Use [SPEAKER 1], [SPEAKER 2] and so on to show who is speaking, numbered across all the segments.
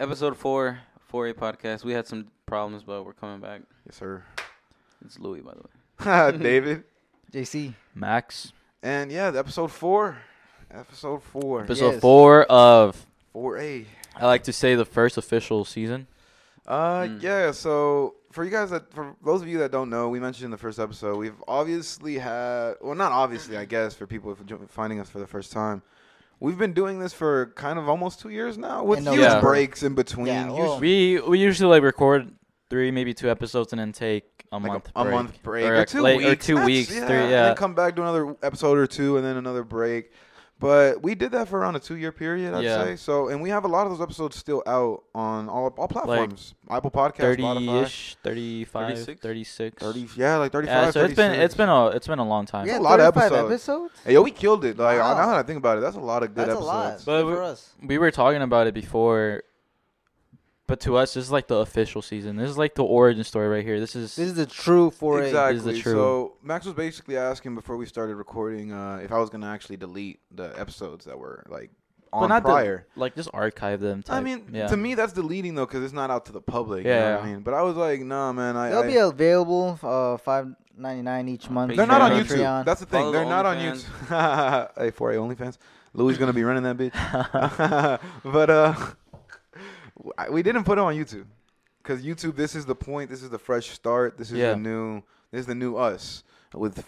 [SPEAKER 1] Episode four, four A podcast. We had some problems, but we're coming back.
[SPEAKER 2] Yes, sir.
[SPEAKER 1] It's Louis, by the way.
[SPEAKER 2] David.
[SPEAKER 3] JC.
[SPEAKER 4] Max.
[SPEAKER 2] And yeah, the episode four. Episode four.
[SPEAKER 4] Episode
[SPEAKER 3] Yes.
[SPEAKER 4] four of
[SPEAKER 2] Four A.
[SPEAKER 4] I like to say the first official season.
[SPEAKER 2] Uh,
[SPEAKER 1] Mm.
[SPEAKER 2] yeah. So for you guys that, for those of you that don't know, we mentioned in the first episode, we've obviously had, well, not obviously, I guess, for people who jo- finding us for the first time, we've been doing this for kind of almost two years now, with
[SPEAKER 3] In
[SPEAKER 2] huge
[SPEAKER 4] November.
[SPEAKER 2] breaks in between.
[SPEAKER 3] Yeah,
[SPEAKER 2] huge-
[SPEAKER 3] well,
[SPEAKER 4] We we usually like record three, maybe two episodes, and then take a
[SPEAKER 2] like
[SPEAKER 4] month
[SPEAKER 2] a, a
[SPEAKER 4] break.
[SPEAKER 2] month break
[SPEAKER 4] Or
[SPEAKER 2] or,
[SPEAKER 4] like-
[SPEAKER 2] two
[SPEAKER 4] like- or
[SPEAKER 2] weeks,
[SPEAKER 4] two
[SPEAKER 2] That's-
[SPEAKER 4] weeks,
[SPEAKER 2] yeah,
[SPEAKER 4] three-
[SPEAKER 2] and
[SPEAKER 4] yeah.
[SPEAKER 2] then come back to another episode or two, and then another break. But we did that for around a two-year period, I'd
[SPEAKER 4] Yeah.
[SPEAKER 2] say. So, and we have a lot of those episodes still out on all all platforms, Apple Podcast, Spotify,
[SPEAKER 4] Thirty-ish, 35,
[SPEAKER 1] 36?
[SPEAKER 4] 36.
[SPEAKER 2] thirty, yeah, like thirty-five.
[SPEAKER 4] Yeah, so it's been
[SPEAKER 2] 36.
[SPEAKER 4] it's been a it's been a long time.
[SPEAKER 2] Yeah, a lot of
[SPEAKER 3] 35
[SPEAKER 2] episodes.
[SPEAKER 3] episodes?
[SPEAKER 2] Hey, yo, we killed it. Like
[SPEAKER 3] Wow.
[SPEAKER 2] now that I think about it, that's a lot of good
[SPEAKER 3] That's a lot
[SPEAKER 2] episodes.
[SPEAKER 4] But
[SPEAKER 3] for
[SPEAKER 4] we-
[SPEAKER 3] us.
[SPEAKER 4] We were talking about it before, but to us, this is like the official season. This is like the origin story right here. This is,
[SPEAKER 3] This is the true 4A.
[SPEAKER 2] exactly.
[SPEAKER 4] is the true-
[SPEAKER 2] So Max was basically asking before we started recording uh, if I was gonna actually delete the episodes that were like
[SPEAKER 4] but
[SPEAKER 2] on
[SPEAKER 4] not the-
[SPEAKER 2] prior.
[SPEAKER 4] like just archive them. Type.
[SPEAKER 2] I mean,
[SPEAKER 4] yeah.
[SPEAKER 2] to me that's deleting though because it's not out to the public. Yeah, you know what I
[SPEAKER 4] Yeah.
[SPEAKER 2] mean, but I was like, nah, man. I,
[SPEAKER 3] They'll
[SPEAKER 2] I-
[SPEAKER 3] be available uh five ninety nine each month.
[SPEAKER 2] they're not on
[SPEAKER 1] Patreon.
[SPEAKER 2] YouTube. That's the thing.
[SPEAKER 1] Follow
[SPEAKER 2] they're
[SPEAKER 1] the
[SPEAKER 2] not on
[SPEAKER 1] OnlyFans.
[SPEAKER 2] YouTube. hey, for a OnlyFans, Louis gonna be running that bitch. but uh, I- we didn't put it on YouTube because YouTube. This is the point. This is the fresh start. This is
[SPEAKER 4] Yeah.
[SPEAKER 2] the new. This is the new us with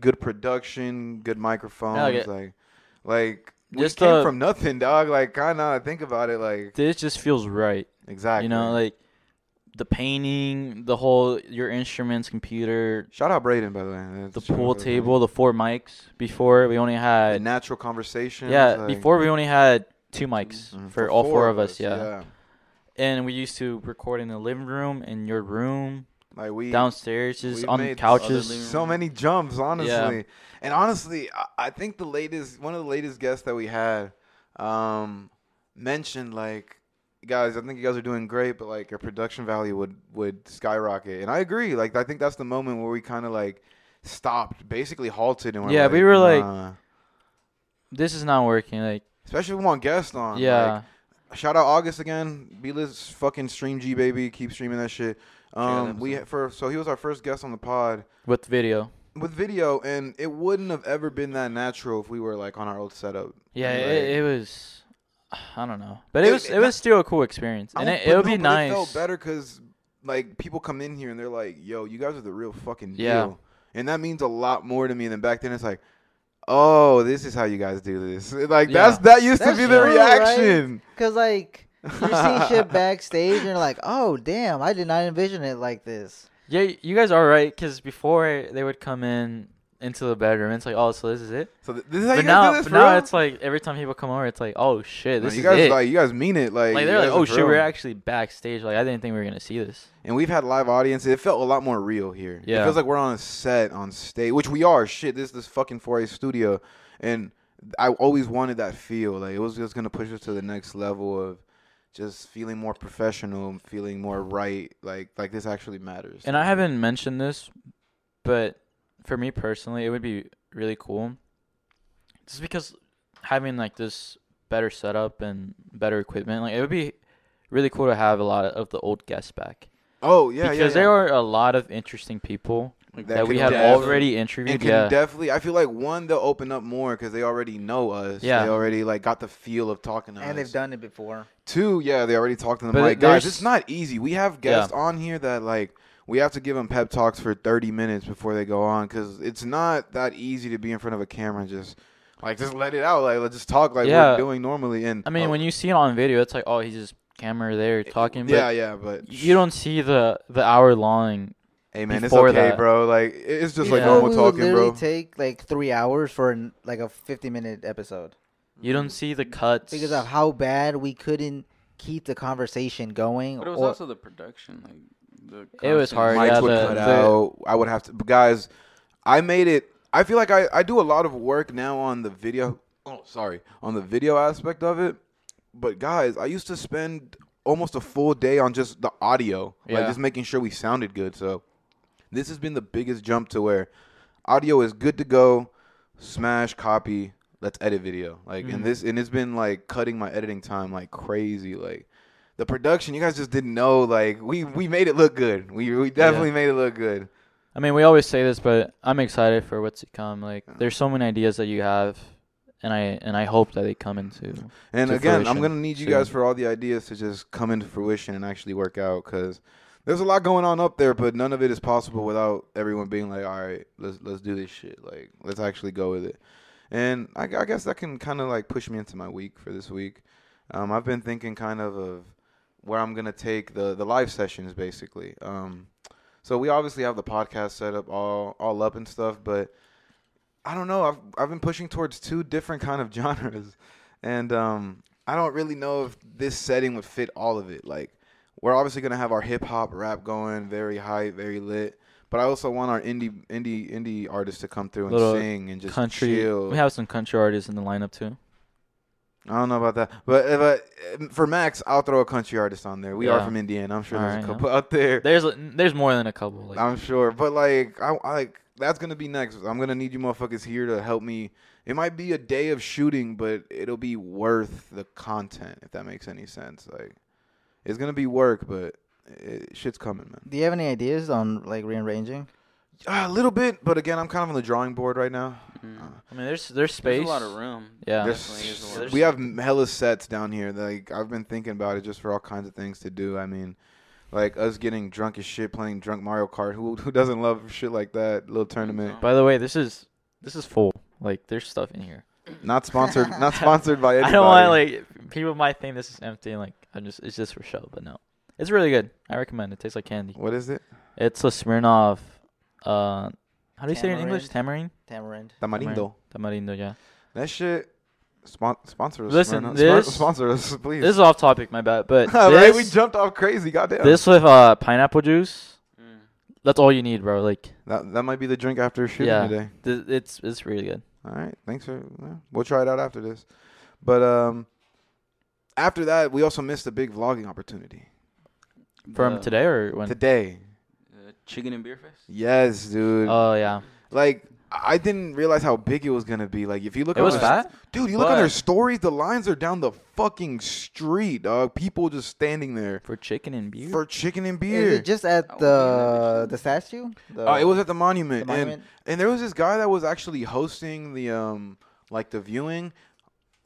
[SPEAKER 2] good production, good microphones,
[SPEAKER 4] it-
[SPEAKER 2] like, like. We
[SPEAKER 4] Just,
[SPEAKER 2] came
[SPEAKER 4] uh,
[SPEAKER 2] from nothing, dog. Like, kind of think about it, like
[SPEAKER 4] this just feels right.
[SPEAKER 2] exactly.
[SPEAKER 4] You know, like the painting, the whole your instruments, computer,
[SPEAKER 2] shout out Braden, by the way.
[SPEAKER 4] the
[SPEAKER 2] That's- shout out
[SPEAKER 4] pool
[SPEAKER 2] Braden.
[SPEAKER 4] table, the four mics. Before we only
[SPEAKER 2] a
[SPEAKER 4] had
[SPEAKER 2] natural conversation.
[SPEAKER 4] yeah,
[SPEAKER 2] like-
[SPEAKER 4] before we only had two mics
[SPEAKER 2] Mhm,
[SPEAKER 4] for all four of us. Yeah. and we used to record in the living room, in your room,
[SPEAKER 2] Like we
[SPEAKER 4] downstairs, just
[SPEAKER 2] we
[SPEAKER 4] on the
[SPEAKER 2] made
[SPEAKER 1] other living
[SPEAKER 4] couches.
[SPEAKER 2] so many jumps, honestly.
[SPEAKER 4] Yeah.
[SPEAKER 2] And honestly, I, I think the latest one of the latest guests that we had um mentioned like guys, I think you guys are doing great, but like your production value would would skyrocket. And I agree. Like I think that's the moment where we kind of like stopped, basically halted and
[SPEAKER 4] Yeah, we were like-
[SPEAKER 2] "Nah."
[SPEAKER 4] This is not working. Like
[SPEAKER 2] especially if we want guests on.
[SPEAKER 4] yeah.
[SPEAKER 2] like, Shout out August again. B-Liz fucking stream G baby. Keep streaming that shit.
[SPEAKER 1] out
[SPEAKER 2] Um,
[SPEAKER 1] that
[SPEAKER 2] we
[SPEAKER 1] episode.
[SPEAKER 2] for so he was our first guest on the pod
[SPEAKER 4] with video.
[SPEAKER 2] with video, and it wouldn't have ever been that natural if we were like on our old setup.
[SPEAKER 4] Yeah,
[SPEAKER 2] Like,
[SPEAKER 4] it, it was. I don't know, but it,
[SPEAKER 2] It-
[SPEAKER 4] was
[SPEAKER 2] it
[SPEAKER 4] it was still a cool experience,
[SPEAKER 2] I
[SPEAKER 4] and
[SPEAKER 2] won't-
[SPEAKER 4] it,
[SPEAKER 2] but
[SPEAKER 4] it would
[SPEAKER 2] no,
[SPEAKER 4] be
[SPEAKER 2] but
[SPEAKER 4] nice.
[SPEAKER 2] It felt better because like people come in here and they're like, "Yo, you guys are the real fucking deal,"
[SPEAKER 4] Yeah.
[SPEAKER 2] and that means a lot more to me than back then. It's like. Oh, this is how you guys do this. Like
[SPEAKER 4] Yeah.
[SPEAKER 2] that's that used
[SPEAKER 3] That's
[SPEAKER 2] to be the
[SPEAKER 3] true, right?
[SPEAKER 2] reaction.
[SPEAKER 3] Cause like you're seeing shit backstage and you're like, oh damn, I did not envision it like this.
[SPEAKER 4] Yeah, you guys are right because before they would come in into the bedroom, it's like, oh, so this is it.
[SPEAKER 2] So th- this is how
[SPEAKER 4] But
[SPEAKER 2] you guys
[SPEAKER 4] now,
[SPEAKER 2] do this,
[SPEAKER 4] but
[SPEAKER 2] bro.
[SPEAKER 4] now it's like every time people come over, it's like, oh shit,
[SPEAKER 2] No,
[SPEAKER 4] this
[SPEAKER 2] you
[SPEAKER 4] is
[SPEAKER 2] guys
[SPEAKER 4] it. Like,
[SPEAKER 2] like you guys mean it. Like, you
[SPEAKER 4] they're like,
[SPEAKER 2] guys are
[SPEAKER 4] oh shit,
[SPEAKER 2] real.
[SPEAKER 4] we're actually backstage. Like I didn't think we were gonna see this.
[SPEAKER 2] and we've had live audiences. It felt a lot more real here. It
[SPEAKER 4] Yeah.
[SPEAKER 2] feels like we're on a set on stage, which we are. Shit, this this fucking 4A studio, and I always wanted that feel. Like it was just gonna push us to the next level of just feeling more professional, feeling more right. Like like this actually matters.
[SPEAKER 4] And I haven't mentioned this, but for me personally, it would be really cool. Just because having like this better setup and better equipment, like it would be really cool to have a lot of the old guests back.
[SPEAKER 2] oh yeah,
[SPEAKER 4] because
[SPEAKER 2] yeah, yeah.
[SPEAKER 4] there are a lot of interesting people
[SPEAKER 2] Like,
[SPEAKER 4] that,
[SPEAKER 2] that
[SPEAKER 4] we
[SPEAKER 2] could
[SPEAKER 4] have
[SPEAKER 2] definitely-
[SPEAKER 4] already
[SPEAKER 2] and
[SPEAKER 4] interviewed.
[SPEAKER 2] can
[SPEAKER 4] Yeah.
[SPEAKER 2] definitely. I feel like one they'll open up more because they already know us.
[SPEAKER 4] Yeah.
[SPEAKER 2] they already like got the feel of talking to us.
[SPEAKER 3] And they've done it before.
[SPEAKER 2] Two, yeah, they already talked to them.
[SPEAKER 4] But
[SPEAKER 2] like,
[SPEAKER 4] it-
[SPEAKER 2] guys,
[SPEAKER 4] there's-
[SPEAKER 2] it's not easy. We have
[SPEAKER 4] Yeah.
[SPEAKER 2] guests on here that like we have to give them pep talks for thirty minutes before they go on because it's not that easy to be in front of a camera and just like just let it out. Like let's just talk like we're
[SPEAKER 4] Yeah.
[SPEAKER 2] doing normally. And Oh, eh,
[SPEAKER 4] I mean, when you see it on video, it's like, oh, he's just camera there talking. But
[SPEAKER 2] yeah, yeah, but
[SPEAKER 4] You don't see the the hour long.
[SPEAKER 2] Hey man, it's
[SPEAKER 4] before
[SPEAKER 2] okay,
[SPEAKER 4] that.
[SPEAKER 2] bro. Like it- it's just like
[SPEAKER 4] Yeah.
[SPEAKER 3] Before
[SPEAKER 2] normal
[SPEAKER 3] we would
[SPEAKER 2] talking,
[SPEAKER 3] literally
[SPEAKER 2] bro.
[SPEAKER 3] take like three hours for an, like a fifty minute episode
[SPEAKER 4] You don't see the cuts.
[SPEAKER 3] because of how bad we couldn't keep the conversation going.
[SPEAKER 1] But it was
[SPEAKER 3] or-
[SPEAKER 1] also the production, like the.
[SPEAKER 4] It was
[SPEAKER 1] constant-
[SPEAKER 4] hard,
[SPEAKER 2] Mics
[SPEAKER 4] yeah,
[SPEAKER 2] would
[SPEAKER 4] the-
[SPEAKER 2] cut
[SPEAKER 4] the-
[SPEAKER 2] out. I would have to, but guys. I made it. I feel like I, I do a lot of work now on the video. Oh, sorry, on the video aspect of it. But guys, I used to spend almost a full day on just the audio, like
[SPEAKER 4] Yeah.
[SPEAKER 2] just making sure we sounded good. So this has been the biggest jump to where audio is good to go. Smash copy. Let's edit video. Like and this and it's been like cutting my editing time like crazy. Like the production, you guys just didn't know. Like we we made it look good. We we definitely made it look good.
[SPEAKER 4] I mean, we always say this, but I'm excited for what's to come. Like, there's so many ideas that you have, and I and I hope that they come into.
[SPEAKER 2] And
[SPEAKER 4] to
[SPEAKER 2] again, I'm
[SPEAKER 4] fruition
[SPEAKER 2] gonna need you guys
[SPEAKER 4] soon.
[SPEAKER 2] for all the ideas to just come into fruition and actually work out because there's a lot going on up there, but none of it is possible without everyone being like, all right, let's let's do this shit. Like, let's actually go with it. And I, I guess that can kind of like push me into my week for this week. Um, I've been thinking kind of of where I'm gonna take the the live sessions basically. Um, so we obviously have the podcast set up all all up and stuff, but I don't know. I've I've been pushing towards two different kind of genres, and um, I don't really know if this setting would fit all of it. Like we're obviously gonna have our hip hop rap going, very high, very lit. But I also want our indie indie indie artists to come through and
[SPEAKER 4] Little
[SPEAKER 2] sing and just
[SPEAKER 4] country.
[SPEAKER 2] chill.
[SPEAKER 4] We have some country artists in the lineup too.
[SPEAKER 2] I don't know about that, but uh, but uh, for Max, I'll throw a country artist on there. We are
[SPEAKER 4] Yeah.
[SPEAKER 2] from Indiana. I'm sure
[SPEAKER 4] All
[SPEAKER 2] there's a
[SPEAKER 4] right, yeah.
[SPEAKER 2] couple out there.
[SPEAKER 4] There's there's more than a couple. Like,
[SPEAKER 2] I'm sure, but like I, I like that's gonna be next. I'm gonna need you motherfuckers here to help me. It might be a day of shooting, but it'll be worth the content if that makes any sense. Like it's gonna be work, but it, shit's coming, man.
[SPEAKER 3] Do you have any ideas on like rearranging?
[SPEAKER 2] Uh, a little bit, but again, I'm kind of on the drawing board right now.
[SPEAKER 1] Mm.
[SPEAKER 4] I mean, there's there's space.
[SPEAKER 1] There's a lot of room.
[SPEAKER 4] Yeah.
[SPEAKER 2] There's-
[SPEAKER 1] Definitely is a lot
[SPEAKER 4] There's-
[SPEAKER 1] of
[SPEAKER 2] we have hella sets down here. that, Like I've been thinking about it just for all kinds of things to do. I mean, like us getting drunk as shit playing drunk Mario Kart. Who who doesn't love shit like that? Little tournament.
[SPEAKER 4] By the way, this is this is full. Like, there's stuff in here.
[SPEAKER 2] Not sponsored. Not sponsored by anybody.
[SPEAKER 4] I don't want like people might think this is empty. And, like, I'm just it's just for show, but no, it's really good. I recommend. It tastes like candy.
[SPEAKER 2] What is it?
[SPEAKER 4] It's a Smirnoff. Uh, how do you say it in English? Tamarind.
[SPEAKER 3] Tamarind.
[SPEAKER 2] Tamarindo.
[SPEAKER 4] Tamarindo. Yeah.
[SPEAKER 2] That shit. Spon- sponsor us.
[SPEAKER 4] Listen,
[SPEAKER 2] man. Spon-
[SPEAKER 4] this-
[SPEAKER 2] sponsor us, please.
[SPEAKER 4] This is off topic, my bad. But
[SPEAKER 2] Right? we
[SPEAKER 4] this-
[SPEAKER 2] jumped off crazy. Goddamn.
[SPEAKER 4] this with uh pineapple juice.
[SPEAKER 1] Mm.
[SPEAKER 4] That's all you need, bro. Like,
[SPEAKER 2] That, that might be the drink after shooting
[SPEAKER 4] Yeah.
[SPEAKER 2] today.
[SPEAKER 4] th- it's it's really good.
[SPEAKER 2] All right. Thanks for. yeah, We'll try it out after this. But um, after that, we also missed a big vlogging opportunity
[SPEAKER 4] From
[SPEAKER 1] The-
[SPEAKER 4] today or when?
[SPEAKER 2] today.
[SPEAKER 1] the chicken and beer fest.
[SPEAKER 2] Yes, dude.
[SPEAKER 4] Oh yeah,
[SPEAKER 2] like I didn't realize how big it was gonna be. Like if you look,
[SPEAKER 4] it
[SPEAKER 2] on
[SPEAKER 4] was
[SPEAKER 2] their-
[SPEAKER 4] fat.
[SPEAKER 2] dude. You look on their
[SPEAKER 4] but-
[SPEAKER 2] stories. The lines are down the fucking street, dog. People just standing there
[SPEAKER 4] for chicken and beer.
[SPEAKER 2] for chicken and beer.
[SPEAKER 3] Is it just
[SPEAKER 1] I wouldn't
[SPEAKER 3] at
[SPEAKER 1] even
[SPEAKER 3] the
[SPEAKER 1] mention
[SPEAKER 3] the statue? The,
[SPEAKER 2] Uh, it was at the
[SPEAKER 3] the
[SPEAKER 2] monument, and
[SPEAKER 3] monument.
[SPEAKER 2] and there was this guy that was actually hosting the um like the viewing.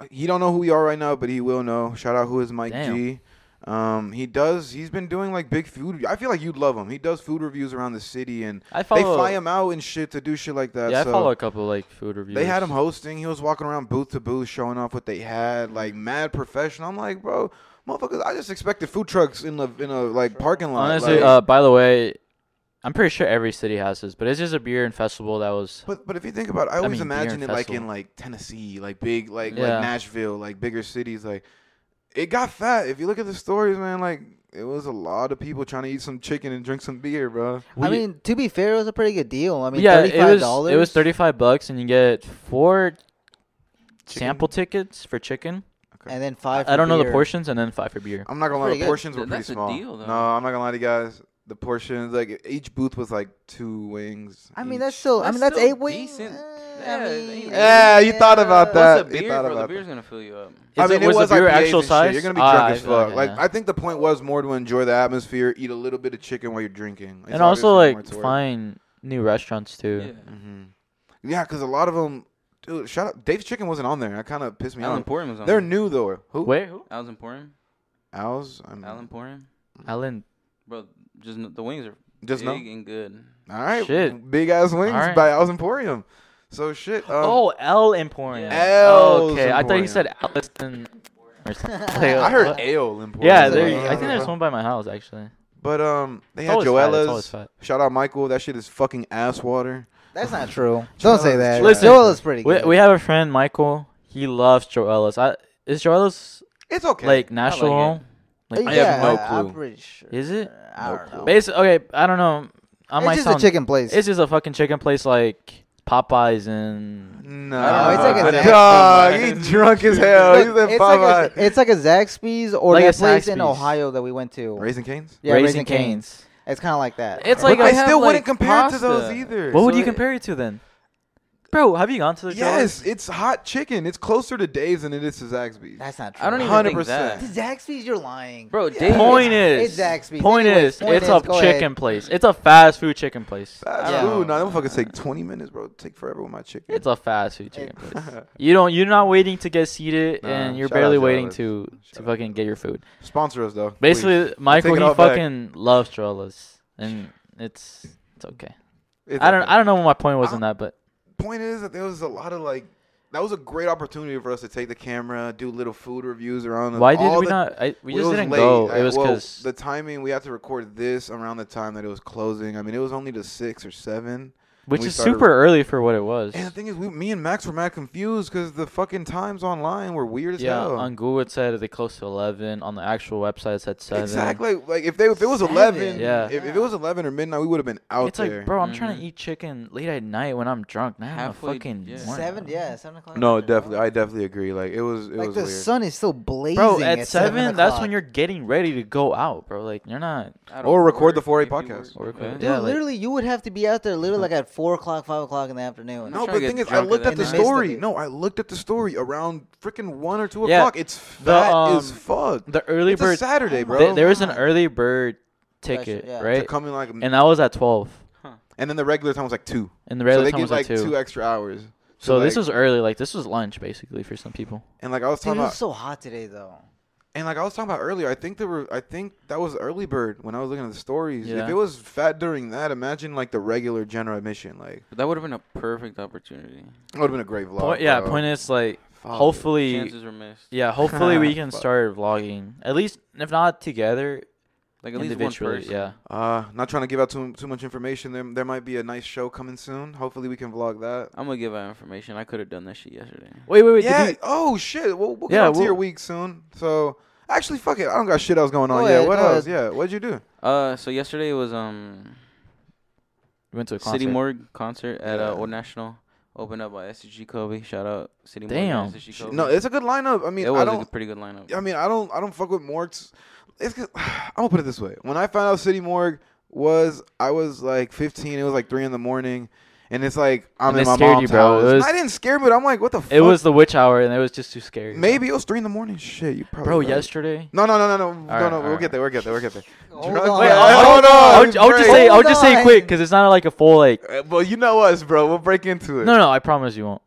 [SPEAKER 2] Uh, He don't know who we are right now, but he will know. Shout out who is Mike
[SPEAKER 4] Damn.
[SPEAKER 2] G. Um, he does. He's been doing like big food. I feel like you'd love him. He does food reviews around the city, and
[SPEAKER 4] I follow.
[SPEAKER 2] they fly him out and shit to do shit like that.
[SPEAKER 4] yeah,
[SPEAKER 2] so
[SPEAKER 4] I follow a couple like food reviews.
[SPEAKER 2] They had him hosting. He was walking around booth to booth, showing off what they had, like mad professional. I'm like, bro, motherfuckers, I just expected food trucks in the in a like parking lot. like-
[SPEAKER 4] Honestly, uh, by the way, I'm pretty sure every city has this, but it's just a beer and festival that was.
[SPEAKER 2] But but if you think about it, I always
[SPEAKER 4] mean, beer
[SPEAKER 2] imagine it
[SPEAKER 4] and
[SPEAKER 2] like in
[SPEAKER 4] festival.
[SPEAKER 2] like Tennessee, like big like
[SPEAKER 4] Yeah.
[SPEAKER 2] like Nashville, like bigger cities. Like it got fat. If you look at the stories, man, like it was a lot of people trying to eat some chicken and drink some beer, bro.
[SPEAKER 3] I mean, to be fair, it was a pretty good deal. I mean,
[SPEAKER 4] yeah, it
[SPEAKER 3] thirty-five
[SPEAKER 4] was
[SPEAKER 3] dollars.
[SPEAKER 4] it was thirty-five bucks, and you get four sample tickets for chicken.
[SPEAKER 3] and then five.
[SPEAKER 4] I
[SPEAKER 3] for
[SPEAKER 4] don't know the
[SPEAKER 3] beer.
[SPEAKER 4] portions, and then five for beer.
[SPEAKER 2] I'm not gonna lie,
[SPEAKER 3] Pretty
[SPEAKER 2] the
[SPEAKER 3] good.
[SPEAKER 2] portions were
[SPEAKER 1] Th-
[SPEAKER 2] pretty
[SPEAKER 1] that's a
[SPEAKER 2] small.
[SPEAKER 1] deal, though.
[SPEAKER 2] no, I'm not gonna lie to you guys. The portions, like each booth was like two wings.
[SPEAKER 3] I mean,
[SPEAKER 2] each.
[SPEAKER 3] that's still. I
[SPEAKER 1] That's
[SPEAKER 3] mean, that's
[SPEAKER 1] still
[SPEAKER 3] eight wings.
[SPEAKER 1] decent.
[SPEAKER 3] Eh,
[SPEAKER 1] Yeah,
[SPEAKER 3] I
[SPEAKER 1] they
[SPEAKER 3] mean,
[SPEAKER 1] ain't-
[SPEAKER 2] Yeah, you thought about
[SPEAKER 3] yeah.
[SPEAKER 2] that.
[SPEAKER 1] What's a
[SPEAKER 2] They
[SPEAKER 1] beer,
[SPEAKER 2] thought
[SPEAKER 1] bro? The
[SPEAKER 2] about
[SPEAKER 1] beer's gonna fill you up.
[SPEAKER 2] I
[SPEAKER 4] Is
[SPEAKER 2] mean,
[SPEAKER 4] it, was, the beer
[SPEAKER 2] IPAs
[SPEAKER 4] actual
[SPEAKER 2] and shit.
[SPEAKER 4] size?
[SPEAKER 2] You're gonna be
[SPEAKER 4] Ah,
[SPEAKER 2] drunk
[SPEAKER 4] I
[SPEAKER 2] as
[SPEAKER 4] feel like
[SPEAKER 2] fuck.
[SPEAKER 4] it,
[SPEAKER 2] Like
[SPEAKER 4] yeah.
[SPEAKER 2] I think the point was more to enjoy the atmosphere, eat a little bit of chicken while you're drinking, It's
[SPEAKER 4] and also
[SPEAKER 2] obviously more
[SPEAKER 4] like
[SPEAKER 2] to work.
[SPEAKER 4] find new restaurants too.
[SPEAKER 1] Yeah.
[SPEAKER 2] Mhm. Yeah, because a lot of them, dude. Shout out, Dave's Chicken wasn't on there. That kind of pissed me
[SPEAKER 1] Alan
[SPEAKER 2] off.
[SPEAKER 1] Portman was on.
[SPEAKER 2] They're
[SPEAKER 1] there.
[SPEAKER 2] new though. Who?
[SPEAKER 4] Wait, who?
[SPEAKER 1] Alan Portman.
[SPEAKER 2] Al's. I'm,
[SPEAKER 1] Alan Portman.
[SPEAKER 4] Alan.
[SPEAKER 1] Bro, just kn- the wings are
[SPEAKER 2] Just
[SPEAKER 1] big
[SPEAKER 2] no.
[SPEAKER 1] and good.
[SPEAKER 2] All right.
[SPEAKER 4] Shit.
[SPEAKER 2] Big ass wings
[SPEAKER 4] All right.
[SPEAKER 2] by Al's Emporium. So shit. Um,
[SPEAKER 4] oh, L Emporium.
[SPEAKER 2] L's
[SPEAKER 4] Oh, okay, I thought
[SPEAKER 2] Emporium.
[SPEAKER 4] you said Allison. Or something.
[SPEAKER 2] I heard
[SPEAKER 4] What?
[SPEAKER 2] Ale Emporium.
[SPEAKER 4] Uh, Yeah,
[SPEAKER 3] Al's
[SPEAKER 4] there. You,
[SPEAKER 3] Emporium.
[SPEAKER 4] I think there's one by my house actually.
[SPEAKER 2] uh, But um, they
[SPEAKER 4] It's
[SPEAKER 2] had
[SPEAKER 4] always fat, it's always
[SPEAKER 2] Joella's.
[SPEAKER 4] fat.
[SPEAKER 2] Shout out Michael. That shit is fucking ass water.
[SPEAKER 3] That's not true. Don't say that.
[SPEAKER 4] Listen,
[SPEAKER 3] Joel is pretty
[SPEAKER 4] We,
[SPEAKER 3] good.
[SPEAKER 4] we have a friend Michael. He loves Joella's. I is Joella's
[SPEAKER 2] It's okay.
[SPEAKER 4] like national?
[SPEAKER 1] it.
[SPEAKER 4] Like,
[SPEAKER 2] I
[SPEAKER 3] Uh, yeah,
[SPEAKER 2] have no
[SPEAKER 3] I'm
[SPEAKER 2] clue.
[SPEAKER 3] pretty sure.
[SPEAKER 4] Is it?
[SPEAKER 3] I
[SPEAKER 2] No
[SPEAKER 3] don't
[SPEAKER 2] clue.
[SPEAKER 3] know.
[SPEAKER 4] Basically, okay. I don't know. I
[SPEAKER 3] it's
[SPEAKER 4] might
[SPEAKER 3] just
[SPEAKER 4] sound.
[SPEAKER 3] a chicken place.
[SPEAKER 4] It's just a fucking chicken place like Popeyes and.
[SPEAKER 2] No,
[SPEAKER 1] No, it's like a Zaxby's.
[SPEAKER 2] dog. He drunk as hell. He's
[SPEAKER 3] Look,
[SPEAKER 2] at
[SPEAKER 3] it's, like
[SPEAKER 2] Popeye.
[SPEAKER 3] a, it's like a Zaxby's or
[SPEAKER 4] Like a
[SPEAKER 3] that place in
[SPEAKER 4] Zaxby's.
[SPEAKER 3] Ohio that we went to.
[SPEAKER 2] Raisin Canes.
[SPEAKER 3] yeah,
[SPEAKER 4] Raising
[SPEAKER 3] Raising Cane's.
[SPEAKER 4] Cane's.
[SPEAKER 3] It's kind of like that.
[SPEAKER 4] It's
[SPEAKER 2] But
[SPEAKER 4] like
[SPEAKER 2] I
[SPEAKER 4] have,
[SPEAKER 2] still
[SPEAKER 4] like,
[SPEAKER 2] wouldn't compare it to
[SPEAKER 1] pasta.
[SPEAKER 2] those either.
[SPEAKER 4] What would
[SPEAKER 1] So
[SPEAKER 4] you
[SPEAKER 1] it-
[SPEAKER 4] compare it to then? Bro, have you gone to the
[SPEAKER 2] Yes, it's hot chicken. It's closer to Dave's than it is to Zaxby's.
[SPEAKER 3] That's not true.
[SPEAKER 1] I don't even think
[SPEAKER 2] 100%.
[SPEAKER 1] that.
[SPEAKER 3] The Zaxby's, you're lying.
[SPEAKER 1] Bro,
[SPEAKER 3] Yeah.
[SPEAKER 1] Dave's-
[SPEAKER 4] Point is,
[SPEAKER 3] It's Zaxby's.
[SPEAKER 4] point
[SPEAKER 3] Anyways,
[SPEAKER 4] is,
[SPEAKER 3] point
[SPEAKER 4] it's
[SPEAKER 3] is,
[SPEAKER 4] a
[SPEAKER 3] go ahead.
[SPEAKER 4] chicken place. It's a fast food chicken place.
[SPEAKER 2] Fast
[SPEAKER 3] Yeah.
[SPEAKER 2] food. No, them fuckers take 20 minutes, bro. It'd Take forever with my chicken.
[SPEAKER 4] It's a fast food chicken place. You don't. You're not waiting to get seated,
[SPEAKER 2] Nah,
[SPEAKER 4] and you're
[SPEAKER 2] shout out
[SPEAKER 4] barely
[SPEAKER 2] to
[SPEAKER 4] waiting
[SPEAKER 2] Alice.
[SPEAKER 4] to to
[SPEAKER 2] Shout out
[SPEAKER 4] fucking get your food.
[SPEAKER 2] Sponsor us, though. please.
[SPEAKER 4] Basically,
[SPEAKER 2] take
[SPEAKER 4] Michael
[SPEAKER 2] it
[SPEAKER 4] he
[SPEAKER 2] all back.
[SPEAKER 4] fucking loves Chola's, and it's it's okay.
[SPEAKER 2] It's
[SPEAKER 4] I don't
[SPEAKER 2] okay.
[SPEAKER 4] I don't know what my point was
[SPEAKER 2] I-
[SPEAKER 4] in that, but
[SPEAKER 2] point is that there was a lot of like that was a great opportunity for us to take the camera, do little food reviews around. The,
[SPEAKER 4] why did
[SPEAKER 2] all
[SPEAKER 4] we
[SPEAKER 2] the-
[SPEAKER 4] not? I, we
[SPEAKER 2] it
[SPEAKER 4] just
[SPEAKER 2] was
[SPEAKER 4] didn't
[SPEAKER 2] late.
[SPEAKER 4] go.
[SPEAKER 2] I-
[SPEAKER 4] It was
[SPEAKER 2] well,
[SPEAKER 4] because
[SPEAKER 2] the timing we had to record this around the time that it was closing. I mean, it was only to six or seven.
[SPEAKER 4] which
[SPEAKER 2] we
[SPEAKER 4] is
[SPEAKER 2] started-
[SPEAKER 4] super early for what it was.
[SPEAKER 2] And the thing is, we, me and Max were mad confused because the fucking times online were weird as
[SPEAKER 4] Yeah,
[SPEAKER 2] hell.
[SPEAKER 4] on Google it said they closed to eleven. On the actual website it said seven.
[SPEAKER 2] exactly. Like if they if it was eleven,
[SPEAKER 3] Seven.
[SPEAKER 4] Yeah.
[SPEAKER 2] If, if it was eleven or midnight, we would have been out
[SPEAKER 4] It's
[SPEAKER 2] there.
[SPEAKER 4] like, bro, I'm trying
[SPEAKER 1] Mhm.
[SPEAKER 4] to eat chicken late at night when I'm drunk. Now I'm a
[SPEAKER 1] Halfway-
[SPEAKER 4] fucking
[SPEAKER 1] yeah.
[SPEAKER 4] morning.
[SPEAKER 3] Seven, yeah, seven o'clock.
[SPEAKER 2] no, definitely, I definitely agree. Like it was, it
[SPEAKER 3] like
[SPEAKER 2] was
[SPEAKER 3] the
[SPEAKER 2] weird.
[SPEAKER 3] sun is still blazing.
[SPEAKER 4] Bro,
[SPEAKER 3] seven,
[SPEAKER 4] at, seven, that's when you're getting ready to go out, bro. Like you're not.
[SPEAKER 1] I don't
[SPEAKER 2] Or record the
[SPEAKER 1] work,
[SPEAKER 2] 4A
[SPEAKER 1] if you work,
[SPEAKER 2] podcast.
[SPEAKER 4] Or record-
[SPEAKER 1] man.
[SPEAKER 3] Dude,
[SPEAKER 4] yeah, like-
[SPEAKER 3] literally, you would have to be out there literally like at four o'clock, five o'clock in the afternoon.
[SPEAKER 1] trying
[SPEAKER 2] No, but
[SPEAKER 1] to
[SPEAKER 2] the
[SPEAKER 1] get
[SPEAKER 2] thing is, I
[SPEAKER 1] drunk
[SPEAKER 2] looked
[SPEAKER 1] at
[SPEAKER 2] at
[SPEAKER 1] that
[SPEAKER 2] the
[SPEAKER 1] time.
[SPEAKER 2] story.
[SPEAKER 3] In the midst of
[SPEAKER 2] No,
[SPEAKER 3] it.
[SPEAKER 2] I looked at the story around freaking one or two
[SPEAKER 4] Yeah.
[SPEAKER 2] o'clock. It's
[SPEAKER 4] The,
[SPEAKER 2] fat as
[SPEAKER 4] um,
[SPEAKER 2] fuck.
[SPEAKER 4] The early
[SPEAKER 2] It's a
[SPEAKER 4] bird.
[SPEAKER 2] Saturday,
[SPEAKER 3] Oh
[SPEAKER 2] bro.
[SPEAKER 4] th- there was an
[SPEAKER 3] God.
[SPEAKER 4] early bird
[SPEAKER 3] Special,
[SPEAKER 4] ticket,
[SPEAKER 3] yeah.
[SPEAKER 2] to
[SPEAKER 4] right?
[SPEAKER 2] come in like, and,
[SPEAKER 4] And that was at twelve,
[SPEAKER 2] then the regular time was like two.
[SPEAKER 4] and the regular
[SPEAKER 2] so they
[SPEAKER 4] time was
[SPEAKER 2] give like
[SPEAKER 4] at two.
[SPEAKER 2] extra hours.
[SPEAKER 4] so this
[SPEAKER 2] like-
[SPEAKER 4] was early. Like this was lunch basically for some people.
[SPEAKER 2] And like I was
[SPEAKER 3] Dude,
[SPEAKER 2] talking
[SPEAKER 3] it
[SPEAKER 2] about,
[SPEAKER 3] was so hot today though.
[SPEAKER 2] and like I was talking about earlier, I think there were, I think that was early bird when I was looking at the stories. If
[SPEAKER 4] Yeah.
[SPEAKER 2] it was fat during that, imagine like the regular general admission. Like
[SPEAKER 1] But that would have been a perfect opportunity.
[SPEAKER 2] it would have been a great vlog.
[SPEAKER 4] Point, yeah.
[SPEAKER 2] bro.
[SPEAKER 4] Point is like,
[SPEAKER 2] Fuck.
[SPEAKER 4] hopefully,
[SPEAKER 1] Chances were missed.
[SPEAKER 4] yeah, hopefully we can
[SPEAKER 2] Fuck.
[SPEAKER 4] start vlogging at least, if not together,
[SPEAKER 1] Like at least one
[SPEAKER 4] individually.
[SPEAKER 1] person.
[SPEAKER 4] yeah.
[SPEAKER 2] Uh, not trying to give out too too much information. There there might be a nice show coming soon. Hopefully we can vlog that.
[SPEAKER 1] I'm gonna give out information. I could have done that shit yesterday.
[SPEAKER 4] Wait, wait, wait. did
[SPEAKER 2] yeah.
[SPEAKER 4] we-
[SPEAKER 2] oh shit. We'll, we'll get
[SPEAKER 4] Yeah,
[SPEAKER 2] on to your
[SPEAKER 4] we'll-
[SPEAKER 2] week soon. So actually, fuck it. I don't got shit else going on
[SPEAKER 3] Go
[SPEAKER 2] yet.
[SPEAKER 3] ahead,
[SPEAKER 2] what
[SPEAKER 3] go
[SPEAKER 2] else?
[SPEAKER 3] ahead.
[SPEAKER 2] Yeah. What'd you do?
[SPEAKER 1] Uh, so yesterday was um
[SPEAKER 4] we went to a concert.
[SPEAKER 1] City Morgue concert at
[SPEAKER 2] Yeah.
[SPEAKER 1] uh, Old National, opened up by SG Kobe. Shout out City
[SPEAKER 4] Damn.
[SPEAKER 1] Morgue. and SG
[SPEAKER 2] Shit,
[SPEAKER 1] Kobe.
[SPEAKER 2] No, it's a good lineup. I mean,
[SPEAKER 1] it
[SPEAKER 2] I
[SPEAKER 1] was a
[SPEAKER 2] don't.
[SPEAKER 1] good- pretty good lineup.
[SPEAKER 2] I mean, I don't. I don't fuck with Morgs. It's. 'cause- I'm gonna put it this way. When I found out City Morgue was, I was like 15. It was like three in the morning, and it's like I'm
[SPEAKER 4] And
[SPEAKER 2] in
[SPEAKER 4] it
[SPEAKER 2] my
[SPEAKER 4] scared you,
[SPEAKER 2] mom's
[SPEAKER 4] bro. It
[SPEAKER 2] house.
[SPEAKER 4] was-
[SPEAKER 2] I didn't scare, but I'm like, what the? fuck?
[SPEAKER 4] It was the witch hour, and it was just too scary.
[SPEAKER 2] maybe it was three in the morning. Shit, you probably.
[SPEAKER 4] Bro,
[SPEAKER 2] right.
[SPEAKER 4] yesterday.
[SPEAKER 2] No, no, no, no, no, no,
[SPEAKER 4] right,
[SPEAKER 2] no.
[SPEAKER 4] all
[SPEAKER 2] We'll
[SPEAKER 4] right.
[SPEAKER 2] get there. We'll get there. We'll get there.
[SPEAKER 3] Hold
[SPEAKER 2] Drunk-
[SPEAKER 3] on.
[SPEAKER 2] Wait, hold on,
[SPEAKER 4] I- I- I would, I would just
[SPEAKER 2] Drake.
[SPEAKER 4] say I would just say
[SPEAKER 3] Hold
[SPEAKER 4] quick
[SPEAKER 3] on.
[SPEAKER 4] because it's not like a full like.
[SPEAKER 2] Uh, Well, you know us, bro. We'll break into it.
[SPEAKER 4] No, no, I promise you won't.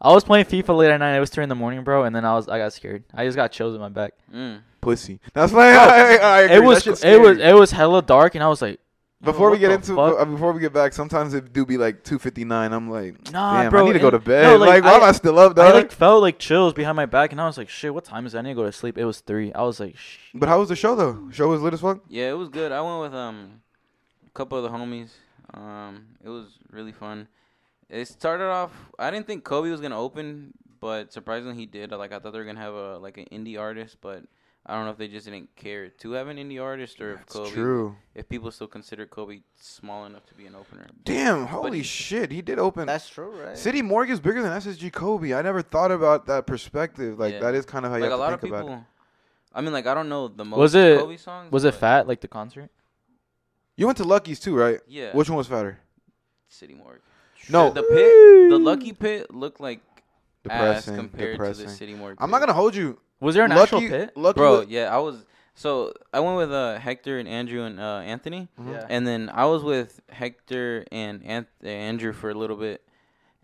[SPEAKER 4] I was playing FIFA late at night. It was three in the morning, bro, and then I was I got scared. I just got chills in my back.
[SPEAKER 1] Mm.
[SPEAKER 2] pussy. That's like I, I, I agree.
[SPEAKER 4] It
[SPEAKER 2] That
[SPEAKER 4] was
[SPEAKER 2] shit's
[SPEAKER 4] it was
[SPEAKER 2] scary.
[SPEAKER 4] it was hella dark, and I was like,
[SPEAKER 2] Before we
[SPEAKER 4] what
[SPEAKER 2] get
[SPEAKER 4] the
[SPEAKER 2] into
[SPEAKER 4] fuck?
[SPEAKER 2] uh, before we get back, sometimes it do be like two fifty nine. I'm like,
[SPEAKER 4] Nah,
[SPEAKER 2] uh, damn,
[SPEAKER 4] Ah, bro,
[SPEAKER 2] I need to go
[SPEAKER 4] and-
[SPEAKER 2] to bed.
[SPEAKER 4] no,
[SPEAKER 2] like,
[SPEAKER 4] like,
[SPEAKER 2] why
[SPEAKER 4] I-
[SPEAKER 2] am I still up,
[SPEAKER 4] I
[SPEAKER 2] dog?
[SPEAKER 4] like felt like chills behind my back, and I was like, shit, what time is it? I need to go to sleep. It was three. I was like, shh.
[SPEAKER 2] but how was the show though? Show was lit as fuck.
[SPEAKER 1] Yeah, it was good. I went with um a couple of the homies. Um, it was really fun. It started off. I didn't think Kobe was gonna open, but surprisingly he did. Like I thought they were gonna have a like an indie artist, but I don't know if they just didn't care to have an indie artist or if
[SPEAKER 2] That's
[SPEAKER 1] Kobe,
[SPEAKER 2] true.
[SPEAKER 1] if people still consider Kobe small enough to be an opener.
[SPEAKER 2] Damn, holy
[SPEAKER 1] he-
[SPEAKER 2] shit, he did open.
[SPEAKER 3] That's true, right?
[SPEAKER 2] City Morgue is bigger than SSG Kobe. I never thought about that perspective. Like
[SPEAKER 1] Yeah.
[SPEAKER 2] that is kind of how you
[SPEAKER 1] like a
[SPEAKER 2] have to
[SPEAKER 1] lot of
[SPEAKER 2] think about it.
[SPEAKER 1] people. I mean, like I don't know the most
[SPEAKER 4] Was it-
[SPEAKER 1] Kobe songs.
[SPEAKER 4] Was it
[SPEAKER 1] but-
[SPEAKER 4] fat like the concert?
[SPEAKER 2] You went to Lucky's too, right?
[SPEAKER 1] Yeah,
[SPEAKER 2] Which one was fatter?
[SPEAKER 1] City Morgue.
[SPEAKER 2] No.
[SPEAKER 1] the pit, the Lucky Pit looked like
[SPEAKER 2] Depressing.
[SPEAKER 1] ass compared
[SPEAKER 2] depressing.
[SPEAKER 1] to the City Morgue.
[SPEAKER 2] I'm not
[SPEAKER 1] pit.
[SPEAKER 2] gonna hold you.
[SPEAKER 4] Was there an
[SPEAKER 2] Lucky,
[SPEAKER 4] actual pit?
[SPEAKER 2] Lucky
[SPEAKER 1] bro
[SPEAKER 2] was-
[SPEAKER 1] yeah i was so i went with uh hector and andrew and uh anthony
[SPEAKER 2] Mhm.
[SPEAKER 4] Yeah.
[SPEAKER 1] and then i was with hector and Anth- uh, andrew for a little bit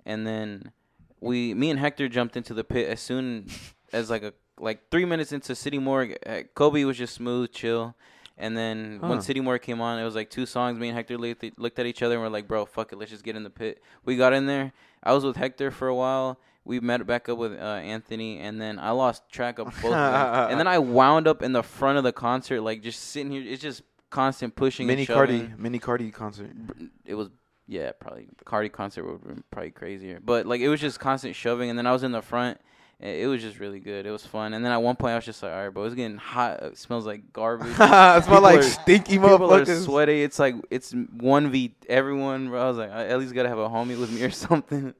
[SPEAKER 1] and then we me and hector jumped into the pit as soon as like a like three minutes into city morgue uh, kobe was just smooth chill and then
[SPEAKER 2] Huh.
[SPEAKER 1] when City Morgue came on, it was like two songs. Me and Hector looked at, looked at each other and we're like, "Bro, fuck it, let's just get in the pit." We got in there. I was with Hector for a while. We met back up with uh, Anthony, and then I lost track of both. of them. And then I wound up in the front of the concert, like just sitting here. It's just constant pushing. Mini
[SPEAKER 2] Mini Cardi, Mini Cardi concert.
[SPEAKER 1] It was yeah, probably Cardi concert would have been probably crazier, but like it was just constant shoving. And then I was in the front. and It was just really good. It was fun. And then at one point, I was just like, "All right, bro, it's getting hot. It smells like garbage."
[SPEAKER 2] it's my
[SPEAKER 1] People
[SPEAKER 2] like
[SPEAKER 1] are-
[SPEAKER 2] stinky
[SPEAKER 1] People are
[SPEAKER 2] motherfuckers.
[SPEAKER 1] sweaty. It's like it's one v everyone. Bro. I was like, I at least gotta have a homie with me or something.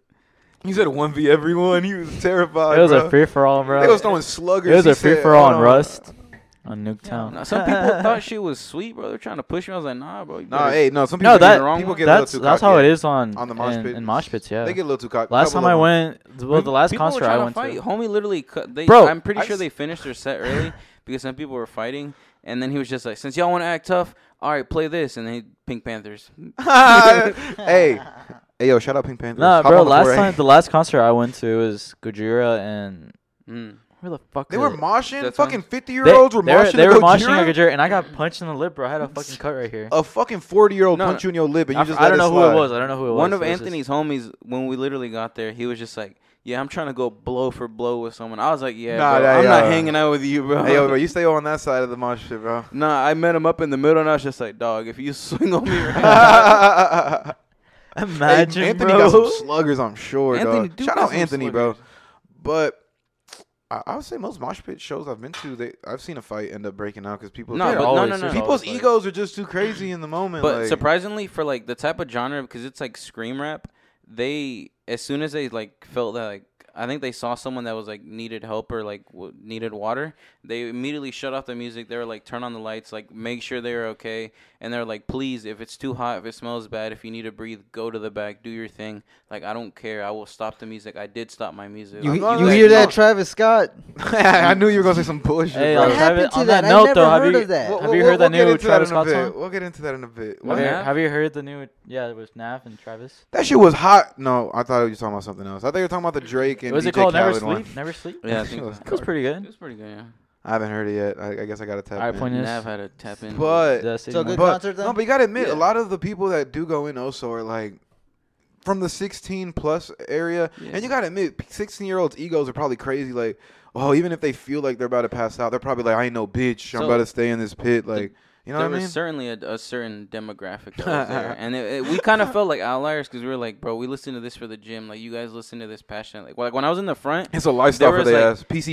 [SPEAKER 2] He said one v everyone. He was terrified.
[SPEAKER 4] it was
[SPEAKER 2] bro.
[SPEAKER 4] a free for all, bro.
[SPEAKER 2] They was throwing sluggers.
[SPEAKER 4] It was
[SPEAKER 2] He
[SPEAKER 4] a
[SPEAKER 2] said,
[SPEAKER 4] free for all
[SPEAKER 2] "Hold
[SPEAKER 4] on
[SPEAKER 2] on."
[SPEAKER 4] Rust. on Nuketown.
[SPEAKER 1] Nah, some people thought she was sweet, bro. They're trying to push me. I was like, nah, bro. you
[SPEAKER 2] No,
[SPEAKER 1] better-
[SPEAKER 2] hey, no. Some people
[SPEAKER 4] no,
[SPEAKER 2] get
[SPEAKER 4] that
[SPEAKER 2] the wrong
[SPEAKER 1] people
[SPEAKER 2] one.
[SPEAKER 1] get
[SPEAKER 4] that's
[SPEAKER 2] too
[SPEAKER 4] that's
[SPEAKER 2] cocky.
[SPEAKER 4] how it is on
[SPEAKER 2] On the mosh
[SPEAKER 4] in,
[SPEAKER 2] pits.
[SPEAKER 4] in mosh pits. Yeah.
[SPEAKER 2] They get a little too cocky.
[SPEAKER 4] last time I went, well, the last
[SPEAKER 1] people
[SPEAKER 4] concert
[SPEAKER 1] were
[SPEAKER 4] I
[SPEAKER 1] trying
[SPEAKER 4] went
[SPEAKER 1] to fight.
[SPEAKER 4] to.
[SPEAKER 1] Homie literally cut. They,
[SPEAKER 4] Bro,
[SPEAKER 1] I'm pretty
[SPEAKER 2] I
[SPEAKER 1] sure
[SPEAKER 2] s-
[SPEAKER 1] they finished their set early because some people were fighting, and then he was just like, "Since y'all want to act tough, all right, play this." And then he, Pink Panthers.
[SPEAKER 2] hey, hey, yo, shout out Pink Panthers.
[SPEAKER 4] Nah,
[SPEAKER 2] Hop
[SPEAKER 4] bro.
[SPEAKER 2] on the
[SPEAKER 4] Last
[SPEAKER 2] 4A.
[SPEAKER 4] time, the last concert I went to was Gojira and
[SPEAKER 1] Mm.
[SPEAKER 4] where the fuck
[SPEAKER 2] they were
[SPEAKER 4] did-
[SPEAKER 2] moshing.
[SPEAKER 1] That's
[SPEAKER 2] Fucking
[SPEAKER 1] on-
[SPEAKER 2] fifty year olds were
[SPEAKER 4] they were,
[SPEAKER 2] moshing.
[SPEAKER 4] they
[SPEAKER 2] at
[SPEAKER 4] were
[SPEAKER 2] Gojira?
[SPEAKER 4] moshing at Gojira, and I got punched in the lip, bro. I had a fucking cut right here.
[SPEAKER 2] A fucking forty year old
[SPEAKER 1] No,
[SPEAKER 2] punch
[SPEAKER 1] no.
[SPEAKER 2] you in your lip, and
[SPEAKER 4] I,
[SPEAKER 2] you just
[SPEAKER 4] I
[SPEAKER 2] let
[SPEAKER 4] don't know who
[SPEAKER 2] slide.
[SPEAKER 4] it was. I don't know who it was.
[SPEAKER 1] One of
[SPEAKER 4] It was just-
[SPEAKER 1] Anthony's homies, when we literally got there, he was just like, "Yeah, I'm trying to go blow for blow with someone." I was like, "Yeah,
[SPEAKER 2] Nah,
[SPEAKER 1] bro,
[SPEAKER 2] nah,
[SPEAKER 1] I'm not
[SPEAKER 2] yeah.
[SPEAKER 1] hanging out with you, bro."
[SPEAKER 2] Hey, yo, bro, you stay on that side of the mosh pit, bro.
[SPEAKER 1] Nah, I met him up in the middle, and I was just like, "Dog, if you swing on me right now."
[SPEAKER 2] Imagine,
[SPEAKER 4] Imagine,
[SPEAKER 2] hey, Anthony
[SPEAKER 4] bro.
[SPEAKER 2] got some sluggers, I'm sure.
[SPEAKER 1] Anthony
[SPEAKER 2] dog.
[SPEAKER 1] do
[SPEAKER 2] Shout
[SPEAKER 1] got
[SPEAKER 2] out
[SPEAKER 1] some
[SPEAKER 2] Anthony, bro.
[SPEAKER 1] sluggers.
[SPEAKER 2] But I, I would say most mosh pit shows I've been to, they I've seen a fight end up breaking out because people.
[SPEAKER 1] No,
[SPEAKER 4] They're
[SPEAKER 1] but no,
[SPEAKER 4] always
[SPEAKER 1] no, no.
[SPEAKER 4] just
[SPEAKER 1] no.
[SPEAKER 2] people's
[SPEAKER 4] always like-
[SPEAKER 2] egos are just too crazy in the moment.
[SPEAKER 1] But
[SPEAKER 2] like,
[SPEAKER 1] surprisingly, for like the type of genre, because it's like scream rap, they as soon as they like felt that like I think they saw someone that was like needed help or like w- needed water, they immediately shut off the music. They were like, turn on the lights, like make sure they're okay, and they're like, please, if it's too hot, if it smells bad, if you need to breathe, go to the back, do your thing. Like I don't care, I will stop the music. I did stop my music.
[SPEAKER 2] You-
[SPEAKER 1] I'm not
[SPEAKER 2] you
[SPEAKER 1] like-
[SPEAKER 3] hear that,
[SPEAKER 2] no.
[SPEAKER 3] Travis Scott?
[SPEAKER 2] I knew you were gonna say some bullshit.
[SPEAKER 4] Hey,
[SPEAKER 2] bro.
[SPEAKER 4] on
[SPEAKER 3] What
[SPEAKER 4] Travis-
[SPEAKER 3] happened to
[SPEAKER 4] on
[SPEAKER 3] that?
[SPEAKER 4] that
[SPEAKER 3] I
[SPEAKER 4] note,
[SPEAKER 3] never
[SPEAKER 4] though, have
[SPEAKER 3] heard
[SPEAKER 4] you-
[SPEAKER 3] of that.
[SPEAKER 4] Well, Have you heard that
[SPEAKER 2] get
[SPEAKER 4] new
[SPEAKER 2] into
[SPEAKER 4] Travis
[SPEAKER 2] that in a
[SPEAKER 4] Scott
[SPEAKER 2] bit.
[SPEAKER 4] song?
[SPEAKER 2] We'll get into that in a bit.
[SPEAKER 1] What?
[SPEAKER 4] have, you,
[SPEAKER 1] Nav?
[SPEAKER 4] have you heard the new? Yeah, it was Nav and Travis.
[SPEAKER 2] That shit was hot. No, I thought you were talking about something else. I thought you were talking about the Drake and
[SPEAKER 4] was
[SPEAKER 2] DJ
[SPEAKER 4] it called
[SPEAKER 2] Khaled
[SPEAKER 4] Never
[SPEAKER 2] one.
[SPEAKER 4] Sleep? Never Sleep.
[SPEAKER 1] Yeah, I think
[SPEAKER 2] It was
[SPEAKER 4] That was pretty
[SPEAKER 1] it
[SPEAKER 4] good.
[SPEAKER 1] was pretty good. Yeah.
[SPEAKER 2] I haven't heard it yet. I, I guess I gotta tap
[SPEAKER 4] Alright,
[SPEAKER 2] in.
[SPEAKER 4] point Yes.
[SPEAKER 1] Nav had a tap in.
[SPEAKER 2] But
[SPEAKER 4] Did I say
[SPEAKER 3] So
[SPEAKER 4] more?
[SPEAKER 3] good
[SPEAKER 2] but,
[SPEAKER 3] concert,
[SPEAKER 2] No,
[SPEAKER 3] then?
[SPEAKER 2] but you gotta admit,
[SPEAKER 1] Yeah.
[SPEAKER 2] a lot of the people that do go in also are like from the 16 plus area,
[SPEAKER 1] Yeah.
[SPEAKER 2] and you gotta admit, 16 year olds' egos are probably crazy. Like, oh, even if they feel like they're about to pass out, they're probably like, I ain't no bitch. I'm
[SPEAKER 1] So,
[SPEAKER 2] about to stay in this pit. Like, you know
[SPEAKER 1] there
[SPEAKER 2] what I mean?
[SPEAKER 1] was certainly a, a certain demographic that was there, and it, it- we kind of felt like outliers because we were like, bro, we listen to this for the gym, like you guys listen to this passionately. Like, when I was in the front,
[SPEAKER 2] it's a lifestyle
[SPEAKER 1] there
[SPEAKER 2] for
[SPEAKER 1] was,
[SPEAKER 2] they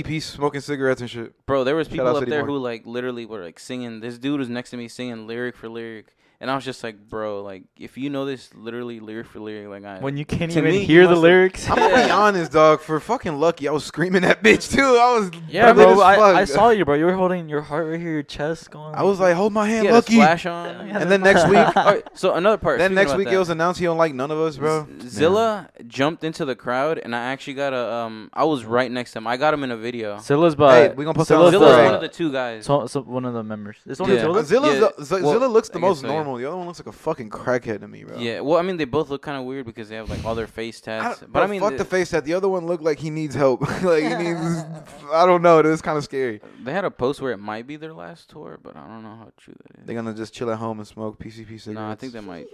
[SPEAKER 1] like-
[SPEAKER 2] ass. PCP smoking cigarettes and shit.
[SPEAKER 1] bro, there was people
[SPEAKER 2] out
[SPEAKER 1] up
[SPEAKER 2] City
[SPEAKER 1] there
[SPEAKER 2] Morning.
[SPEAKER 1] who like literally were like singing. This dude was next to me singing lyric for lyric, and I was just like, bro, like if you know this literally lyric for lyric, like I
[SPEAKER 4] When you can't
[SPEAKER 1] To
[SPEAKER 4] even
[SPEAKER 1] me,
[SPEAKER 4] hear
[SPEAKER 1] you
[SPEAKER 4] the
[SPEAKER 1] must've-
[SPEAKER 4] lyrics.
[SPEAKER 2] I'm gonna be
[SPEAKER 1] Yeah.
[SPEAKER 2] honest, dog. For fucking lucky, I was screaming at bitch too. I was
[SPEAKER 4] yeah,
[SPEAKER 2] livid
[SPEAKER 4] bro.
[SPEAKER 2] as
[SPEAKER 4] I,
[SPEAKER 2] fuck.
[SPEAKER 4] I saw you, bro. You were holding your heart right here, your chest going.
[SPEAKER 2] I was like, hold my
[SPEAKER 1] he
[SPEAKER 2] hand,
[SPEAKER 1] had
[SPEAKER 2] lucky.
[SPEAKER 1] a splash on.
[SPEAKER 4] Yeah.
[SPEAKER 2] And then next week,
[SPEAKER 1] All right, so another part.
[SPEAKER 2] then
[SPEAKER 1] speaking
[SPEAKER 2] next
[SPEAKER 1] about
[SPEAKER 2] week
[SPEAKER 1] that.
[SPEAKER 2] it was announced he don't like none of us, bro.
[SPEAKER 1] Z- Zilla jumped into the crowd, and I actually got a. Um, I was right next to him. I got him in a video.
[SPEAKER 4] Zilla's by.
[SPEAKER 2] Hey, we gonna post that on
[SPEAKER 4] Zilla's,
[SPEAKER 1] Zilla's
[SPEAKER 2] Zilla-
[SPEAKER 4] by-
[SPEAKER 1] one of the two guys.
[SPEAKER 4] so, so one of the members. It's only
[SPEAKER 1] Yeah.
[SPEAKER 4] Zilla.
[SPEAKER 1] Zilla's-
[SPEAKER 2] Zilla's
[SPEAKER 1] yeah,
[SPEAKER 2] the, Z-
[SPEAKER 1] well,
[SPEAKER 2] Zilla looks the
[SPEAKER 1] I guess
[SPEAKER 2] most
[SPEAKER 1] so, yeah.
[SPEAKER 2] normal. The other one looks like a fucking crackhead to me, bro.
[SPEAKER 1] Yeah, well, I mean, they both look kind of weird because they have like all their face
[SPEAKER 2] I
[SPEAKER 1] tats. but
[SPEAKER 2] don't- bro,
[SPEAKER 1] I mean,
[SPEAKER 2] fuck
[SPEAKER 1] th-
[SPEAKER 2] the face that the other one looked like he needs help. like he needs, I don't know. It was kind of scary.
[SPEAKER 1] they had a post where it might be their last tour, but I don't know how true that is.
[SPEAKER 2] They're gonna just chill at home and smoke PCP cigarettes.
[SPEAKER 1] no, I think they might.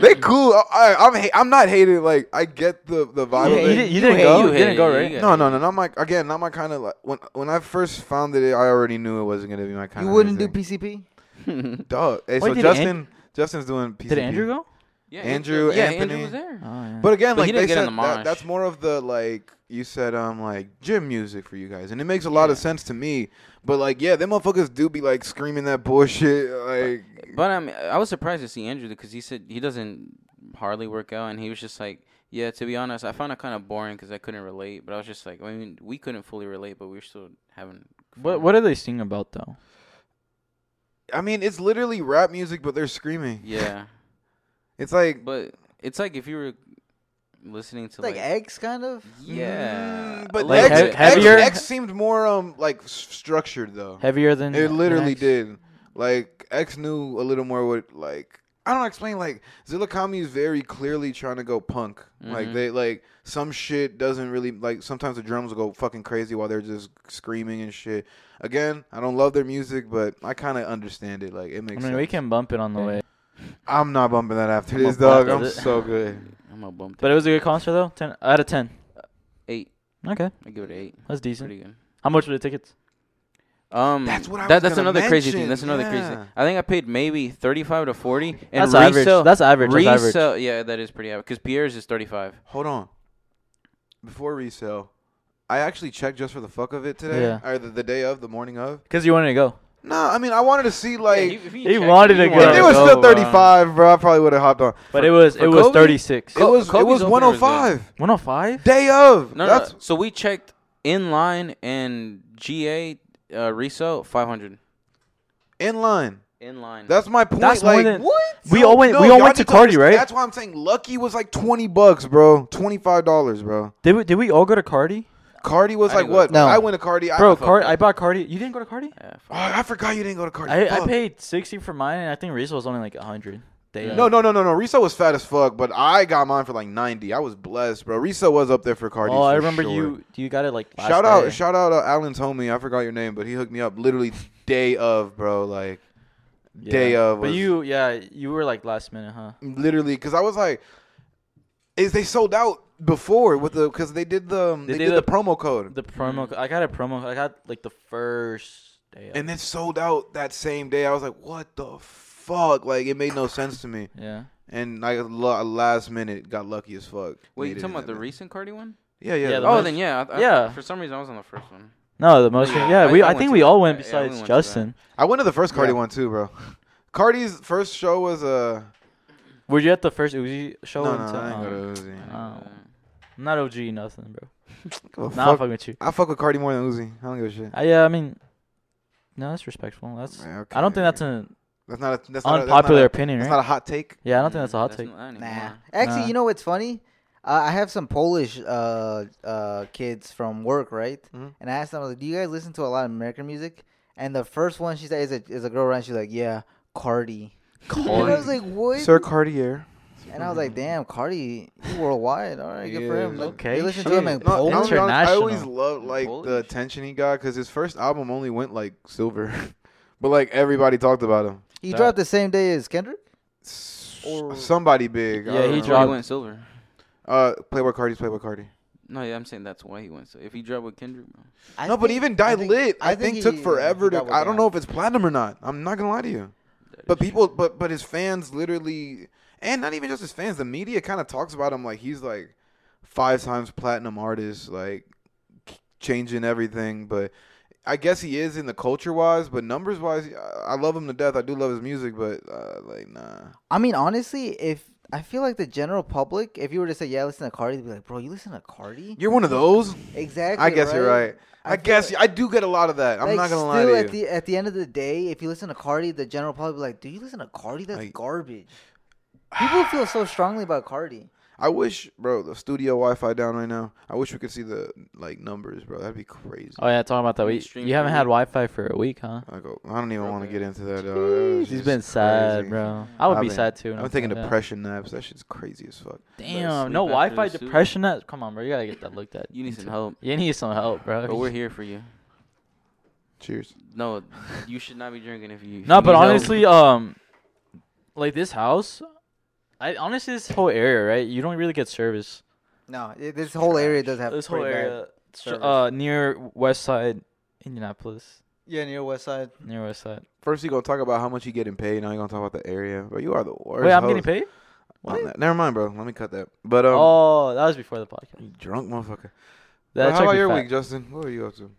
[SPEAKER 2] they cool. I, I, I'm ha- I'm not hated. Like I get the the vibe.
[SPEAKER 4] Yeah,
[SPEAKER 2] of
[SPEAKER 4] you
[SPEAKER 2] it.
[SPEAKER 4] did-
[SPEAKER 1] You
[SPEAKER 4] didn't
[SPEAKER 1] hate-
[SPEAKER 4] go?
[SPEAKER 1] you
[SPEAKER 4] You didn't
[SPEAKER 1] hate
[SPEAKER 4] go,
[SPEAKER 1] it,
[SPEAKER 4] right?
[SPEAKER 1] you got
[SPEAKER 2] No,
[SPEAKER 1] it.
[SPEAKER 2] no, no, not my again, not my kind of like when when I first founded it, I already knew it wasn't gonna be my kind.
[SPEAKER 3] You wouldn't do PCP?
[SPEAKER 2] dog. Hey,
[SPEAKER 4] Wait,
[SPEAKER 2] so
[SPEAKER 4] did
[SPEAKER 2] Justin,
[SPEAKER 4] An-
[SPEAKER 2] Justin's doing PCP.
[SPEAKER 4] Did Andrew go?
[SPEAKER 1] yeah,
[SPEAKER 2] Andrew,
[SPEAKER 1] yeah,
[SPEAKER 2] Anthony.
[SPEAKER 1] Andrew was there.
[SPEAKER 4] Oh, yeah.
[SPEAKER 2] But again,
[SPEAKER 1] But
[SPEAKER 2] like
[SPEAKER 1] he didn't
[SPEAKER 2] they
[SPEAKER 1] get in
[SPEAKER 2] said,
[SPEAKER 1] the
[SPEAKER 2] that,
[SPEAKER 1] mosh.
[SPEAKER 2] that's more of the like you said, um, like gym music for you guys, and it makes a lot of
[SPEAKER 1] Yeah.
[SPEAKER 2] sense to me. But like, yeah, them motherfuckers do be like screaming that bullshit. Like,
[SPEAKER 1] But I mean, I was surprised to see Andrew because he said he doesn't hardly work out, and he was just like, "Yeah, to be honest, I found it kind of boring because I couldn't relate." But I was just like, I mean, we couldn't fully relate, but we were still having.
[SPEAKER 4] What
[SPEAKER 1] fun.
[SPEAKER 4] what are they singing about though?
[SPEAKER 2] I mean, it's literally rap music, but they're screaming.
[SPEAKER 1] Yeah,
[SPEAKER 2] It's like,
[SPEAKER 1] but it's like if you were listening to
[SPEAKER 3] Like
[SPEAKER 1] like,
[SPEAKER 3] X, kind of.
[SPEAKER 1] yeah,
[SPEAKER 2] mm, but
[SPEAKER 1] like
[SPEAKER 4] Like,
[SPEAKER 2] X,
[SPEAKER 4] he-
[SPEAKER 2] X,
[SPEAKER 4] heavier-
[SPEAKER 2] X seemed more um like s- structured though.
[SPEAKER 4] Heavier than
[SPEAKER 2] It
[SPEAKER 4] than
[SPEAKER 2] literally
[SPEAKER 4] X?
[SPEAKER 2] did. Like X knew a little more what like I don't explain like Zillakami is very clearly trying to go punk. Like
[SPEAKER 4] Mm-hmm.
[SPEAKER 1] Mhm.
[SPEAKER 2] they like some shit doesn't really like sometimes the drums will go fucking crazy while they're just screaming and shit. Again, I don't love their music, but I kind of understand it. Like it
[SPEAKER 4] I
[SPEAKER 2] makes.
[SPEAKER 4] mean,
[SPEAKER 2] I
[SPEAKER 4] we can bump it on the
[SPEAKER 1] Okay.
[SPEAKER 4] way.
[SPEAKER 2] I'm not bumping that after
[SPEAKER 4] I'm
[SPEAKER 2] this,
[SPEAKER 4] a bump
[SPEAKER 2] dog.
[SPEAKER 4] of
[SPEAKER 2] I'm
[SPEAKER 4] it.
[SPEAKER 2] so good.
[SPEAKER 1] I'm a bump.
[SPEAKER 4] But it was a good concert though. Ten out of ten.
[SPEAKER 1] Uh, eight.
[SPEAKER 4] Okay,
[SPEAKER 1] I give it an eight.
[SPEAKER 4] that's decent.
[SPEAKER 1] Pretty good.
[SPEAKER 4] How much were the tickets?
[SPEAKER 1] Um,
[SPEAKER 2] That's what I
[SPEAKER 1] that-
[SPEAKER 2] was
[SPEAKER 1] that's
[SPEAKER 2] gonna
[SPEAKER 1] another crazy
[SPEAKER 2] mention,
[SPEAKER 1] thing. That's another crazy
[SPEAKER 2] yeah.
[SPEAKER 1] thing. I think I paid maybe thirty-five to forty, and
[SPEAKER 4] that's
[SPEAKER 1] resale.
[SPEAKER 4] average. That's average. That's average.
[SPEAKER 1] resale- yeah, that is pretty average. Because Pierre's is thirty-five.
[SPEAKER 2] Hold on. Before resale, I actually checked just for the fuck of it today,
[SPEAKER 4] Yeah.
[SPEAKER 2] or the, the day of, the morning of.
[SPEAKER 4] Because you wanted to go.
[SPEAKER 2] No, I mean I wanted to see like.
[SPEAKER 4] He wanted to go.
[SPEAKER 2] If it was
[SPEAKER 4] Oh,
[SPEAKER 1] um,
[SPEAKER 2] still
[SPEAKER 4] wow.
[SPEAKER 2] 35, bro, I probably would have hopped on.
[SPEAKER 4] But it was
[SPEAKER 1] for
[SPEAKER 4] it was
[SPEAKER 1] Kobe?
[SPEAKER 4] thirty six.
[SPEAKER 2] It was it
[SPEAKER 1] Kobe's
[SPEAKER 2] was
[SPEAKER 1] opener was
[SPEAKER 2] 105
[SPEAKER 4] One hundred five.
[SPEAKER 2] day of.
[SPEAKER 1] No, no,
[SPEAKER 2] That's
[SPEAKER 1] So we checked in line, and GA uh, Riso 500
[SPEAKER 2] in line.
[SPEAKER 1] in line.
[SPEAKER 2] That's my point.
[SPEAKER 4] That's more
[SPEAKER 2] like
[SPEAKER 4] than-
[SPEAKER 2] what?
[SPEAKER 4] We all went- we all
[SPEAKER 2] y'all
[SPEAKER 4] went to
[SPEAKER 2] need
[SPEAKER 4] Cardi,
[SPEAKER 2] understand-
[SPEAKER 4] right?
[SPEAKER 2] That's why I'm saying Lucky was like twenty bucks, bro. Twenty five dollars, bro.
[SPEAKER 4] Did we, did we all go to Cardi?
[SPEAKER 2] Cardi was
[SPEAKER 1] I
[SPEAKER 2] like
[SPEAKER 1] didn't go
[SPEAKER 2] what?
[SPEAKER 1] to
[SPEAKER 3] No.
[SPEAKER 2] I went to Cardi. I-
[SPEAKER 4] Bro,
[SPEAKER 2] I, fuck-
[SPEAKER 4] Cardi. I bought Cardi. You didn't go to Cardi?
[SPEAKER 1] Yeah, fuck.
[SPEAKER 2] Oh, I forgot you didn't go to Cardi.
[SPEAKER 4] I, I
[SPEAKER 2] Fuck.
[SPEAKER 4] paid sixty for mine, and I think Reese was only like hundred. Damn.
[SPEAKER 2] No, no, no, no, no. Riso was fat as fuck, but I got mine for like ninety. I was blessed, bro. Riso was up there for Cardi.
[SPEAKER 4] Oh, I
[SPEAKER 2] for
[SPEAKER 4] remember
[SPEAKER 2] sure.
[SPEAKER 4] you. You got it like. Last
[SPEAKER 2] Shout out,
[SPEAKER 4] day.
[SPEAKER 2] shout out, uh, Alan's homie. I forgot your name, but he hooked me up literally day of, bro. Like
[SPEAKER 4] Yeah.
[SPEAKER 2] day of.
[SPEAKER 4] But
[SPEAKER 2] was-
[SPEAKER 4] you, yeah, you were like last minute, huh?
[SPEAKER 2] literally because I was like, is they sold out before with the because they did the um, they, did, the, promo code
[SPEAKER 4] The promo. I got a promo. I got like the first day. Of,
[SPEAKER 2] Mm-hmm. and then sold out that same day. I was like, what the fuck? Like it made no sense to me.
[SPEAKER 4] yeah.
[SPEAKER 2] And I la- last minute got lucky as fuck.
[SPEAKER 1] Wait,
[SPEAKER 2] Made
[SPEAKER 1] you
[SPEAKER 2] it
[SPEAKER 1] talking
[SPEAKER 2] in
[SPEAKER 1] about
[SPEAKER 2] that
[SPEAKER 1] the
[SPEAKER 2] minute.
[SPEAKER 1] recent Cardi one?
[SPEAKER 2] Yeah, yeah.
[SPEAKER 4] Yeah,
[SPEAKER 2] yeah
[SPEAKER 4] the
[SPEAKER 1] oh,
[SPEAKER 4] most-
[SPEAKER 1] then yeah. I, I,
[SPEAKER 4] yeah.
[SPEAKER 1] For some reason, I was on the first one.
[SPEAKER 4] No, the most.
[SPEAKER 1] Yeah,
[SPEAKER 4] Yeah,
[SPEAKER 1] I-
[SPEAKER 4] we.
[SPEAKER 1] I
[SPEAKER 4] I,
[SPEAKER 1] went
[SPEAKER 4] think
[SPEAKER 1] to
[SPEAKER 4] we
[SPEAKER 1] that.
[SPEAKER 4] all went
[SPEAKER 1] Yeah, yeah, we
[SPEAKER 4] besides
[SPEAKER 1] went to that.
[SPEAKER 4] Justin.
[SPEAKER 2] I went to the first Cardi
[SPEAKER 1] Yeah.
[SPEAKER 2] one too, bro. Cardi's first show was uh,
[SPEAKER 4] Were you at the first Uzi show?
[SPEAKER 2] no, no,
[SPEAKER 4] in town?
[SPEAKER 2] I ain't
[SPEAKER 4] Oh.
[SPEAKER 2] go to
[SPEAKER 1] uh,
[SPEAKER 2] Uzi.
[SPEAKER 4] Oh. I'm not OG, nothing, bro.
[SPEAKER 2] Give a
[SPEAKER 4] Nah, I'm
[SPEAKER 2] fuck.
[SPEAKER 4] fucking with you.
[SPEAKER 2] I fuck with Cardi more than Uzi. I don't give a shit.
[SPEAKER 4] I, yeah, I mean, no, that's respectful. That's.
[SPEAKER 2] Man,
[SPEAKER 4] I don't
[SPEAKER 2] okay.
[SPEAKER 4] think that's an
[SPEAKER 2] that's not a, that's not a- that's
[SPEAKER 4] unpopular
[SPEAKER 2] Not a,
[SPEAKER 4] opinion,
[SPEAKER 2] that's
[SPEAKER 4] right?
[SPEAKER 2] not a hot take.
[SPEAKER 4] yeah, I don't think that's a hot
[SPEAKER 1] That's
[SPEAKER 4] take.
[SPEAKER 1] not- I don't even
[SPEAKER 3] Nah.
[SPEAKER 1] know.
[SPEAKER 3] Actually,
[SPEAKER 4] Nah.
[SPEAKER 3] you know what's funny? Uh, I have some Polish uh, uh, kids from work, right?
[SPEAKER 2] Mhm.
[SPEAKER 3] And I asked them, I was like, "Do you guys listen to a lot of American music?" And the first one she said is a, is a girl, right? She's like, "Yeah, Cardi." And I was like, "What?"
[SPEAKER 2] Sir Cartier.
[SPEAKER 3] And I was like, "Damn, Cardi, you worldwide. All right, good for
[SPEAKER 2] Yeah.
[SPEAKER 3] him." Like,
[SPEAKER 4] Okay,
[SPEAKER 3] they listen to him in
[SPEAKER 4] shit.
[SPEAKER 2] No,
[SPEAKER 4] Polish?
[SPEAKER 2] I'll
[SPEAKER 3] Polish.
[SPEAKER 2] be honest, I always
[SPEAKER 4] International.
[SPEAKER 2] loved like the
[SPEAKER 1] Polish?
[SPEAKER 2] attention he got because his first album only went like silver, but like everybody talked about him.
[SPEAKER 3] He
[SPEAKER 4] That-
[SPEAKER 3] dropped the same day as Kendrick.
[SPEAKER 2] S-
[SPEAKER 3] Or-
[SPEAKER 2] Somebody big. I
[SPEAKER 4] Yeah,
[SPEAKER 2] don't
[SPEAKER 4] he
[SPEAKER 2] know.
[SPEAKER 1] Why he
[SPEAKER 4] dropped-
[SPEAKER 1] went silver.
[SPEAKER 2] Uh, Playboy Cardi's Playboy Cardi.
[SPEAKER 1] No, yeah, I'm saying that's why he went silver. If he dropped with Kendrick, bro.
[SPEAKER 3] I
[SPEAKER 2] no, but
[SPEAKER 3] think-
[SPEAKER 2] even Die
[SPEAKER 3] I
[SPEAKER 2] Lit, I, think, took
[SPEAKER 3] he-
[SPEAKER 2] forever
[SPEAKER 3] he
[SPEAKER 2] to.
[SPEAKER 3] got what
[SPEAKER 2] I
[SPEAKER 3] they
[SPEAKER 2] don't
[SPEAKER 3] had.
[SPEAKER 2] know if it's platinum or not. I'm not gonna lie to you.
[SPEAKER 1] That
[SPEAKER 2] But
[SPEAKER 1] is
[SPEAKER 2] people, but but his fans literally, and not even just his fans. The media kind of talks about him like he's like five times platinum artist, like k- changing everything. But I guess he is in the culture wise, but numbers wise, I, I love him to death. I do love his music, but uh, like nah.
[SPEAKER 3] I mean, honestly, if I feel like the general public, if you were to say, "Yeah, listen to Cardi," they'd be like, "Bro, you listen to Cardi?"
[SPEAKER 2] You're one of those.
[SPEAKER 3] Exactly.
[SPEAKER 2] I guess you're right. I,
[SPEAKER 3] feel
[SPEAKER 2] guess
[SPEAKER 3] like-
[SPEAKER 2] I do get a lot of that. I'm
[SPEAKER 3] Like,
[SPEAKER 2] not gonna
[SPEAKER 3] still
[SPEAKER 2] lie
[SPEAKER 3] At
[SPEAKER 2] to you.
[SPEAKER 3] the at the end of the day, if you listen to Cardi, the general public will be like, "Do you listen to Cardi? That's
[SPEAKER 2] Like-
[SPEAKER 3] garbage." People feel so strongly about Cardi.
[SPEAKER 2] I wish, bro, the studio Wi-Fi down right now. I wish we could see the like numbers, bro. That'd be crazy.
[SPEAKER 4] Oh yeah, talking about that. We,
[SPEAKER 1] Mainstream
[SPEAKER 4] you haven't
[SPEAKER 1] for
[SPEAKER 4] had
[SPEAKER 1] you.
[SPEAKER 4] Wi-Fi for a week, huh?
[SPEAKER 2] I go. I don't even
[SPEAKER 1] Bro,
[SPEAKER 2] want to
[SPEAKER 1] man.
[SPEAKER 2] get into that. dog. That was
[SPEAKER 4] He's
[SPEAKER 2] just
[SPEAKER 4] been sad,
[SPEAKER 2] crazy.
[SPEAKER 4] bro. I would
[SPEAKER 2] I've
[SPEAKER 4] be
[SPEAKER 2] been-
[SPEAKER 4] sad too.
[SPEAKER 2] I'm taking depression naps. That shit's crazy as fuck.
[SPEAKER 4] Damn,
[SPEAKER 1] sleep
[SPEAKER 4] no
[SPEAKER 1] after
[SPEAKER 4] Wi-Fi
[SPEAKER 1] the suit.
[SPEAKER 4] depression. That come on, bro. You gotta get that looked at.
[SPEAKER 1] You need some help.
[SPEAKER 4] You need some help, bro.
[SPEAKER 1] But we're here for you.
[SPEAKER 2] Cheers.
[SPEAKER 1] No, you should not be drinking if you. if
[SPEAKER 4] no,
[SPEAKER 1] you need
[SPEAKER 4] but
[SPEAKER 1] help.
[SPEAKER 4] honestly, um, like this house, I honestly this whole area, right? You don't really get service.
[SPEAKER 3] No, it, this whole area does have
[SPEAKER 4] This whole
[SPEAKER 3] pretty bad-
[SPEAKER 4] area, it's tr-
[SPEAKER 3] service.
[SPEAKER 4] uh, near West Side, Indianapolis,
[SPEAKER 3] Yeah, near West Side.
[SPEAKER 4] near West Side.
[SPEAKER 2] First, you gonna talk about how much you getting paid. Now you gonna talk about the area. But you are the worst.
[SPEAKER 4] Wait, I'm getting
[SPEAKER 2] host.
[SPEAKER 4] paid.
[SPEAKER 2] Well, ne- never mind, bro. Let me cut that. But um,
[SPEAKER 4] oh, that was before the podcast.
[SPEAKER 2] you drunk motherfucker. But
[SPEAKER 4] That
[SPEAKER 2] how
[SPEAKER 4] check
[SPEAKER 2] about
[SPEAKER 4] me
[SPEAKER 2] your
[SPEAKER 4] fat.
[SPEAKER 2] week, Justin? What were you up to?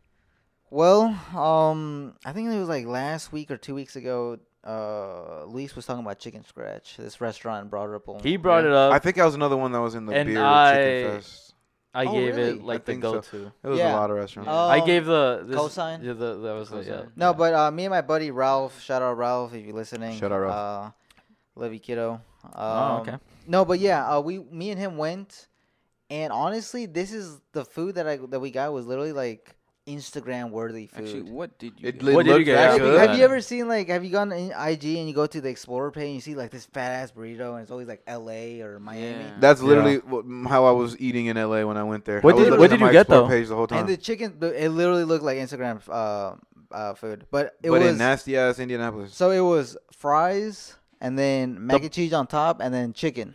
[SPEAKER 3] Well, um, I think it was like last week or two weeks ago. Uh, Luis was talking about chicken scratch. This restaurant in Broad Ripple.
[SPEAKER 4] He brought it up.
[SPEAKER 2] I think I was another one that was in the
[SPEAKER 4] Uh, And
[SPEAKER 2] beer
[SPEAKER 4] I-
[SPEAKER 2] chicken fest.
[SPEAKER 4] I
[SPEAKER 3] Oh,
[SPEAKER 4] gave
[SPEAKER 3] really?
[SPEAKER 4] it
[SPEAKER 3] I
[SPEAKER 4] like the
[SPEAKER 2] think so.
[SPEAKER 4] go-to.
[SPEAKER 2] It was
[SPEAKER 3] Yeah.
[SPEAKER 2] a lot of restaurants.
[SPEAKER 3] Uh,
[SPEAKER 4] I
[SPEAKER 3] Um,
[SPEAKER 4] gave the this,
[SPEAKER 3] cosign?
[SPEAKER 4] Yeah, the, that was the, yeah.
[SPEAKER 1] Cosign.
[SPEAKER 3] No, but uh, me and my buddy Ralph, shout out Ralph if you're listening.
[SPEAKER 2] Shout out
[SPEAKER 3] Uh, love you, kiddo. Um,
[SPEAKER 4] Oh, okay.
[SPEAKER 3] No, but yeah, uh, we, me and him went, and honestly, this is the food that I that we got was literally like Instagram worthy food.
[SPEAKER 1] Actually, what did you?
[SPEAKER 2] It
[SPEAKER 1] get?
[SPEAKER 2] lit-
[SPEAKER 4] uh, What did you
[SPEAKER 2] looked
[SPEAKER 4] get?
[SPEAKER 2] that
[SPEAKER 3] Have you-
[SPEAKER 2] good.
[SPEAKER 3] Have you ever seen like have you gone in IG and you go to the Explorer page and you see like this fat ass burrito and it's always like LA or Miami
[SPEAKER 1] Yeah.
[SPEAKER 2] That's
[SPEAKER 4] Yeah.
[SPEAKER 2] literally what, how I was eating in LA when I went there.
[SPEAKER 4] What
[SPEAKER 2] I was
[SPEAKER 3] did-
[SPEAKER 2] looking
[SPEAKER 3] what
[SPEAKER 2] at
[SPEAKER 4] did
[SPEAKER 2] my
[SPEAKER 4] you get,
[SPEAKER 2] Explore
[SPEAKER 4] though?
[SPEAKER 2] Page the whole time.
[SPEAKER 3] and the chicken it literally looked like Instagram uh, uh, food but it
[SPEAKER 2] but
[SPEAKER 3] was
[SPEAKER 2] in nasty ass Indianapolis.
[SPEAKER 3] So it was fries and then mac and cheese on top and then chicken.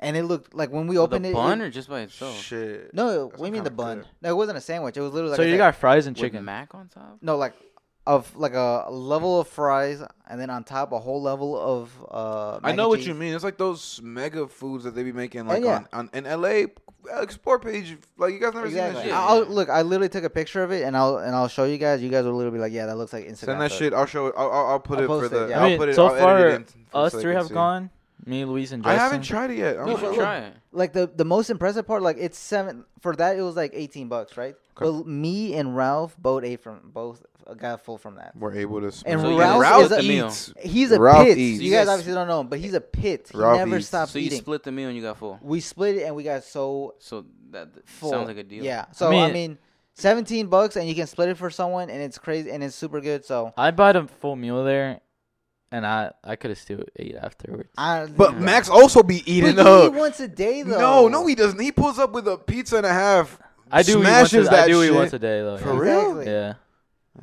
[SPEAKER 3] And it looked like when we
[SPEAKER 1] With
[SPEAKER 3] opened
[SPEAKER 1] a
[SPEAKER 3] it.
[SPEAKER 1] bun
[SPEAKER 3] it
[SPEAKER 1] or just by itself?
[SPEAKER 2] Shit.
[SPEAKER 3] no, what
[SPEAKER 2] That's
[SPEAKER 3] do you mean the
[SPEAKER 2] kinda
[SPEAKER 3] bun?
[SPEAKER 2] good.
[SPEAKER 3] No, it wasn't a sandwich. It was literally
[SPEAKER 4] so
[SPEAKER 3] like a
[SPEAKER 4] you got fries and
[SPEAKER 1] Chicken
[SPEAKER 4] chicken.
[SPEAKER 1] mac on top.
[SPEAKER 3] no like of like a level of fries and then on top a whole level of uh
[SPEAKER 2] I
[SPEAKER 3] mac
[SPEAKER 2] know
[SPEAKER 3] and
[SPEAKER 2] what
[SPEAKER 3] cheese.
[SPEAKER 2] you mean. It's like those mega foods that they be making, like
[SPEAKER 3] Oh, yeah.
[SPEAKER 2] on, on in LA explore page. Like you guys never
[SPEAKER 3] Exactly.
[SPEAKER 2] seen that shit.
[SPEAKER 1] Yeah.
[SPEAKER 3] I'll look. I literally took a picture of it, and I'll and I'll show you guys. You guys will literally be like, "Yeah, that looks like Instagram."
[SPEAKER 2] Send that
[SPEAKER 3] photo."
[SPEAKER 2] shit. I'll show it. I'll, I'll, I'll put
[SPEAKER 3] I'll
[SPEAKER 2] it for
[SPEAKER 3] post
[SPEAKER 2] the.
[SPEAKER 3] it, yeah.
[SPEAKER 2] I'll
[SPEAKER 4] I mean,
[SPEAKER 2] put it.
[SPEAKER 4] so
[SPEAKER 2] I'll edit it
[SPEAKER 4] far
[SPEAKER 2] in so
[SPEAKER 4] us
[SPEAKER 2] they
[SPEAKER 4] three
[SPEAKER 2] can
[SPEAKER 4] have
[SPEAKER 2] see.
[SPEAKER 4] gone. Me, Luis, and
[SPEAKER 2] I
[SPEAKER 4] Justin.
[SPEAKER 2] haven't tried it yet. I'm
[SPEAKER 1] You
[SPEAKER 2] sure.
[SPEAKER 1] should try it.
[SPEAKER 3] Like the the most impressive part, like it's seven for that. It was like eighteen bucks, right?
[SPEAKER 2] Okay.
[SPEAKER 3] But me and Ralph both ate from both got full from that.
[SPEAKER 2] We're able to.
[SPEAKER 3] And
[SPEAKER 1] So you
[SPEAKER 3] Ralph,
[SPEAKER 1] Ralph
[SPEAKER 3] is a,
[SPEAKER 1] the meal.
[SPEAKER 2] eats.
[SPEAKER 3] He's a
[SPEAKER 2] Ralph
[SPEAKER 3] pit.
[SPEAKER 2] eats.
[SPEAKER 3] You guys
[SPEAKER 1] Yes.
[SPEAKER 3] obviously don't know him, but he's a pit. He
[SPEAKER 2] Ralph
[SPEAKER 3] never
[SPEAKER 2] eats.
[SPEAKER 3] stopped
[SPEAKER 1] So you
[SPEAKER 3] eating.
[SPEAKER 1] split the meal and you got full.
[SPEAKER 3] We split it and we got so
[SPEAKER 1] So that that
[SPEAKER 3] full.
[SPEAKER 1] sounds like a deal.
[SPEAKER 3] Yeah. So I mean,
[SPEAKER 4] mean-
[SPEAKER 3] 17 bucks and you can split it for someone and it's crazy and it's super good. So
[SPEAKER 4] I bought a full meal there, and I I could have still ate afterwards.
[SPEAKER 3] I
[SPEAKER 2] But Max also be
[SPEAKER 3] But
[SPEAKER 2] eating
[SPEAKER 3] you
[SPEAKER 2] up.
[SPEAKER 3] eat once a day
[SPEAKER 2] No,
[SPEAKER 3] though.
[SPEAKER 2] no, he doesn't. He pulls up with a pizza and a half.
[SPEAKER 4] I do eat once
[SPEAKER 2] Smashes
[SPEAKER 4] a, I
[SPEAKER 2] that
[SPEAKER 4] do eat
[SPEAKER 2] shit.
[SPEAKER 4] once a day though.
[SPEAKER 2] For
[SPEAKER 4] yeah.
[SPEAKER 2] real?
[SPEAKER 3] Exactly.
[SPEAKER 4] Yeah.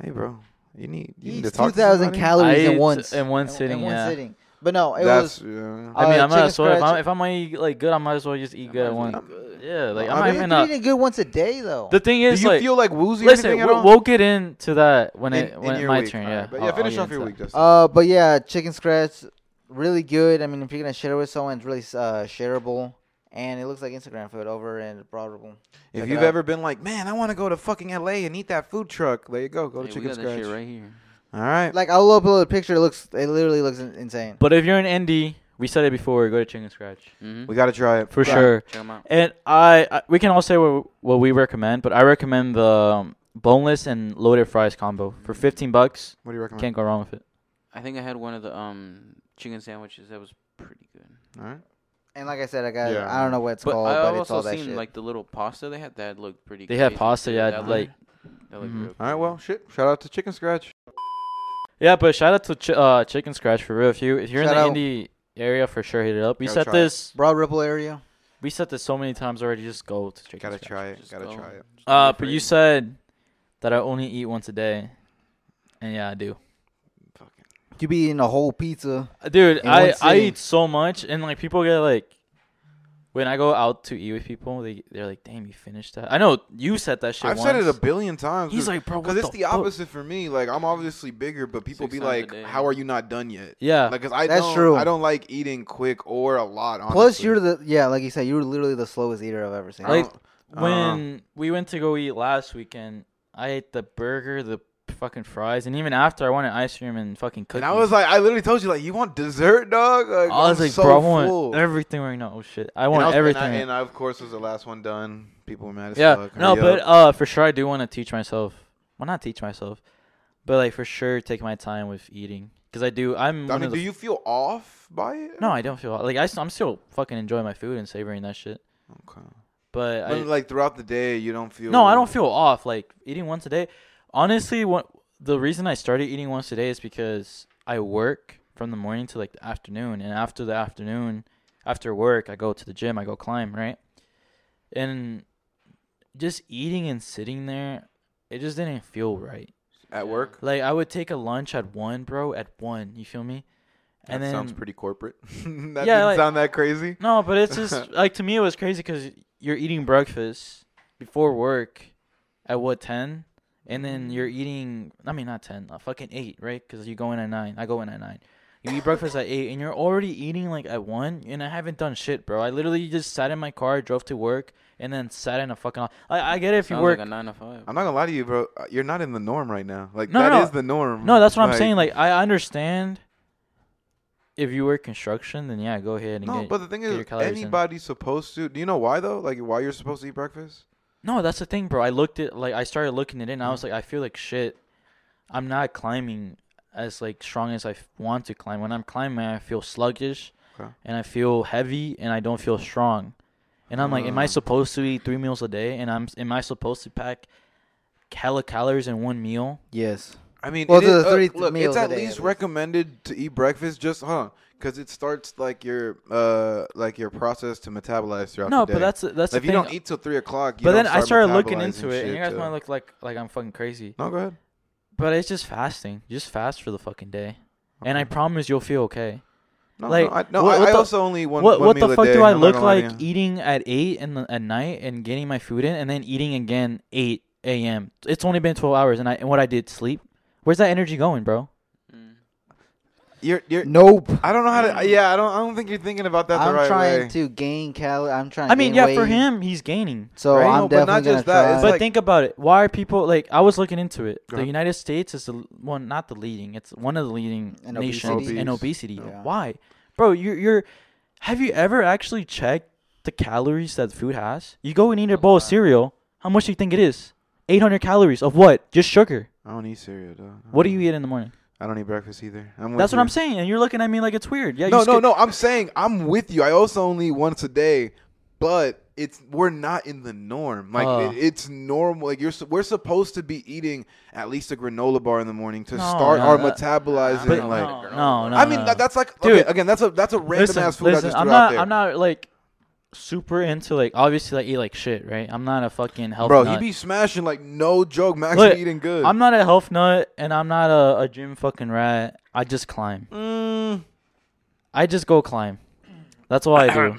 [SPEAKER 2] Hey, bro, you need
[SPEAKER 3] He
[SPEAKER 2] you need to
[SPEAKER 3] eats
[SPEAKER 2] talk to
[SPEAKER 3] 2,000
[SPEAKER 2] somebody?
[SPEAKER 3] calories
[SPEAKER 4] I
[SPEAKER 3] in
[SPEAKER 4] eat
[SPEAKER 3] once
[SPEAKER 4] in one sitting,
[SPEAKER 3] one
[SPEAKER 4] yeah.
[SPEAKER 3] sitting. But no, it
[SPEAKER 2] That's
[SPEAKER 3] was
[SPEAKER 2] yeah.
[SPEAKER 4] I
[SPEAKER 3] Uh,
[SPEAKER 4] mean, I might
[SPEAKER 3] chicken
[SPEAKER 4] as well. If I'm,
[SPEAKER 3] scratch-
[SPEAKER 4] if I'm gonna eat like good, I might as well just eat
[SPEAKER 1] That
[SPEAKER 4] good at
[SPEAKER 1] might as
[SPEAKER 4] one.
[SPEAKER 1] well
[SPEAKER 4] Yeah, like
[SPEAKER 2] I mean,
[SPEAKER 4] I'm not
[SPEAKER 2] if
[SPEAKER 4] even.
[SPEAKER 3] you're
[SPEAKER 4] Not,
[SPEAKER 3] eating good once a day though.
[SPEAKER 4] the thing
[SPEAKER 2] Do
[SPEAKER 4] is,
[SPEAKER 2] you
[SPEAKER 4] like,
[SPEAKER 2] feel like woozy? or
[SPEAKER 4] listen,
[SPEAKER 2] anything at
[SPEAKER 4] we'll,
[SPEAKER 2] all?
[SPEAKER 4] we'll get into that when
[SPEAKER 2] in,
[SPEAKER 4] it
[SPEAKER 2] in
[SPEAKER 4] when
[SPEAKER 2] your
[SPEAKER 4] my
[SPEAKER 2] week,
[SPEAKER 4] turn.
[SPEAKER 2] all right.
[SPEAKER 4] Yeah.
[SPEAKER 2] But
[SPEAKER 4] I'll-
[SPEAKER 2] yeah,
[SPEAKER 4] I'll
[SPEAKER 2] finish
[SPEAKER 4] get
[SPEAKER 2] off your
[SPEAKER 4] into
[SPEAKER 2] week,
[SPEAKER 4] that.
[SPEAKER 2] Justin.
[SPEAKER 3] Uh, but yeah, chicken scratch, really good. I mean, if you're gonna share with someone, it's really uh, shareable, and it looks like Instagram food over in Broadable.
[SPEAKER 2] if
[SPEAKER 3] check it
[SPEAKER 2] you've
[SPEAKER 3] out.
[SPEAKER 2] ever been like, man, I want to go to fucking LA and eat that food truck, there you go. Go
[SPEAKER 1] Hey,
[SPEAKER 2] to
[SPEAKER 1] we
[SPEAKER 2] Chicken
[SPEAKER 1] got that
[SPEAKER 2] Scratch.
[SPEAKER 1] shit right here.
[SPEAKER 2] All right.
[SPEAKER 3] Like I'll upload a picture. It looks, it literally looks in- insane.
[SPEAKER 4] But if you're an indie, we said it before. Go to Chicken Scratch
[SPEAKER 1] Mm-hmm.
[SPEAKER 2] We gotta try it.
[SPEAKER 4] for
[SPEAKER 3] Right.
[SPEAKER 4] sure.
[SPEAKER 1] Check 'em out.
[SPEAKER 4] And I, I we can all say what what we recommend, but I recommend the um, boneless and loaded fries combo for fifteen bucks.
[SPEAKER 2] What do you recommend?
[SPEAKER 4] Can't go wrong with it.
[SPEAKER 1] I think I had one of the um chicken sandwiches that was pretty good.
[SPEAKER 2] All right.
[SPEAKER 3] And like I said, I got,
[SPEAKER 2] Yeah.
[SPEAKER 3] I don't know what it's
[SPEAKER 1] but
[SPEAKER 3] called,
[SPEAKER 1] I
[SPEAKER 3] but it's
[SPEAKER 1] also
[SPEAKER 3] all that
[SPEAKER 1] seen
[SPEAKER 3] shit.
[SPEAKER 1] like the little pasta they had that looked pretty.
[SPEAKER 4] They had
[SPEAKER 1] crazy,
[SPEAKER 4] pasta,
[SPEAKER 1] too.
[SPEAKER 4] yeah,
[SPEAKER 1] That
[SPEAKER 4] like-
[SPEAKER 1] looked- that looked
[SPEAKER 4] Mhm.
[SPEAKER 1] real
[SPEAKER 2] All right.
[SPEAKER 1] good.
[SPEAKER 2] Well, shit. Shout out to Chicken Scratch.
[SPEAKER 4] Yeah, but shout out to Ch- uh, Chicken Scratch for real. If you if you're
[SPEAKER 3] Shout
[SPEAKER 4] in the
[SPEAKER 3] out.
[SPEAKER 4] indie area, for sure hit it up. We
[SPEAKER 2] Gotta
[SPEAKER 4] said
[SPEAKER 2] try it.
[SPEAKER 4] this.
[SPEAKER 3] Broad Ripple area.
[SPEAKER 4] We said this so many times already. Just go to Chicken
[SPEAKER 2] Gotta
[SPEAKER 4] Scratch.
[SPEAKER 2] try it.
[SPEAKER 1] Just
[SPEAKER 2] Gotta
[SPEAKER 1] go.
[SPEAKER 2] try it.
[SPEAKER 1] Just go
[SPEAKER 4] Uh, but
[SPEAKER 1] for
[SPEAKER 4] you
[SPEAKER 1] it.
[SPEAKER 4] said that I only eat once a day, and yeah, I do.
[SPEAKER 2] Fucking.
[SPEAKER 3] You be eating a whole pizza.
[SPEAKER 4] Dude,
[SPEAKER 3] In one
[SPEAKER 4] I I
[SPEAKER 3] sitting.
[SPEAKER 4] eat so much, and like people get like, when I go out to eat with people, they they're like, "Damn, you finished that." I know you said that shit.
[SPEAKER 2] I've said it a
[SPEAKER 4] once.
[SPEAKER 2] billion times.
[SPEAKER 4] He's
[SPEAKER 2] dude.
[SPEAKER 4] like, "Bro,
[SPEAKER 2] Because
[SPEAKER 4] what
[SPEAKER 2] it's the
[SPEAKER 4] fuck?"
[SPEAKER 2] opposite for me. Like I'm obviously bigger, but people
[SPEAKER 1] Six
[SPEAKER 2] be
[SPEAKER 1] times a
[SPEAKER 2] like,
[SPEAKER 1] day.
[SPEAKER 2] "How are you not done yet?"
[SPEAKER 4] Yeah,
[SPEAKER 2] Like, cause I
[SPEAKER 3] That's
[SPEAKER 2] don't,
[SPEAKER 3] true.
[SPEAKER 2] I don't like eating quick or a lot. Honestly.
[SPEAKER 3] Plus, you're the yeah, like you said, you're literally the slowest eater I've ever seen.
[SPEAKER 2] I don't-
[SPEAKER 4] Like- when we went to go eat last weekend, I ate the burger, the fucking fries, and even after I wanted ice cream and fucking cookies.
[SPEAKER 2] and I was like, I literally told you, like, you want dessert, dog? Like,
[SPEAKER 4] I was
[SPEAKER 2] I'm
[SPEAKER 4] like,
[SPEAKER 2] so
[SPEAKER 4] bro, I
[SPEAKER 2] full."
[SPEAKER 4] want everything right now. Oh shit, I
[SPEAKER 2] and
[SPEAKER 4] want
[SPEAKER 2] I was-
[SPEAKER 4] everything.
[SPEAKER 2] And I,
[SPEAKER 4] right
[SPEAKER 2] and I, of course, was the last one done. People were mad as
[SPEAKER 4] yeah,
[SPEAKER 2] fuck.
[SPEAKER 4] no,
[SPEAKER 2] Hurry
[SPEAKER 4] but
[SPEAKER 2] up.
[SPEAKER 4] uh, for sure, I do want to teach myself. Well, not teach myself, but like for sure, take my time with eating because I do. I'm.
[SPEAKER 2] I
[SPEAKER 4] one
[SPEAKER 2] mean,
[SPEAKER 4] of the
[SPEAKER 2] do you feel off by it?
[SPEAKER 4] um, No, I don't feel like I, am still fucking enjoying my food and savoring that shit.
[SPEAKER 2] Okay.
[SPEAKER 4] But I,
[SPEAKER 2] But, like throughout the day, you don't feel.
[SPEAKER 4] no, I don't feel off. Like eating once a day, honestly, what the reason I started eating once a day is because I work from the morning to like the afternoon, and after the afternoon, after work, I go to the gym, I go climb, right, and just eating and sitting there, it just didn't feel right.
[SPEAKER 2] at work.
[SPEAKER 4] Like I would take a lunch at one, bro, at one. You feel me?
[SPEAKER 2] That
[SPEAKER 4] And then
[SPEAKER 2] sounds pretty corporate. that didn't
[SPEAKER 4] like-
[SPEAKER 2] sound that crazy.
[SPEAKER 4] No, but it's just like to me it was crazy because you're eating breakfast before work at what ten, and then you're eating. I mean, not ten, uh, fucking eight, right? Because you go in at nine. I go in at nine. You eat breakfast at eight, and you're already eating like at one. And I haven't done shit, bro. I literally just sat in my car, drove to work, and then sat in a fucking. o- I, I get it if you
[SPEAKER 1] Sounds
[SPEAKER 4] work.
[SPEAKER 1] like a nine to five.
[SPEAKER 2] I'm not gonna lie to you, bro. Uh, You're not in the norm right now. Like
[SPEAKER 4] No,
[SPEAKER 2] that is
[SPEAKER 4] no.
[SPEAKER 2] the norm.
[SPEAKER 4] no, that's what I'm saying. Like I understand. If you work construction, then yeah, go ahead and
[SPEAKER 2] no,
[SPEAKER 4] get.
[SPEAKER 2] but the thing
[SPEAKER 4] get your
[SPEAKER 2] is,
[SPEAKER 4] calories in.
[SPEAKER 2] anybody's supposed to. Do you know why though? Like why you're supposed to eat breakfast?
[SPEAKER 4] No, that's the thing, bro. I looked at like I started looking it in. I was
[SPEAKER 2] Mm.
[SPEAKER 4] like, I feel like shit. I'm not climbing as like strong as I f- want to climb. When I'm climbing, I feel sluggish,
[SPEAKER 2] Okay.
[SPEAKER 4] and I feel heavy, and I don't feel strong. And I'm like, am I
[SPEAKER 2] Ah.
[SPEAKER 4] supposed to eat three meals a day? And I'm am I supposed to pack hella calories in one meal?
[SPEAKER 3] yes.
[SPEAKER 2] I mean,
[SPEAKER 3] Well,
[SPEAKER 2] it
[SPEAKER 3] to
[SPEAKER 2] is-
[SPEAKER 3] the
[SPEAKER 2] uh,
[SPEAKER 3] three
[SPEAKER 2] look,
[SPEAKER 3] meals
[SPEAKER 2] it's
[SPEAKER 3] a
[SPEAKER 2] at
[SPEAKER 3] day, at
[SPEAKER 2] least
[SPEAKER 3] least.
[SPEAKER 2] recommended to eat breakfast. Just huh? Because it starts like your uh like your process to metabolize throughout
[SPEAKER 4] No,
[SPEAKER 2] the day.
[SPEAKER 4] but that's that's the
[SPEAKER 2] if you
[SPEAKER 4] thing.
[SPEAKER 2] don't eat till three o'clock. You
[SPEAKER 4] but
[SPEAKER 2] don't
[SPEAKER 4] then I
[SPEAKER 2] start
[SPEAKER 4] started looking
[SPEAKER 2] metabolizing
[SPEAKER 4] into it, and you
[SPEAKER 2] shit
[SPEAKER 4] guys
[SPEAKER 2] till-
[SPEAKER 4] might look like like I'm fucking crazy.
[SPEAKER 2] No, go ahead.
[SPEAKER 4] But it's just fasting. Just fast for the fucking day, and I
[SPEAKER 2] Okay.
[SPEAKER 4] promise you'll feel okay.
[SPEAKER 2] no,
[SPEAKER 4] like,
[SPEAKER 2] no, I, no,
[SPEAKER 4] what-
[SPEAKER 2] I,
[SPEAKER 4] what
[SPEAKER 2] I
[SPEAKER 4] the-
[SPEAKER 2] also only eat one.
[SPEAKER 4] what
[SPEAKER 2] one
[SPEAKER 4] what
[SPEAKER 2] meal
[SPEAKER 4] the
[SPEAKER 2] a
[SPEAKER 4] fuck
[SPEAKER 2] day,
[SPEAKER 4] do I
[SPEAKER 2] I'm not
[SPEAKER 4] look
[SPEAKER 2] gonna lie
[SPEAKER 4] like
[SPEAKER 2] to you.
[SPEAKER 4] eating at eight in the, at night and getting my food in and then eating again eight a.m. It's only been twelve hours and I and what I did sleep. Where's that energy going, bro?
[SPEAKER 1] Mm.
[SPEAKER 2] You're, you're,
[SPEAKER 3] Nope.
[SPEAKER 2] I don't know how
[SPEAKER 4] Mm.
[SPEAKER 2] to. Yeah, I don't. I don't think you're thinking about that the
[SPEAKER 3] I'm
[SPEAKER 2] right
[SPEAKER 3] trying
[SPEAKER 2] way.
[SPEAKER 3] to gain calories. I'm trying. To
[SPEAKER 4] I mean,
[SPEAKER 3] gain
[SPEAKER 4] yeah, for
[SPEAKER 3] weight.
[SPEAKER 4] him, he's gaining.
[SPEAKER 3] So
[SPEAKER 2] Right?
[SPEAKER 3] I'm
[SPEAKER 2] No, but not
[SPEAKER 3] definitely gonna
[SPEAKER 2] just that,
[SPEAKER 3] try.
[SPEAKER 2] it's
[SPEAKER 4] But
[SPEAKER 2] like-
[SPEAKER 4] think about it. Why are people like? I was looking into it.
[SPEAKER 2] Go
[SPEAKER 4] The
[SPEAKER 2] ahead.
[SPEAKER 4] United States is the, one, not the leading. It's one of the leading
[SPEAKER 3] In
[SPEAKER 4] nations
[SPEAKER 3] obesity.
[SPEAKER 4] in obesity.
[SPEAKER 3] Yeah.
[SPEAKER 4] Why, bro? You're you're. Have you ever actually checked the calories that food has? You go and eat a
[SPEAKER 1] A
[SPEAKER 4] bowl of
[SPEAKER 2] Uh-huh.
[SPEAKER 1] lot.
[SPEAKER 4] cereal. How much do you think it is? 800 calories of what? Just sugar.
[SPEAKER 2] I don't eat cereal, dog.
[SPEAKER 4] What do you eat in the morning?
[SPEAKER 2] I don't eat breakfast either. Mm-hmm. I'm with
[SPEAKER 4] That's what
[SPEAKER 2] you.
[SPEAKER 4] I'm saying. And you're looking at me like it's weird. Yeah.
[SPEAKER 2] No,
[SPEAKER 4] you
[SPEAKER 2] no,
[SPEAKER 4] skip-
[SPEAKER 2] no. I'm saying I'm with you. I also only eat once a day, but it's we're not in the norm. Like
[SPEAKER 4] Oh.
[SPEAKER 2] it, it's normal. Like you're su- we're supposed to be eating at least a granola bar in the morning to
[SPEAKER 4] No,
[SPEAKER 2] start
[SPEAKER 4] no,
[SPEAKER 2] our
[SPEAKER 4] that-
[SPEAKER 2] metabolizing.
[SPEAKER 4] But-
[SPEAKER 2] like
[SPEAKER 4] no, no, no.
[SPEAKER 2] I mean, that, that's like
[SPEAKER 4] Dude.
[SPEAKER 2] okay, again, that's a that's a random
[SPEAKER 4] listen,
[SPEAKER 2] ass food I
[SPEAKER 4] listen,
[SPEAKER 2] just
[SPEAKER 4] I'm
[SPEAKER 2] threw
[SPEAKER 4] not.
[SPEAKER 2] out there.
[SPEAKER 4] I'm not like super into like obviously like eat like shit, right? I'm not a fucking health.
[SPEAKER 2] Bro,
[SPEAKER 4] nut.
[SPEAKER 2] he be smashing like no joke. Max
[SPEAKER 4] Look,
[SPEAKER 2] be eating good.
[SPEAKER 4] I'm not a health nut, and I'm not a, a gym fucking rat. I just climb.
[SPEAKER 2] Mm,
[SPEAKER 4] I just go climb. That's all I do.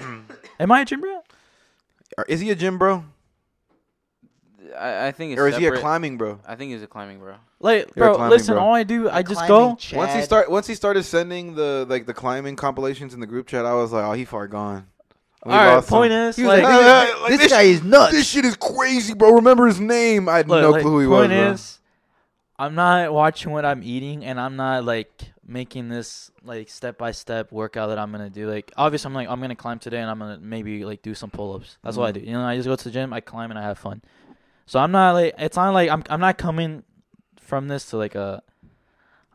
[SPEAKER 4] Am I a gym rat?
[SPEAKER 2] is he a gym bro
[SPEAKER 1] I, I think it's
[SPEAKER 2] or is he a
[SPEAKER 1] separate.
[SPEAKER 2] climbing bro?
[SPEAKER 1] I think he's a climbing bro.
[SPEAKER 4] Like,
[SPEAKER 2] You're a
[SPEAKER 4] bro,
[SPEAKER 2] climbing
[SPEAKER 4] listen.
[SPEAKER 2] bro.
[SPEAKER 4] All I do, I
[SPEAKER 3] You're
[SPEAKER 4] just
[SPEAKER 3] climbing,
[SPEAKER 4] go.
[SPEAKER 2] Once he
[SPEAKER 3] Chad.
[SPEAKER 2] start, once he started sending the like the climbing compilations in the group chat, I was like, oh, he far gone. We
[SPEAKER 4] all right.
[SPEAKER 2] lost him.
[SPEAKER 4] Point is,
[SPEAKER 3] He was like,
[SPEAKER 4] like,
[SPEAKER 2] Nah, nah,
[SPEAKER 3] "This-
[SPEAKER 2] like,
[SPEAKER 3] this,
[SPEAKER 2] this-
[SPEAKER 3] guy is nuts.
[SPEAKER 2] This shit is crazy, bro. Remember his name? I had
[SPEAKER 4] Look,
[SPEAKER 2] no
[SPEAKER 4] like,
[SPEAKER 2] clue who he was.
[SPEAKER 4] point
[SPEAKER 2] Bro.
[SPEAKER 4] is, I'm not watching what I'm eating, and I'm not like making this like step by step workout that I'm gonna do. Like, obviously, I'm like I'm gonna climb today, and I'm gonna maybe like do some pull ups. That's
[SPEAKER 2] Mm.
[SPEAKER 4] what I do. You know, I just go to the gym, I climb, and I have fun. So I'm not like it's not like I'm I'm not coming from this to like a.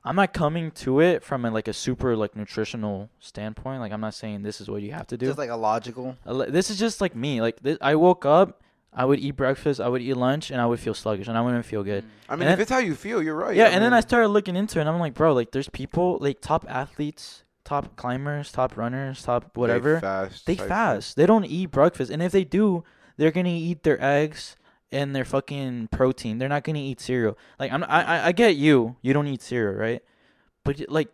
[SPEAKER 4] I'm not coming to it from a, like a super like nutritional standpoint. Like I'm not saying this is what you have to do.
[SPEAKER 3] Just like a logical.
[SPEAKER 4] I li- This is just like me. Like this, I woke up, I would eat breakfast, I would eat lunch, and I would feel sluggish, and I wouldn't feel
[SPEAKER 1] Mm.
[SPEAKER 4] good.
[SPEAKER 2] I mean,
[SPEAKER 4] And
[SPEAKER 2] if
[SPEAKER 4] then-
[SPEAKER 2] it's how you feel, you're right.
[SPEAKER 4] yeah, and then I
[SPEAKER 2] mean,
[SPEAKER 4] started looking into it, and I'm like, bro, like there's people, like top athletes, top climbers, top runners, top
[SPEAKER 2] They
[SPEAKER 4] whatever.
[SPEAKER 2] fast.
[SPEAKER 4] They
[SPEAKER 2] type shit.
[SPEAKER 4] fast. They don't eat breakfast, and if they do, they're gonna eat their eggs and their fucking protein. They're not gonna eat cereal. Like I'm, I, I- I get you. You don't eat cereal, right? But like,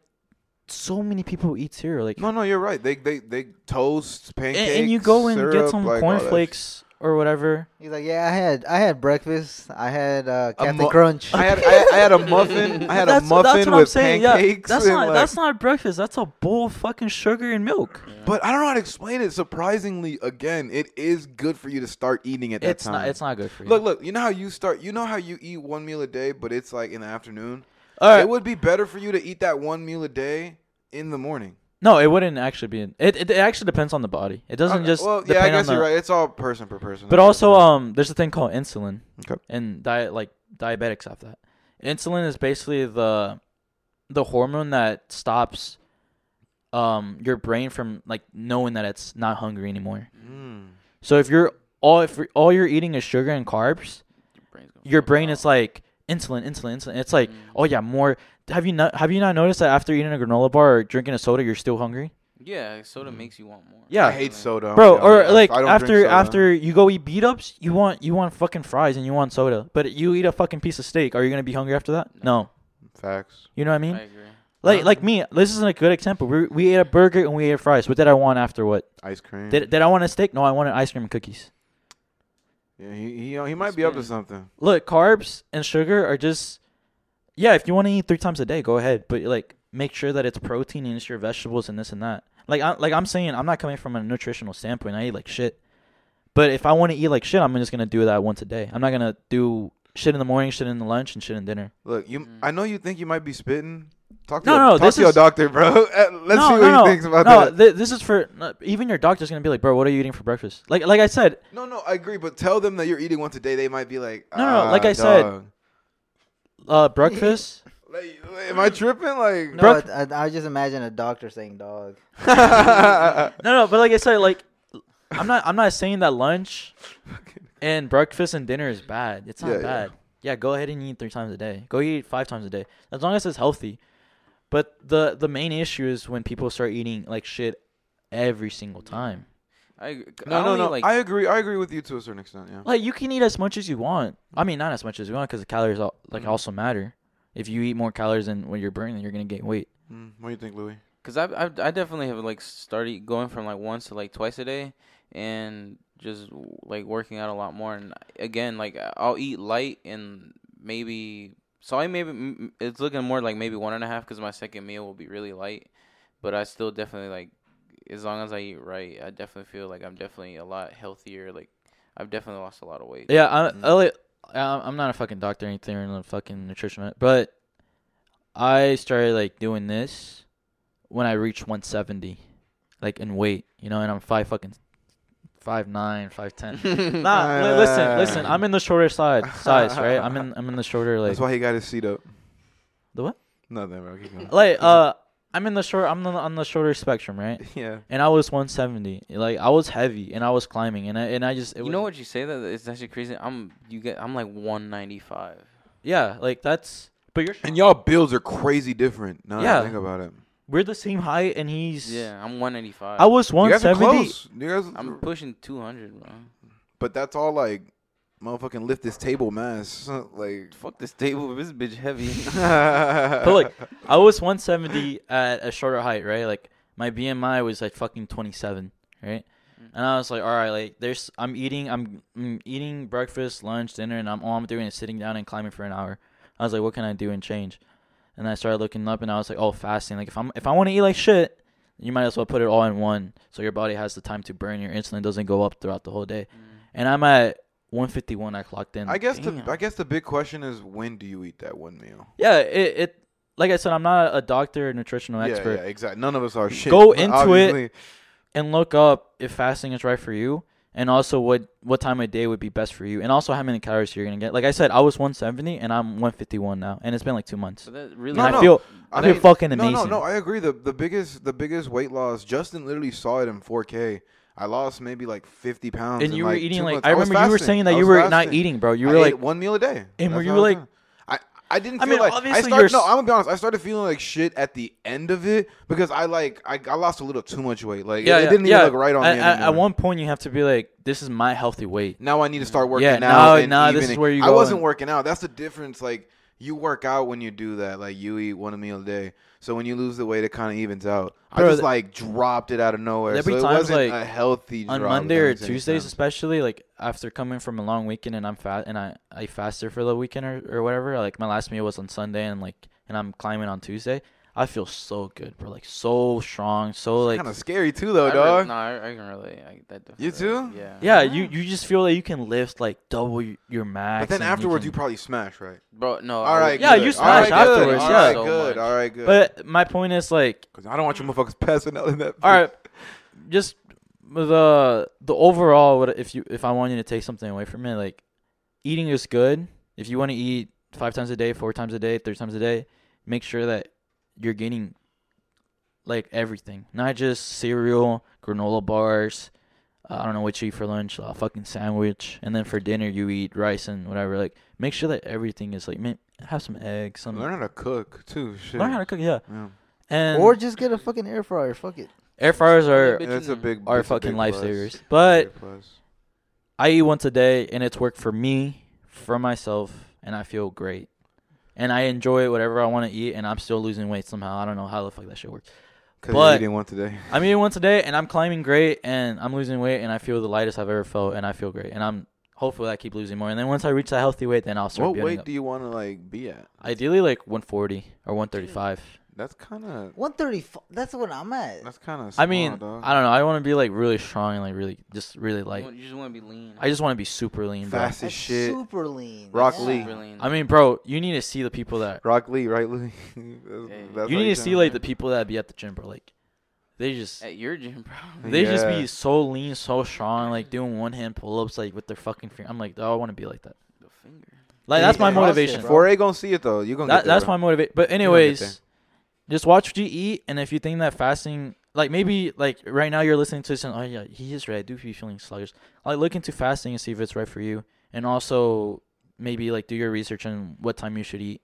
[SPEAKER 4] so many people eat cereal. Like
[SPEAKER 2] No, no, you're right. They they they toast
[SPEAKER 4] and,
[SPEAKER 2] pancakes.
[SPEAKER 4] and you go and get
[SPEAKER 2] syrup,
[SPEAKER 4] some
[SPEAKER 2] like, all that shit.
[SPEAKER 4] cornflakes or whatever.
[SPEAKER 3] He's like, yeah, I had, I had breakfast. I had uh, Captain
[SPEAKER 2] mu-
[SPEAKER 3] Crunch.
[SPEAKER 2] I had I, had- I had a muffin. I had a muffin with pancakes.
[SPEAKER 4] Yeah, that's
[SPEAKER 2] and,
[SPEAKER 4] not
[SPEAKER 2] like-
[SPEAKER 4] that's not breakfast. That's a bowl of fucking sugar and milk.
[SPEAKER 2] But I don't know how to explain it. Surprisingly, again, it is good for you to start eating at that
[SPEAKER 4] It's
[SPEAKER 2] time.
[SPEAKER 4] not it's not good for you.
[SPEAKER 2] Look, look. You know how you start. You know how you eat one meal a day, but it's like in the afternoon.
[SPEAKER 4] All right.
[SPEAKER 2] It would be better for you to eat that one meal a day in the morning.
[SPEAKER 4] no, it wouldn't actually be. It, it it actually depends on the body. It doesn't
[SPEAKER 2] Okay,
[SPEAKER 4] just
[SPEAKER 2] well, yeah,
[SPEAKER 4] depend
[SPEAKER 2] I guess
[SPEAKER 4] on the.
[SPEAKER 2] you're right. It's all person per person.
[SPEAKER 4] But
[SPEAKER 2] That's
[SPEAKER 4] also,
[SPEAKER 2] what
[SPEAKER 4] um, there's a thing called insulin.
[SPEAKER 2] Okay.
[SPEAKER 4] And diet like diabetics have that. Insulin is basically the the hormone that stops um your brain from like knowing that it's not hungry anymore.
[SPEAKER 2] I'm saying.
[SPEAKER 4] So if you're all if you're- all you're eating is sugar and carbs,
[SPEAKER 1] Your brain's gonna
[SPEAKER 4] your
[SPEAKER 1] fuck Mm.
[SPEAKER 4] brain
[SPEAKER 1] out.
[SPEAKER 4] is like insulin, insulin, insulin. It's like,
[SPEAKER 2] Mm-hmm.
[SPEAKER 4] oh yeah, more. Have you not have you not noticed that after eating a granola bar or drinking a soda, you're still hungry?
[SPEAKER 1] yeah,
[SPEAKER 4] Mm.
[SPEAKER 1] soda makes you want more.
[SPEAKER 4] Yeah.
[SPEAKER 2] I hate soda,
[SPEAKER 4] Bro,
[SPEAKER 2] I'm
[SPEAKER 4] or
[SPEAKER 2] telling you.
[SPEAKER 4] like
[SPEAKER 2] I don't drink
[SPEAKER 4] after
[SPEAKER 2] soda.
[SPEAKER 4] after you go eat beat ups, you want you want fucking fries and you want soda, but you eat a fucking piece of steak. Are you gonna be hungry after that? No.
[SPEAKER 2] facts.
[SPEAKER 4] You know what I
[SPEAKER 1] I
[SPEAKER 4] mean?
[SPEAKER 1] agree.
[SPEAKER 2] Uh-huh.
[SPEAKER 4] like like me, this isn't a good example. We we ate a burger and we ate fries. What did I want after what?
[SPEAKER 2] Ice cream.
[SPEAKER 4] Did did I want a steak? No, I wanted ice cream and cookies.
[SPEAKER 2] yeah, he, he he might be up to
[SPEAKER 1] Spin.
[SPEAKER 2] something.
[SPEAKER 4] Look, carbs and sugar are just yeah. If you want to eat three times a day, go ahead, but like make sure that it's protein and it's your vegetables and this and that. Like I like I'm saying, I'm not coming from a nutritional standpoint. I eat like shit, but if I want to eat like shit, I'm just gonna do that once a day. I'm not gonna do shit in the morning, shit in the lunch, and shit in dinner.
[SPEAKER 2] Look, you. I know you think you might be spitting. Talk to
[SPEAKER 4] No,
[SPEAKER 2] your,
[SPEAKER 4] no,
[SPEAKER 2] talk
[SPEAKER 4] this
[SPEAKER 2] to your
[SPEAKER 4] is-
[SPEAKER 2] doctor, bro. Let's see what he thinks about
[SPEAKER 4] no,
[SPEAKER 2] that.
[SPEAKER 4] thi- this is for no, even your doctor's gonna be like, bro, what are you eating for breakfast? Like like I said,
[SPEAKER 2] No, no, I agree. But tell them that you're eating once a day. They might be like,
[SPEAKER 4] No, no,
[SPEAKER 2] "Ah,
[SPEAKER 4] like I said-
[SPEAKER 2] dog."
[SPEAKER 4] uh, breakfast.
[SPEAKER 2] Like, am I tripping? Like,
[SPEAKER 3] no,
[SPEAKER 4] Brooke-
[SPEAKER 3] I, I, I just imagine a doctor saying, "Dog."
[SPEAKER 4] no, no, but like I said, like I'm not I'm not saying that lunch and breakfast and dinner is bad. It's not
[SPEAKER 2] Yeah, yeah.
[SPEAKER 4] bad. Yeah. go ahead and eat three times a day. Go eat five times a day. As long as it's healthy. But the the main issue is when people start eating like shit every single time.
[SPEAKER 1] I agree.
[SPEAKER 2] no, no,
[SPEAKER 1] only,
[SPEAKER 2] no.
[SPEAKER 1] Like,
[SPEAKER 2] I agree. I agree with you to a certain extent. Yeah.
[SPEAKER 4] Like you can eat as much as you want. I mean, not as much as you want because the calories al- like
[SPEAKER 1] Mhm.
[SPEAKER 2] Mm-hmm.
[SPEAKER 4] also matter. If you eat more calories than what you're burning, you're gonna gain weight.
[SPEAKER 2] Mm, what do you think, Louis?
[SPEAKER 1] Cause I've, I've I definitely have like started going from like once to like twice a day, and just like working out a lot more. And again, like I'll eat light and maybe so I maybe m- m- it's looking more like maybe one and a half because my second meal will be really light, but I still definitely like as long as I eat right, I definitely feel like I'm definitely a lot healthier. Like I've definitely lost a lot of weight.
[SPEAKER 4] Yeah, I,
[SPEAKER 1] Mm-hmm.
[SPEAKER 2] Mhm.
[SPEAKER 4] I like- I'm I'm not a fucking doctor or anything or a fucking nutritionist, but I started like doing this when I reached 170, like in weight, you know, and I'm five fucking five nine, five ten. Nah, li- listen, listen. I'm in the shorter side size, right? I'm in I'm in the shorter like
[SPEAKER 2] That's why he got his seat up.
[SPEAKER 4] the what?
[SPEAKER 2] Nothing, bro. Keep going.
[SPEAKER 4] Like uh, I'm in the short. I'm on the, on the shorter spectrum, right?
[SPEAKER 2] yeah.
[SPEAKER 4] And I was 170. Like I was heavy, and I was climbing, and I and I just it
[SPEAKER 1] you
[SPEAKER 4] was,
[SPEAKER 1] know what you say that it's actually crazy. I'm you get I'm like 195.
[SPEAKER 4] Yeah, like that's. But you're
[SPEAKER 2] And y'all builds are crazy different. Now yeah.
[SPEAKER 4] Yeah.
[SPEAKER 2] I think about it.
[SPEAKER 4] we're the same height, and he's
[SPEAKER 1] Yeah, I'm 185.
[SPEAKER 4] I was
[SPEAKER 2] Uh, You guys are
[SPEAKER 4] 170.
[SPEAKER 2] close. You guys,
[SPEAKER 1] I'm pushing 200, bro.
[SPEAKER 2] but that's all like, motherfucking lift this table, man. It's not like,
[SPEAKER 1] Fuck this table. This bitch heavy.
[SPEAKER 4] But like, I was 170 at a shorter height, right? Like my BMI was like fucking 27, right? And I was like, all right, like there's, I'm eating, I'm, I'm eating breakfast, lunch, dinner, and I'm all I'm doing is sitting down and climbing for an hour. I was like, what can I do and change? And I started looking up, and I was like, oh, fasting. Like if I'm if I want to eat like shit, you might as well put it all in one, so your body has the time to burn. Your insulin doesn't go up throughout the whole day. And I'm at 151. I clocked in.
[SPEAKER 2] Mm. I guess the
[SPEAKER 1] Damn.
[SPEAKER 2] I guess the big question is when do you eat that one meal?
[SPEAKER 4] yeah, it, it like I said, I'm not a doctor or nutritional
[SPEAKER 2] Yeah,
[SPEAKER 4] expert.
[SPEAKER 2] yeah, exactly. None of us are shit.
[SPEAKER 4] Go
[SPEAKER 2] but
[SPEAKER 4] into it.
[SPEAKER 2] obviously-
[SPEAKER 4] and look up if fasting is right for you and also what what time of day would be best for you and also how many calories you're gonna get like i said i was 170 and i'm 151 now and it's been like two months
[SPEAKER 1] So that really
[SPEAKER 2] No,
[SPEAKER 4] and
[SPEAKER 2] no.
[SPEAKER 4] i feel
[SPEAKER 2] I
[SPEAKER 4] i feel
[SPEAKER 2] mean,
[SPEAKER 4] fucking
[SPEAKER 2] No,
[SPEAKER 4] amazing
[SPEAKER 2] no, no. I agree. The the biggest the biggest weight loss. Justin literally saw it in 4K. I lost maybe like 50 pounds.
[SPEAKER 4] and
[SPEAKER 2] in,
[SPEAKER 4] you were
[SPEAKER 2] like,
[SPEAKER 4] eating
[SPEAKER 2] two
[SPEAKER 4] like
[SPEAKER 2] months.
[SPEAKER 4] i
[SPEAKER 2] was
[SPEAKER 4] remember you were
[SPEAKER 2] fasting.
[SPEAKER 4] saying
[SPEAKER 2] I
[SPEAKER 4] that you
[SPEAKER 2] was
[SPEAKER 4] were not
[SPEAKER 2] fasting.
[SPEAKER 4] eating bro you were
[SPEAKER 2] I
[SPEAKER 4] like
[SPEAKER 2] ate one meal a day.
[SPEAKER 4] And were
[SPEAKER 2] That's
[SPEAKER 4] you,
[SPEAKER 2] what I was
[SPEAKER 4] like-
[SPEAKER 2] doing. I I didn't
[SPEAKER 4] I
[SPEAKER 2] feel
[SPEAKER 4] mean,
[SPEAKER 2] like I
[SPEAKER 4] obviously
[SPEAKER 2] started.
[SPEAKER 4] you're
[SPEAKER 2] No,
[SPEAKER 4] s-
[SPEAKER 2] I'm gonna be honest. I started feeling like shit at the end of it because I like I, I lost a little too much weight. Like it, it didn't even look right on
[SPEAKER 4] at,
[SPEAKER 2] me.
[SPEAKER 4] at, at
[SPEAKER 2] anymore.
[SPEAKER 4] one point you have to be like this is my healthy weight
[SPEAKER 2] Now I need to start working
[SPEAKER 4] Yeah,
[SPEAKER 2] out.
[SPEAKER 4] now-
[SPEAKER 2] and
[SPEAKER 4] now this
[SPEAKER 2] evening.
[SPEAKER 4] is where you
[SPEAKER 2] I
[SPEAKER 4] go
[SPEAKER 2] wasn't
[SPEAKER 4] and-
[SPEAKER 2] working out. That's the difference. Like you work out when you do that. Like you eat one meal a day. So when you lose the weight, it kind of evens out. I
[SPEAKER 4] Bro,
[SPEAKER 2] just
[SPEAKER 4] th-
[SPEAKER 2] like dropped it out of nowhere.
[SPEAKER 4] there be
[SPEAKER 2] So it
[SPEAKER 4] times,
[SPEAKER 2] wasn't
[SPEAKER 4] like,
[SPEAKER 2] a healthy
[SPEAKER 4] on
[SPEAKER 2] drop,
[SPEAKER 4] monday
[SPEAKER 2] if that
[SPEAKER 4] or
[SPEAKER 2] makes any
[SPEAKER 4] tuesdays
[SPEAKER 2] sense.
[SPEAKER 4] especially like after coming from a long weekend and i'm fat and i i fasted for the weekend or, or whatever like my last meal was on sunday and like and i'm climbing on tuesday i feel so good bro like so strong so like
[SPEAKER 2] kind of scary too, though,
[SPEAKER 1] I re-
[SPEAKER 2] dog.
[SPEAKER 1] no, I, I can relate. I, that
[SPEAKER 2] You
[SPEAKER 1] definitely-
[SPEAKER 2] too?
[SPEAKER 1] Yeah.
[SPEAKER 4] Yeah, you you just feel that you can lift like double y- your max.
[SPEAKER 2] but then
[SPEAKER 4] and you
[SPEAKER 2] afterwards, you
[SPEAKER 4] can-
[SPEAKER 2] probably smash, right?
[SPEAKER 1] Bro, no. I
[SPEAKER 2] All right.
[SPEAKER 1] would-
[SPEAKER 4] Yeah,
[SPEAKER 2] good.
[SPEAKER 4] you
[SPEAKER 2] All right,
[SPEAKER 4] smash
[SPEAKER 2] good.
[SPEAKER 4] afterwards,
[SPEAKER 2] All
[SPEAKER 4] yeah.
[SPEAKER 2] right,
[SPEAKER 1] So
[SPEAKER 2] good.
[SPEAKER 1] much.
[SPEAKER 2] All right, good.
[SPEAKER 4] But my point is like,
[SPEAKER 2] because I don't want you motherfuckers passing out in that.
[SPEAKER 4] all right, just the the overall. What if you if I want you to take something away from it, like eating is good. If you want to eat five times a day, four times a day, three times a day, make sure that you're getting like everything, not just cereal, granola bars. uh, I don't know what you eat for lunch, a fucking sandwich, and then for dinner you eat rice and whatever. Like, make sure that everything is like, man, have some eggs, some
[SPEAKER 2] Learn how to cook too. Shit.
[SPEAKER 4] Learn how to cook, yeah.
[SPEAKER 2] Yeah.
[SPEAKER 4] And
[SPEAKER 3] or just get a fucking air fryer. Fuck it.
[SPEAKER 4] air fryers are
[SPEAKER 1] Bitch,
[SPEAKER 2] That's a big.
[SPEAKER 4] are
[SPEAKER 2] that's a
[SPEAKER 4] fucking
[SPEAKER 2] big plus.
[SPEAKER 4] lifesavers.
[SPEAKER 2] Big
[SPEAKER 4] But
[SPEAKER 2] plus.
[SPEAKER 4] I eat once a day, and it's worked for me, for myself, and I feel great. And I enjoy whatever I want to eat, and I'm still losing weight somehow. I don't know how the fuck that shit works.
[SPEAKER 2] Cause
[SPEAKER 4] But-
[SPEAKER 2] you're eating one today.
[SPEAKER 4] I'm eating once a day, and I'm climbing great, and I'm losing weight, and I feel the lightest I've ever felt, and I feel great, and I'm hopefully I keep losing more. And then once I reach that healthy weight, then I'll start
[SPEAKER 2] What
[SPEAKER 4] building
[SPEAKER 2] weight
[SPEAKER 4] up.
[SPEAKER 2] do you want to like be at?
[SPEAKER 4] Ideally, like 140 or 135.
[SPEAKER 2] That's kind of.
[SPEAKER 3] One thirty. That's what I'm at.
[SPEAKER 2] That's kind of.
[SPEAKER 4] I mean, I don't know. I want to be like really strong and like really just really
[SPEAKER 1] you
[SPEAKER 4] like.
[SPEAKER 1] want- you just want to be lean.
[SPEAKER 4] I just want to be super lean, bro.
[SPEAKER 2] fast as
[SPEAKER 3] That's
[SPEAKER 2] shit.
[SPEAKER 3] super lean.
[SPEAKER 2] Rock
[SPEAKER 3] yeah.
[SPEAKER 2] Lee.
[SPEAKER 1] Super lean.
[SPEAKER 4] I mean, bro, you need to see the people that
[SPEAKER 2] Rock Lee, right, Lee? that's,
[SPEAKER 1] Hey.
[SPEAKER 2] that's
[SPEAKER 4] you
[SPEAKER 2] how
[SPEAKER 4] need to
[SPEAKER 2] sound.
[SPEAKER 4] see like the people that be at the gym, bro. Like they just
[SPEAKER 1] at your gym, bro.
[SPEAKER 4] they just
[SPEAKER 2] Yeah.
[SPEAKER 4] be so lean, so strong, like doing one hand pull ups like with their fucking finger. I'm like, oh, I want to be like that.
[SPEAKER 1] The finger.
[SPEAKER 4] Like
[SPEAKER 2] Yeah,
[SPEAKER 4] that's my
[SPEAKER 2] yeah. Cross it,
[SPEAKER 4] motivation.
[SPEAKER 3] bro.
[SPEAKER 2] Four A gonna see it though. You gonna.
[SPEAKER 4] That,
[SPEAKER 2] get there,
[SPEAKER 4] that's
[SPEAKER 2] bro.
[SPEAKER 4] my motivation. But
[SPEAKER 2] gonna get there.
[SPEAKER 4] anyways, just watch what you eat, and if you think that fasting, like maybe like right now you're listening to this and oh yeah, he is right. I do be feeling sluggish. Like look into fasting and see if it's right for you, and also maybe like do your research on what time you should eat,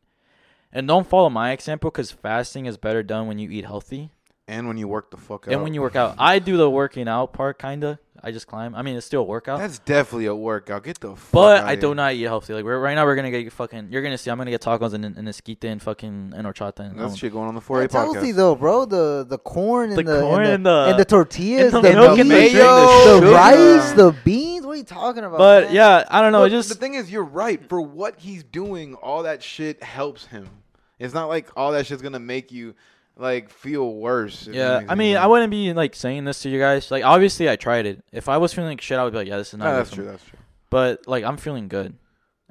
[SPEAKER 4] and don't follow my example because fasting is better done when you eat healthy
[SPEAKER 2] And when you work the fuck out.
[SPEAKER 4] and when you work out. I do the working out part kinda. I just climb. I mean, it's still a workout.
[SPEAKER 2] That's definitely a workout. Get the fuck.
[SPEAKER 4] But
[SPEAKER 2] outta
[SPEAKER 4] I do
[SPEAKER 2] here.
[SPEAKER 4] not eat healthy. Like we're, right now, we're gonna get fucking. You're gonna see. I'm gonna get tacos and and esquite and fucking and horchata and
[SPEAKER 2] That's
[SPEAKER 4] um,
[SPEAKER 2] shit going on the four A
[SPEAKER 3] That's healthy
[SPEAKER 2] podcast.
[SPEAKER 3] though, bro. The the corn and
[SPEAKER 4] The
[SPEAKER 3] the,
[SPEAKER 4] corn
[SPEAKER 3] and the, and the tortillas,
[SPEAKER 4] and
[SPEAKER 3] the,
[SPEAKER 4] the milk
[SPEAKER 3] meat,
[SPEAKER 4] and the
[SPEAKER 3] the,
[SPEAKER 4] drink, the sugar.
[SPEAKER 3] rice, the beans. What are you talking about?
[SPEAKER 4] But
[SPEAKER 3] man?
[SPEAKER 4] yeah, I don't know.
[SPEAKER 2] Look,
[SPEAKER 4] it just
[SPEAKER 2] the thing is, you're right. For what he's doing, all that shit helps him. It's not like all that shit's gonna make you like feel worse. if that
[SPEAKER 4] yeah.
[SPEAKER 2] makes
[SPEAKER 4] I
[SPEAKER 2] any
[SPEAKER 4] mean,
[SPEAKER 2] sense.
[SPEAKER 4] I wouldn't be like saying this to you guys. Like obviously, I tried it. If I was feeling like shit, I would be like, yeah, this is not.
[SPEAKER 2] No,
[SPEAKER 4] good
[SPEAKER 2] that's
[SPEAKER 4] for
[SPEAKER 2] true.
[SPEAKER 4] me.
[SPEAKER 2] That's true.
[SPEAKER 4] But like, I'm feeling good,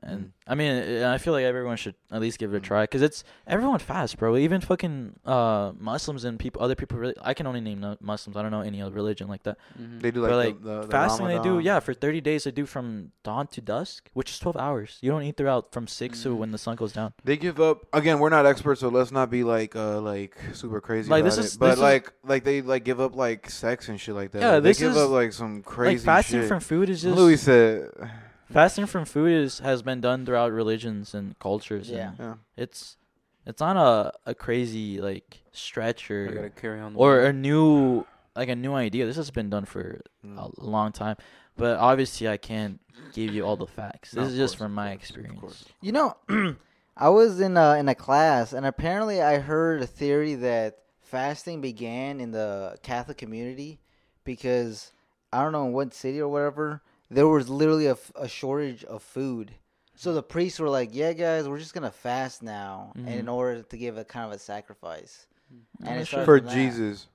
[SPEAKER 4] And I mean, uh, I feel like everyone should at least give it a try because it's everyone fast, bro. Even fucking uh, Muslims and people, other people. Really, I can only name uh, Muslims. I don't know any other religion like that.
[SPEAKER 1] Mhm.
[SPEAKER 2] They do like,
[SPEAKER 4] but
[SPEAKER 2] the-
[SPEAKER 4] like
[SPEAKER 2] Uh, the, the
[SPEAKER 4] fasting, they do
[SPEAKER 2] Ramadan.
[SPEAKER 4] yeah for thirty days. They do from dawn to dusk, which is twelve hours. You don't eat throughout from six to
[SPEAKER 1] Mm.
[SPEAKER 4] when the sun goes down.
[SPEAKER 2] They give up again. We're not experts, so let's not be like uh like super crazy
[SPEAKER 4] Like,
[SPEAKER 2] about
[SPEAKER 4] this
[SPEAKER 2] it.
[SPEAKER 4] is-
[SPEAKER 2] but
[SPEAKER 4] this is-
[SPEAKER 2] like like they like give up like sex and shit like that.
[SPEAKER 4] Yeah,
[SPEAKER 2] Like,
[SPEAKER 4] this
[SPEAKER 2] they give
[SPEAKER 4] is-
[SPEAKER 2] up like some crazy
[SPEAKER 4] like fasting
[SPEAKER 2] shit.
[SPEAKER 4] from food is just
[SPEAKER 2] Louis said,
[SPEAKER 4] fasting from food is has been done throughout religions and cultures.
[SPEAKER 3] Yeah.
[SPEAKER 4] and
[SPEAKER 2] yeah.
[SPEAKER 4] it's it's not a a crazy like stretch
[SPEAKER 1] I gotta
[SPEAKER 4] or
[SPEAKER 1] carry on. the
[SPEAKER 4] or
[SPEAKER 2] Mm-hmm.
[SPEAKER 1] way.
[SPEAKER 4] a new like a new idea. This has been done for a
[SPEAKER 2] Mm.
[SPEAKER 4] long time, but obviously I can't give you all the facts.
[SPEAKER 2] No,
[SPEAKER 4] This
[SPEAKER 2] of
[SPEAKER 4] is just
[SPEAKER 2] course, of
[SPEAKER 4] from my
[SPEAKER 2] course, of
[SPEAKER 4] experience.
[SPEAKER 2] course.
[SPEAKER 3] You know, I was in a, in a class, and apparently I heard a theory that fasting began in the Catholic community because I don't know in what city or whatever there was literally a, f- a shortage of food. So the priests were like, "Yeah, guys, we're just gonna fast now, and in
[SPEAKER 4] Mhm.
[SPEAKER 3] order to give a kind of a sacrifice."
[SPEAKER 4] Oh,
[SPEAKER 3] And it
[SPEAKER 4] sure.
[SPEAKER 3] started
[SPEAKER 2] for
[SPEAKER 3] from that.
[SPEAKER 2] Jesus.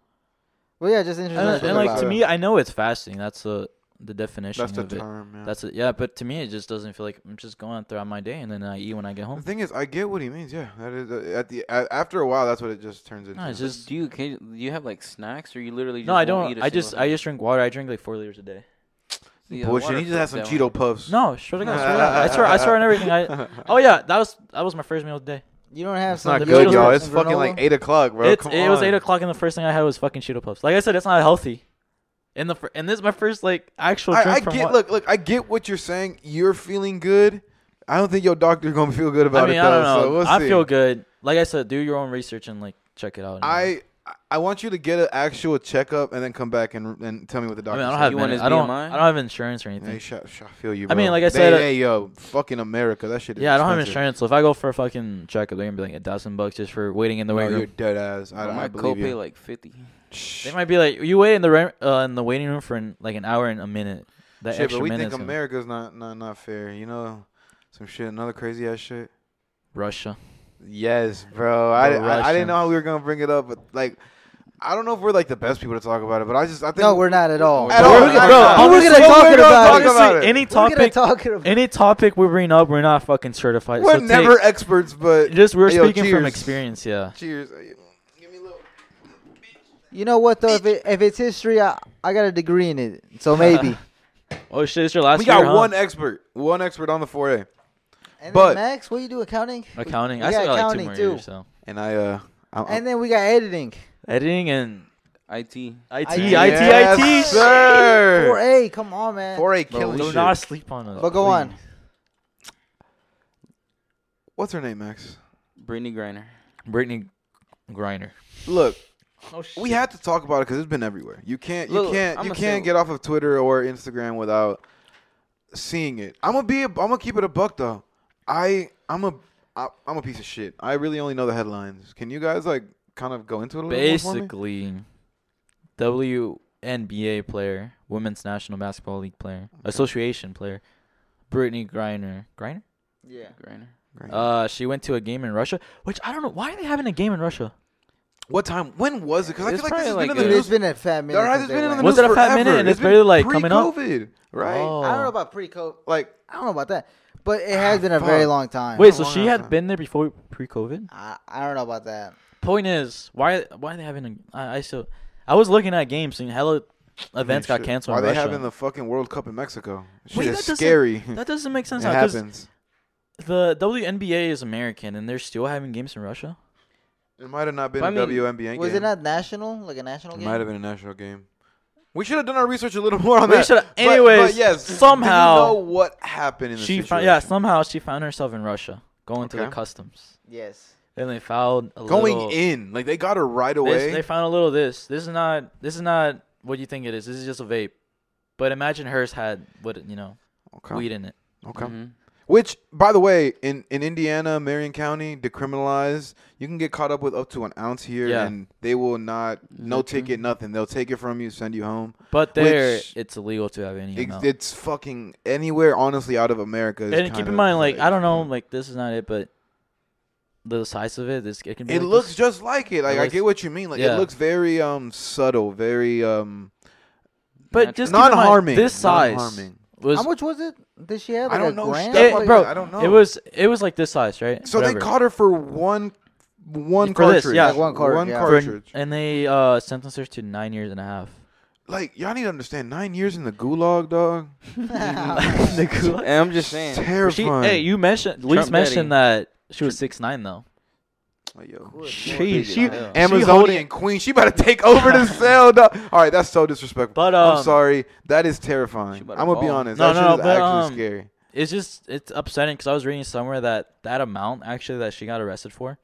[SPEAKER 3] Well, yeah, just interesting.
[SPEAKER 4] And, uh,
[SPEAKER 2] That's
[SPEAKER 4] and,
[SPEAKER 2] what
[SPEAKER 4] like to
[SPEAKER 2] about.
[SPEAKER 4] me, I know it's fasting. That's the the definition
[SPEAKER 2] That's the
[SPEAKER 4] of it.
[SPEAKER 2] term. Yeah.
[SPEAKER 4] That's it. Yeah, but to me, it just doesn't feel like I'm just going throughout my day and then I eat when I get
[SPEAKER 2] the
[SPEAKER 4] home.
[SPEAKER 2] thing is, I get what he means. Yeah, that is uh, at the a after a while, that's what it just turns into.
[SPEAKER 4] No, it's
[SPEAKER 1] But
[SPEAKER 4] just
[SPEAKER 1] do you occasion- do you have like snacks or you literally just
[SPEAKER 4] no. I
[SPEAKER 1] won't
[SPEAKER 4] don't.
[SPEAKER 1] Eat a
[SPEAKER 4] I just
[SPEAKER 1] single
[SPEAKER 4] I
[SPEAKER 1] thing?
[SPEAKER 4] just drink water. I drink like four liters a day.
[SPEAKER 1] See, the
[SPEAKER 2] bullshit.
[SPEAKER 1] water
[SPEAKER 2] He just had some
[SPEAKER 1] fucked that
[SPEAKER 2] Cheeto Puffs.
[SPEAKER 4] No, sure to God, swear to God. I swear, I swear on everything. I oh yeah, that was that was my first meal of the day.
[SPEAKER 3] you don't have
[SPEAKER 2] It's not
[SPEAKER 3] some
[SPEAKER 4] Cheetos
[SPEAKER 2] good, y'all.
[SPEAKER 4] Puffs
[SPEAKER 2] It's fucking like
[SPEAKER 3] granola?
[SPEAKER 2] eight o'clock, bro.
[SPEAKER 4] it's,
[SPEAKER 2] Come
[SPEAKER 4] it was
[SPEAKER 2] on.
[SPEAKER 4] eight o'clock, and the first thing I had was fucking Cheeto puffs. Like I said, it's not healthy. And the fir- and this is my first like actual
[SPEAKER 2] I,
[SPEAKER 4] drink
[SPEAKER 2] I
[SPEAKER 4] from
[SPEAKER 2] get.
[SPEAKER 4] what-
[SPEAKER 2] Look, look. I get what you're saying. You're feeling good. I don't think your doctor's gonna feel good
[SPEAKER 4] I
[SPEAKER 2] about
[SPEAKER 4] mean,
[SPEAKER 2] it
[SPEAKER 4] I
[SPEAKER 2] though.
[SPEAKER 4] don't know.
[SPEAKER 2] So we'll
[SPEAKER 4] I
[SPEAKER 2] see.
[SPEAKER 4] feel good. Like I said, do your own research and like check it out. and-
[SPEAKER 2] I I want you to get an actual checkup and then come back and and tell me what the
[SPEAKER 4] I
[SPEAKER 2] doctor.
[SPEAKER 4] mean, I don't
[SPEAKER 2] said.
[SPEAKER 4] have.
[SPEAKER 1] You want
[SPEAKER 4] medi-
[SPEAKER 1] his
[SPEAKER 4] I don't.
[SPEAKER 1] BMI?
[SPEAKER 4] I don't have insurance or anything.
[SPEAKER 2] Hey,
[SPEAKER 4] Yeah,
[SPEAKER 2] shut, shut, I feel you.
[SPEAKER 4] I mean,
[SPEAKER 2] bro.
[SPEAKER 4] like I
[SPEAKER 2] They-
[SPEAKER 4] said, uh,
[SPEAKER 2] hey, yo, fucking America, that shit. Is
[SPEAKER 4] I don't have
[SPEAKER 2] expensive.
[SPEAKER 4] insurance, so if I go for a fucking checkup, they're gonna be like a thousand bucks just for waiting in the
[SPEAKER 2] No,
[SPEAKER 4] waiting
[SPEAKER 2] you're
[SPEAKER 4] room.
[SPEAKER 2] dead ass. I,
[SPEAKER 1] Well,
[SPEAKER 2] I
[SPEAKER 1] my
[SPEAKER 2] believe
[SPEAKER 1] copay
[SPEAKER 2] you.
[SPEAKER 1] like fifty.
[SPEAKER 2] Shh.
[SPEAKER 4] They might be like, you wait in the re- uh, in the waiting room for an, like an hour and a minute. That
[SPEAKER 2] shit,
[SPEAKER 4] extra
[SPEAKER 2] but we
[SPEAKER 4] minute's
[SPEAKER 2] think
[SPEAKER 4] gonna-
[SPEAKER 2] America's not not not fair. You know, some shit, another crazy ass shit.
[SPEAKER 4] Russia.
[SPEAKER 2] Yes, bro. I,
[SPEAKER 4] The
[SPEAKER 2] I I didn't
[SPEAKER 4] Russians.
[SPEAKER 2] know how we were gonna bring it up, but like, I don't know if we're like the best people to talk about it, but I just I think
[SPEAKER 3] No, we're not at all.
[SPEAKER 2] At
[SPEAKER 4] Bro,
[SPEAKER 2] all,
[SPEAKER 4] we're
[SPEAKER 2] not
[SPEAKER 4] gonna-
[SPEAKER 2] at
[SPEAKER 4] bro,
[SPEAKER 2] all.
[SPEAKER 3] we're
[SPEAKER 4] honestly,
[SPEAKER 3] gonna talk about
[SPEAKER 4] we're gonna-
[SPEAKER 3] it.
[SPEAKER 4] honestly,
[SPEAKER 2] Talk about it.
[SPEAKER 4] any
[SPEAKER 3] We're gonna
[SPEAKER 4] topic,
[SPEAKER 3] talk about
[SPEAKER 4] any topic we bring up, we're not fucking certified.
[SPEAKER 2] We're
[SPEAKER 4] so take-
[SPEAKER 2] never experts, but
[SPEAKER 4] just we're
[SPEAKER 2] Hey, yo,
[SPEAKER 4] speaking from
[SPEAKER 2] cheers.
[SPEAKER 4] experience. Yeah.
[SPEAKER 2] cheers. Give me a little.
[SPEAKER 3] You know what though? If, it, if it's history, I, I got a degree in it, so maybe.
[SPEAKER 4] Oh shit, it's your last.
[SPEAKER 2] We got
[SPEAKER 4] year, huh?
[SPEAKER 2] one expert, one expert on the four A,
[SPEAKER 3] And
[SPEAKER 2] But-
[SPEAKER 3] then Max, what you do accounting?
[SPEAKER 4] accounting.
[SPEAKER 3] We
[SPEAKER 4] I
[SPEAKER 3] got
[SPEAKER 4] still got like two
[SPEAKER 3] accounting,
[SPEAKER 4] more
[SPEAKER 3] too.
[SPEAKER 4] years. So
[SPEAKER 2] and I uh. I'm,
[SPEAKER 3] And then we got editing.
[SPEAKER 4] editing and
[SPEAKER 1] IT.
[SPEAKER 4] IT,
[SPEAKER 3] IT.
[SPEAKER 4] IT, IT.
[SPEAKER 3] Four
[SPEAKER 2] sir.
[SPEAKER 3] A, come on, man.
[SPEAKER 2] Four A
[SPEAKER 4] Bro,
[SPEAKER 2] killing
[SPEAKER 4] do
[SPEAKER 2] shit.
[SPEAKER 4] not sleep on us.
[SPEAKER 3] but go on.
[SPEAKER 2] What's her name, Max?
[SPEAKER 1] Brittany Griner.
[SPEAKER 4] Brittany Griner.
[SPEAKER 2] Look,
[SPEAKER 4] Oh shit.
[SPEAKER 2] we had to talk about it because it's been everywhere. You can't, you
[SPEAKER 1] Look,
[SPEAKER 2] can't,
[SPEAKER 1] I'ma
[SPEAKER 2] you
[SPEAKER 1] say-
[SPEAKER 2] can't get off of Twitter or Instagram without seeing it. I'm gonna be, a, I'm gonna keep it a buck though. I, I'm a, I, I'm a piece of shit. I really only know the headlines. Can you guys like kind of go into it a little more for me?
[SPEAKER 4] Basically, WNBA player, Women's National Basketball League player, association player, Brittany Griner. Griner?
[SPEAKER 3] Yeah.
[SPEAKER 1] Griner.
[SPEAKER 2] Right.
[SPEAKER 4] Uh, she went to a game in Russia, which I don't know. Why are they having a game in Russia?
[SPEAKER 2] what time? When was it? Because I
[SPEAKER 1] it's
[SPEAKER 2] feel like this has
[SPEAKER 1] probably
[SPEAKER 2] been
[SPEAKER 1] like
[SPEAKER 2] in the
[SPEAKER 1] a-
[SPEAKER 3] Dude,
[SPEAKER 2] news.
[SPEAKER 3] it's been at Fat Minute.
[SPEAKER 2] All right,
[SPEAKER 3] since
[SPEAKER 2] it's
[SPEAKER 3] they
[SPEAKER 2] been in the
[SPEAKER 3] went.
[SPEAKER 2] news
[SPEAKER 4] Was it a fat
[SPEAKER 2] forever.
[SPEAKER 4] minute and it's
[SPEAKER 2] been
[SPEAKER 4] barely, like, coming up?
[SPEAKER 2] pre-COVID, right?
[SPEAKER 4] Oh.
[SPEAKER 3] I don't know about pre-COVID.
[SPEAKER 2] Like
[SPEAKER 3] I don't know about that, but it has been a
[SPEAKER 2] Fuck.
[SPEAKER 3] very long time.
[SPEAKER 4] Ah, Wait, so
[SPEAKER 2] long
[SPEAKER 4] she
[SPEAKER 2] ass
[SPEAKER 4] had
[SPEAKER 2] time.
[SPEAKER 4] been there before pre-COVID?
[SPEAKER 3] I, I don't know about that.
[SPEAKER 4] Point is, why why are they having a? I, I still, I was looking at games and hella events
[SPEAKER 2] Holy
[SPEAKER 4] got
[SPEAKER 2] shit.
[SPEAKER 4] canceled.
[SPEAKER 2] Why
[SPEAKER 4] in
[SPEAKER 2] they
[SPEAKER 4] Russia.
[SPEAKER 2] having the fucking World Cup in Mexico? Shit
[SPEAKER 4] Wait,
[SPEAKER 2] is
[SPEAKER 4] that doesn't-
[SPEAKER 2] scary.
[SPEAKER 4] That doesn't make
[SPEAKER 2] it
[SPEAKER 4] sense. now, 'cause
[SPEAKER 2] happens.
[SPEAKER 4] The WNBA is American, and they're still having games in Russia.
[SPEAKER 2] It might have not been
[SPEAKER 1] But I
[SPEAKER 2] a
[SPEAKER 1] mean,
[SPEAKER 2] WNBA game.
[SPEAKER 3] Was it not national, like a national
[SPEAKER 2] It
[SPEAKER 3] game?
[SPEAKER 2] might have been a national game. We should have done our research a little more on
[SPEAKER 4] We
[SPEAKER 2] that.
[SPEAKER 4] shoulda-
[SPEAKER 2] But- but,
[SPEAKER 4] anyways,
[SPEAKER 2] yes,
[SPEAKER 4] somehow-
[SPEAKER 2] do you know what happened in the
[SPEAKER 4] She
[SPEAKER 2] situation?
[SPEAKER 4] found, yeah, somehow she found herself in Russia, going to the
[SPEAKER 2] Okay.
[SPEAKER 4] customs,
[SPEAKER 3] Yes.
[SPEAKER 4] and they found a
[SPEAKER 2] going
[SPEAKER 4] little,
[SPEAKER 2] in like they got her right
[SPEAKER 4] this-
[SPEAKER 2] away.
[SPEAKER 4] They found a little of this. This is not. This is not what you think it is. This is just a vape. But imagine hers had what it- you know,
[SPEAKER 2] okay,
[SPEAKER 4] weed in it.
[SPEAKER 2] okay.
[SPEAKER 1] Mhm.
[SPEAKER 2] Which, by the way, in in Indiana, Marion County decriminalized. You can get caught up with up to an ounce here,
[SPEAKER 4] Yeah.
[SPEAKER 2] and they will not no
[SPEAKER 1] that true?
[SPEAKER 2] ticket, nothing. They'll take it from you, send you home.
[SPEAKER 4] But there,
[SPEAKER 2] Which-
[SPEAKER 4] it's illegal to have any.
[SPEAKER 2] It's,
[SPEAKER 4] amount.
[SPEAKER 2] it's fucking anywhere, honestly, out of America. is
[SPEAKER 4] and keep
[SPEAKER 2] kind
[SPEAKER 4] in
[SPEAKER 2] of,
[SPEAKER 4] mind, like I don't know, like this is not it, but the size of it, this it can be.
[SPEAKER 2] It
[SPEAKER 4] like
[SPEAKER 2] looks
[SPEAKER 4] this.
[SPEAKER 2] just like it. Like I
[SPEAKER 4] looks-
[SPEAKER 2] get what you mean. Like
[SPEAKER 4] yeah.
[SPEAKER 2] it looks very um subtle, very um
[SPEAKER 4] but just keep in mind,
[SPEAKER 2] non-harming.
[SPEAKER 4] This size,
[SPEAKER 2] Non-harming.
[SPEAKER 4] was
[SPEAKER 3] How much was it? Did she have?
[SPEAKER 2] I
[SPEAKER 3] Like
[SPEAKER 2] don't
[SPEAKER 3] a
[SPEAKER 2] know
[SPEAKER 3] Grand?
[SPEAKER 2] stuff
[SPEAKER 4] it,
[SPEAKER 2] like
[SPEAKER 4] bro.
[SPEAKER 2] that. I don't know.
[SPEAKER 4] It was it was like this size, right?
[SPEAKER 2] So
[SPEAKER 4] Whatever.
[SPEAKER 2] they caught her for one, one
[SPEAKER 4] For this,
[SPEAKER 2] cartridge.
[SPEAKER 4] yeah.
[SPEAKER 3] Like one cartridge, yeah.
[SPEAKER 4] For-
[SPEAKER 2] cartridge.
[SPEAKER 4] and they uh, sentenced her to nine years and a half.
[SPEAKER 2] Like y'all need to understand, nine years in the gulag, dog.
[SPEAKER 4] The gulag?
[SPEAKER 1] And I'm just saying.
[SPEAKER 4] She,
[SPEAKER 2] terrifying.
[SPEAKER 4] hey, you mentioned
[SPEAKER 1] Trump
[SPEAKER 4] Luis mentioned that she was
[SPEAKER 1] Trump-
[SPEAKER 4] six nine though.
[SPEAKER 2] Like, yo,
[SPEAKER 3] Good
[SPEAKER 4] She,
[SPEAKER 3] lord.
[SPEAKER 4] she,
[SPEAKER 1] Yeah.
[SPEAKER 2] Amazonian queen, she about to take over the cell, dog. All right, that's so disrespectful.
[SPEAKER 4] But,
[SPEAKER 2] I'm
[SPEAKER 4] um,
[SPEAKER 2] sorry, that is
[SPEAKER 1] She
[SPEAKER 2] terrifying.
[SPEAKER 1] about to
[SPEAKER 2] I'm gonna be
[SPEAKER 1] fall.
[SPEAKER 2] honest.
[SPEAKER 4] No,
[SPEAKER 2] that
[SPEAKER 4] no,
[SPEAKER 2] shit is
[SPEAKER 4] but,
[SPEAKER 2] actually
[SPEAKER 4] um,
[SPEAKER 2] scary.
[SPEAKER 4] it's just it's upsetting because I was reading somewhere that that amount actually that she got arrested for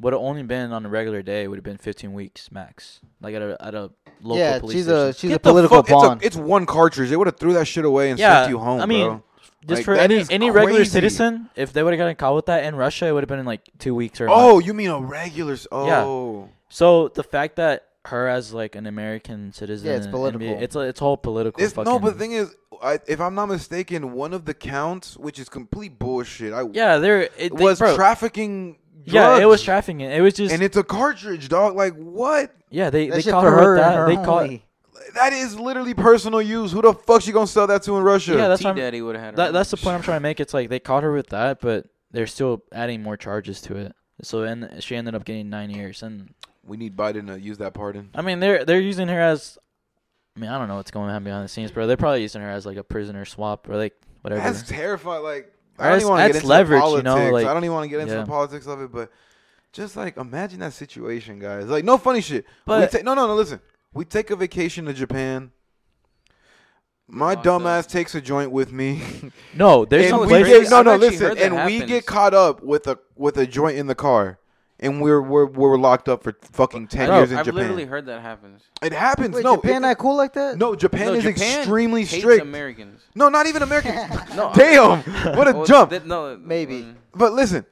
[SPEAKER 4] would have only been on a regular day would have been 15 weeks max, like at a at a local
[SPEAKER 3] yeah,
[SPEAKER 4] police
[SPEAKER 3] she's
[SPEAKER 4] station.
[SPEAKER 3] a she's a
[SPEAKER 2] Get the
[SPEAKER 3] political
[SPEAKER 2] fuck- it's a-
[SPEAKER 3] pawn.
[SPEAKER 2] It's, one cartridge. They would have threw that shit away and
[SPEAKER 4] yeah,
[SPEAKER 2] sent you home,
[SPEAKER 4] I mean,
[SPEAKER 2] bro.
[SPEAKER 4] just
[SPEAKER 2] Like,
[SPEAKER 4] for
[SPEAKER 2] that
[SPEAKER 4] any
[SPEAKER 2] is
[SPEAKER 4] any regular
[SPEAKER 2] crazy.
[SPEAKER 4] citizen, if they would have gotten caught with that in Russia, it would have been in like two weeks or a month.
[SPEAKER 2] Oh, you mean a regular? s- Oh,
[SPEAKER 4] So the fact that her as like an American citizen,
[SPEAKER 3] Yeah, it's
[SPEAKER 4] and
[SPEAKER 3] political.
[SPEAKER 4] NBA it's a, it's all political.
[SPEAKER 2] It's,
[SPEAKER 4] fucking,
[SPEAKER 2] no, but the thing is, I, if I'm not mistaken, one of the counts, which is complete bullshit, I
[SPEAKER 4] yeah, there it they-
[SPEAKER 2] was
[SPEAKER 4] bro,
[SPEAKER 2] trafficking.
[SPEAKER 4] Yeah, it was
[SPEAKER 2] drugs.
[SPEAKER 4] trafficking. It was just
[SPEAKER 2] and it's a cartridge, dog. Like what?
[SPEAKER 4] yeah. They
[SPEAKER 3] That
[SPEAKER 4] they
[SPEAKER 3] shit
[SPEAKER 4] caught
[SPEAKER 3] for
[SPEAKER 4] her,
[SPEAKER 3] her
[SPEAKER 4] with
[SPEAKER 3] and
[SPEAKER 4] that.
[SPEAKER 3] her
[SPEAKER 4] they caught
[SPEAKER 3] only.
[SPEAKER 2] That is literally personal use. Who the fuck she gonna sell that to in Russia?
[SPEAKER 4] Yeah, that's
[SPEAKER 1] T
[SPEAKER 4] what I'm-
[SPEAKER 1] Daddy would have had. her
[SPEAKER 4] that.
[SPEAKER 1] on.
[SPEAKER 4] That's the point I'm trying to make. It's like they caught her with that, but they're still adding more charges to it. So and she ended up getting nine years. And
[SPEAKER 2] we need Biden to use that pardon.
[SPEAKER 4] I mean, they're they're using her as. I mean, I don't know what's going on behind the scenes, bro. They're probably using her as like a prisoner swap or like whatever.
[SPEAKER 2] That's terrifying. Like I don't
[SPEAKER 4] That's-
[SPEAKER 2] even want to get
[SPEAKER 4] that's
[SPEAKER 2] into
[SPEAKER 4] leverage,
[SPEAKER 2] the
[SPEAKER 4] you
[SPEAKER 2] politics.
[SPEAKER 4] know, like-
[SPEAKER 2] I don't even want to get into
[SPEAKER 4] yeah.
[SPEAKER 2] the politics of it, but just like imagine that situation, guys. Like no funny shit.
[SPEAKER 4] But-
[SPEAKER 2] we ta- no, no, no. Listen, we take a vacation to Japan. My
[SPEAKER 1] Locked up.
[SPEAKER 2] dumbass takes a joint with me.
[SPEAKER 4] no, there's
[SPEAKER 2] and
[SPEAKER 4] some
[SPEAKER 2] we
[SPEAKER 1] place-
[SPEAKER 4] places.
[SPEAKER 2] get, no,
[SPEAKER 1] I've
[SPEAKER 2] no,
[SPEAKER 1] actually
[SPEAKER 2] listen,
[SPEAKER 1] heard that
[SPEAKER 2] and we get
[SPEAKER 1] happens.
[SPEAKER 2] caught up with a with a joint in the car, and we're we're we're locked up for fucking ten
[SPEAKER 1] Bro,
[SPEAKER 2] years in
[SPEAKER 1] I've
[SPEAKER 2] Japan.
[SPEAKER 1] literally heard that happens.
[SPEAKER 2] it happens.
[SPEAKER 3] Wait,
[SPEAKER 2] no,
[SPEAKER 3] Japan
[SPEAKER 2] it,
[SPEAKER 3] not cool like that?
[SPEAKER 2] no, Japan
[SPEAKER 1] no,
[SPEAKER 2] is
[SPEAKER 1] Japan
[SPEAKER 2] extremely
[SPEAKER 1] hates
[SPEAKER 2] strict.
[SPEAKER 1] Americans.
[SPEAKER 2] no, not even Americans.
[SPEAKER 1] No,
[SPEAKER 2] Damn, what a
[SPEAKER 1] Well,
[SPEAKER 2] jump!
[SPEAKER 1] th- no,
[SPEAKER 3] Maybe.
[SPEAKER 1] mm,
[SPEAKER 2] but listen,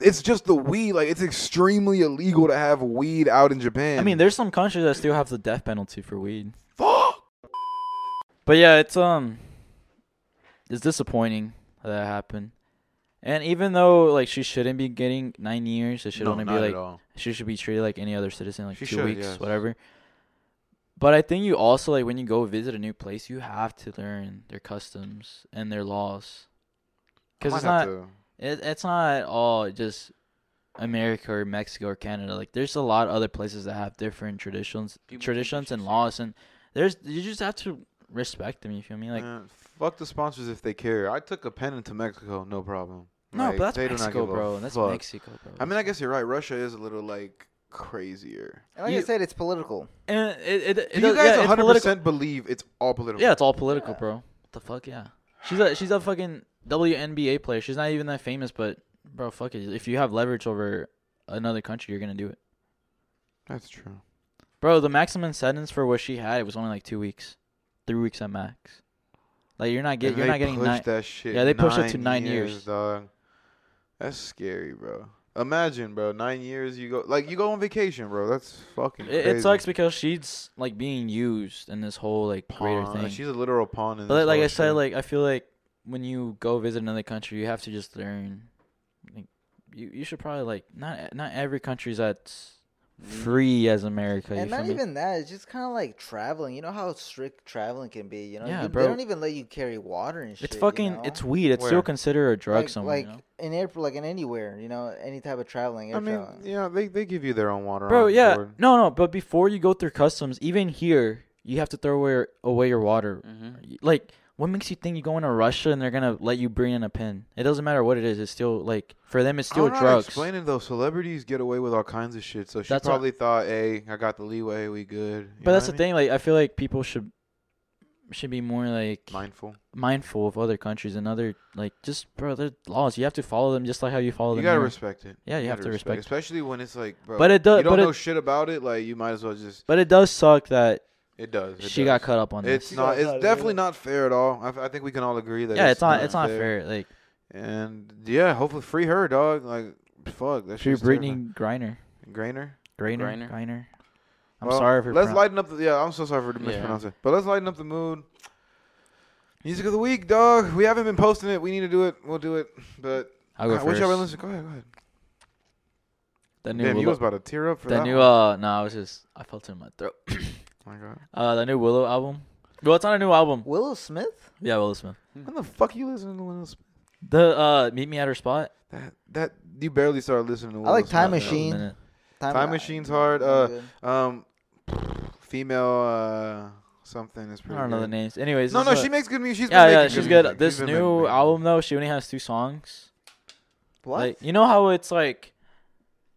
[SPEAKER 2] it's just the weed. Like it's extremely illegal to have weed out in Japan.
[SPEAKER 4] I mean, there's some countries that still have the death penalty for weed.
[SPEAKER 2] fuck.
[SPEAKER 4] But yeah, it's um, it's disappointing that that happened. And even though like she shouldn't be getting nine years, it should only be like
[SPEAKER 2] all.
[SPEAKER 4] she should be treated like any other citizen, like
[SPEAKER 2] She
[SPEAKER 4] two
[SPEAKER 2] should,
[SPEAKER 4] weeks,
[SPEAKER 2] yes.
[SPEAKER 4] whatever. But I think you also like when you go visit a new place, you have to learn their customs and their laws, because it's not it, it's not all just America or Mexico or Canada. Like there's a lot of other places that have different traditions,
[SPEAKER 1] People think they
[SPEAKER 4] traditions and
[SPEAKER 1] should-
[SPEAKER 4] laws, and there's you just have to respect them. You feel me? Like
[SPEAKER 2] fuck the sponsors if they care. I took a pen into Mexico, no problem.
[SPEAKER 4] No,
[SPEAKER 2] Mm, Like,
[SPEAKER 4] but that's
[SPEAKER 2] they do not
[SPEAKER 4] Mexico,
[SPEAKER 2] give a
[SPEAKER 4] bro. That's
[SPEAKER 2] fuck.
[SPEAKER 4] Mexico, bro.
[SPEAKER 2] I mean, I guess you're right. Russia is a little like crazier.
[SPEAKER 3] And like I
[SPEAKER 4] You-
[SPEAKER 3] said, it's political.
[SPEAKER 4] and it, it, it,
[SPEAKER 2] Do you
[SPEAKER 4] does- yeah,
[SPEAKER 2] guys
[SPEAKER 4] it's
[SPEAKER 2] 100
[SPEAKER 4] political.
[SPEAKER 2] percent believe it's all political?
[SPEAKER 4] Yeah, it's all political,
[SPEAKER 3] Yeah.
[SPEAKER 4] bro. What the fuck, yeah. She's a she's a fucking WNBA player. She's not even that famous, but bro, fuck it. If you have leverage over another country, you're gonna do it,
[SPEAKER 2] that's true.
[SPEAKER 4] bro. The maximum sentence for what she had it was only like two weeks, three weeks at max. Like you're not
[SPEAKER 2] And
[SPEAKER 4] getting you're
[SPEAKER 2] they
[SPEAKER 4] not getting
[SPEAKER 2] pushed
[SPEAKER 4] nine.
[SPEAKER 2] that shit.
[SPEAKER 4] Yeah, they pushed it to nine years.
[SPEAKER 2] dog. That's scary, bro. Imagine, bro, nine years you go like you go on vacation, bro. That's fucking.
[SPEAKER 4] It,
[SPEAKER 2] crazy.
[SPEAKER 4] it sucks because she's like being used in this whole like greater
[SPEAKER 2] Pawn.
[SPEAKER 4] thing.
[SPEAKER 2] She's a literal pawn in.
[SPEAKER 4] But
[SPEAKER 2] this
[SPEAKER 4] like
[SPEAKER 2] whole
[SPEAKER 4] I said,
[SPEAKER 2] shit.
[SPEAKER 4] like I feel like when you go visit another country, you have to just learn. Like, you you should probably like not not every country's that's free as America.
[SPEAKER 3] And
[SPEAKER 4] you
[SPEAKER 3] not
[SPEAKER 4] feel me?
[SPEAKER 3] even that. It's just kind of like traveling. You know how strict traveling can be. You know,
[SPEAKER 4] Yeah,
[SPEAKER 3] You-
[SPEAKER 4] bro.
[SPEAKER 3] they don't even let you carry water and shit.
[SPEAKER 4] It's
[SPEAKER 3] you
[SPEAKER 4] fucking
[SPEAKER 3] know?
[SPEAKER 4] it's weed. It's
[SPEAKER 2] Where?
[SPEAKER 4] still considered a drug
[SPEAKER 3] like,
[SPEAKER 4] somewhere.
[SPEAKER 3] like in airport, like in anywhere. You know, any type of traveling. Air
[SPEAKER 2] I mean,
[SPEAKER 3] traveling.
[SPEAKER 2] yeah, they they give you their own water,
[SPEAKER 4] Bro,
[SPEAKER 2] on
[SPEAKER 4] yeah,
[SPEAKER 2] board.
[SPEAKER 4] no, no. But before you go through customs, even here, you have to throw away away your water.
[SPEAKER 1] mhm.
[SPEAKER 4] Like, what makes you think you go into Russia and they're gonna let you bring in a pen? It doesn't matter what it is. It's still like for them, it's still
[SPEAKER 2] I'm not
[SPEAKER 4] drugs.
[SPEAKER 2] explaining though. Celebrities get away with all kinds of shit, so she
[SPEAKER 4] That's what-
[SPEAKER 2] probably thought, "Hey, I got the leeway. We good." You
[SPEAKER 4] But
[SPEAKER 2] know
[SPEAKER 4] that's the
[SPEAKER 2] what I mean?
[SPEAKER 4] thing. Like, I feel like people should should be more like
[SPEAKER 2] Mindful.
[SPEAKER 4] mindful of other countries and other like just bro their laws. You have to follow them just like how you follow
[SPEAKER 2] You
[SPEAKER 4] them.
[SPEAKER 2] gotta
[SPEAKER 4] here.
[SPEAKER 2] respect it.
[SPEAKER 4] yeah, you have
[SPEAKER 2] gotta
[SPEAKER 4] to respect.
[SPEAKER 2] especially when it's like, bro.
[SPEAKER 4] But it does-
[SPEAKER 2] You don't
[SPEAKER 4] but it-
[SPEAKER 2] know shit about it. Like, you might as well just.
[SPEAKER 4] But it does suck that
[SPEAKER 2] It does. It
[SPEAKER 4] she
[SPEAKER 2] does.
[SPEAKER 4] got caught up on
[SPEAKER 2] It's
[SPEAKER 4] this.
[SPEAKER 3] She
[SPEAKER 2] not.
[SPEAKER 3] got caught,
[SPEAKER 2] It's definitely
[SPEAKER 3] yeah.
[SPEAKER 2] not fair at all. I, f- I think we can all agree that.
[SPEAKER 4] yeah, it's not. It's not fair. Like
[SPEAKER 2] And yeah, hopefully free her, dog. Like, fuck. That's
[SPEAKER 4] through Brittany Griner,
[SPEAKER 2] Grainer.
[SPEAKER 4] Griner,
[SPEAKER 1] Griner.
[SPEAKER 4] Griner. I'm
[SPEAKER 2] Well,
[SPEAKER 4] sorry for
[SPEAKER 2] Let's
[SPEAKER 4] pro-
[SPEAKER 2] lighten up the. Yeah, I'm so sorry for
[SPEAKER 1] Yeah.
[SPEAKER 2] mispronouncing. But let's lighten up the mood. Music of the week, dog. We haven't been posting it. We need to do it. We'll do it. But
[SPEAKER 4] I'll go
[SPEAKER 2] I wish y'all been
[SPEAKER 4] first.
[SPEAKER 2] listening. Go ahead. Go ahead.
[SPEAKER 4] That new
[SPEAKER 2] Damn, you
[SPEAKER 4] Willow,
[SPEAKER 2] was about to tear up for
[SPEAKER 4] that
[SPEAKER 2] that.
[SPEAKER 4] new
[SPEAKER 2] one.
[SPEAKER 4] uh no, I was just I felt it in my throat.
[SPEAKER 2] Oh my God.
[SPEAKER 4] Uh, the new Willow album. Well, it's on a new album.
[SPEAKER 3] Willow Smith?
[SPEAKER 4] Yeah, Will Smith.
[SPEAKER 2] When the fuck you listening to Will Smith?
[SPEAKER 4] The uh, Meet Me at Her Spot.
[SPEAKER 2] That that you barely started listening to. Will
[SPEAKER 3] I like
[SPEAKER 2] Smith.
[SPEAKER 3] Time
[SPEAKER 4] That was a
[SPEAKER 3] Machine.
[SPEAKER 4] minute.
[SPEAKER 2] Time
[SPEAKER 3] I-
[SPEAKER 2] Machine's hard.
[SPEAKER 3] I'm
[SPEAKER 2] Uh,
[SPEAKER 3] good.
[SPEAKER 2] Um, female uh something is
[SPEAKER 4] I
[SPEAKER 2] pretty.
[SPEAKER 4] don't know the
[SPEAKER 2] good.
[SPEAKER 4] names. Anyways,
[SPEAKER 2] No,
[SPEAKER 4] this
[SPEAKER 2] no,
[SPEAKER 4] is
[SPEAKER 2] she
[SPEAKER 4] a-
[SPEAKER 2] makes good music. She's been
[SPEAKER 4] yeah, yeah,
[SPEAKER 2] making
[SPEAKER 4] she's
[SPEAKER 2] good. music.
[SPEAKER 4] good. This
[SPEAKER 2] She's been
[SPEAKER 4] new
[SPEAKER 2] making-
[SPEAKER 4] album though, she only has two songs.
[SPEAKER 3] what?
[SPEAKER 4] Like you know how it's like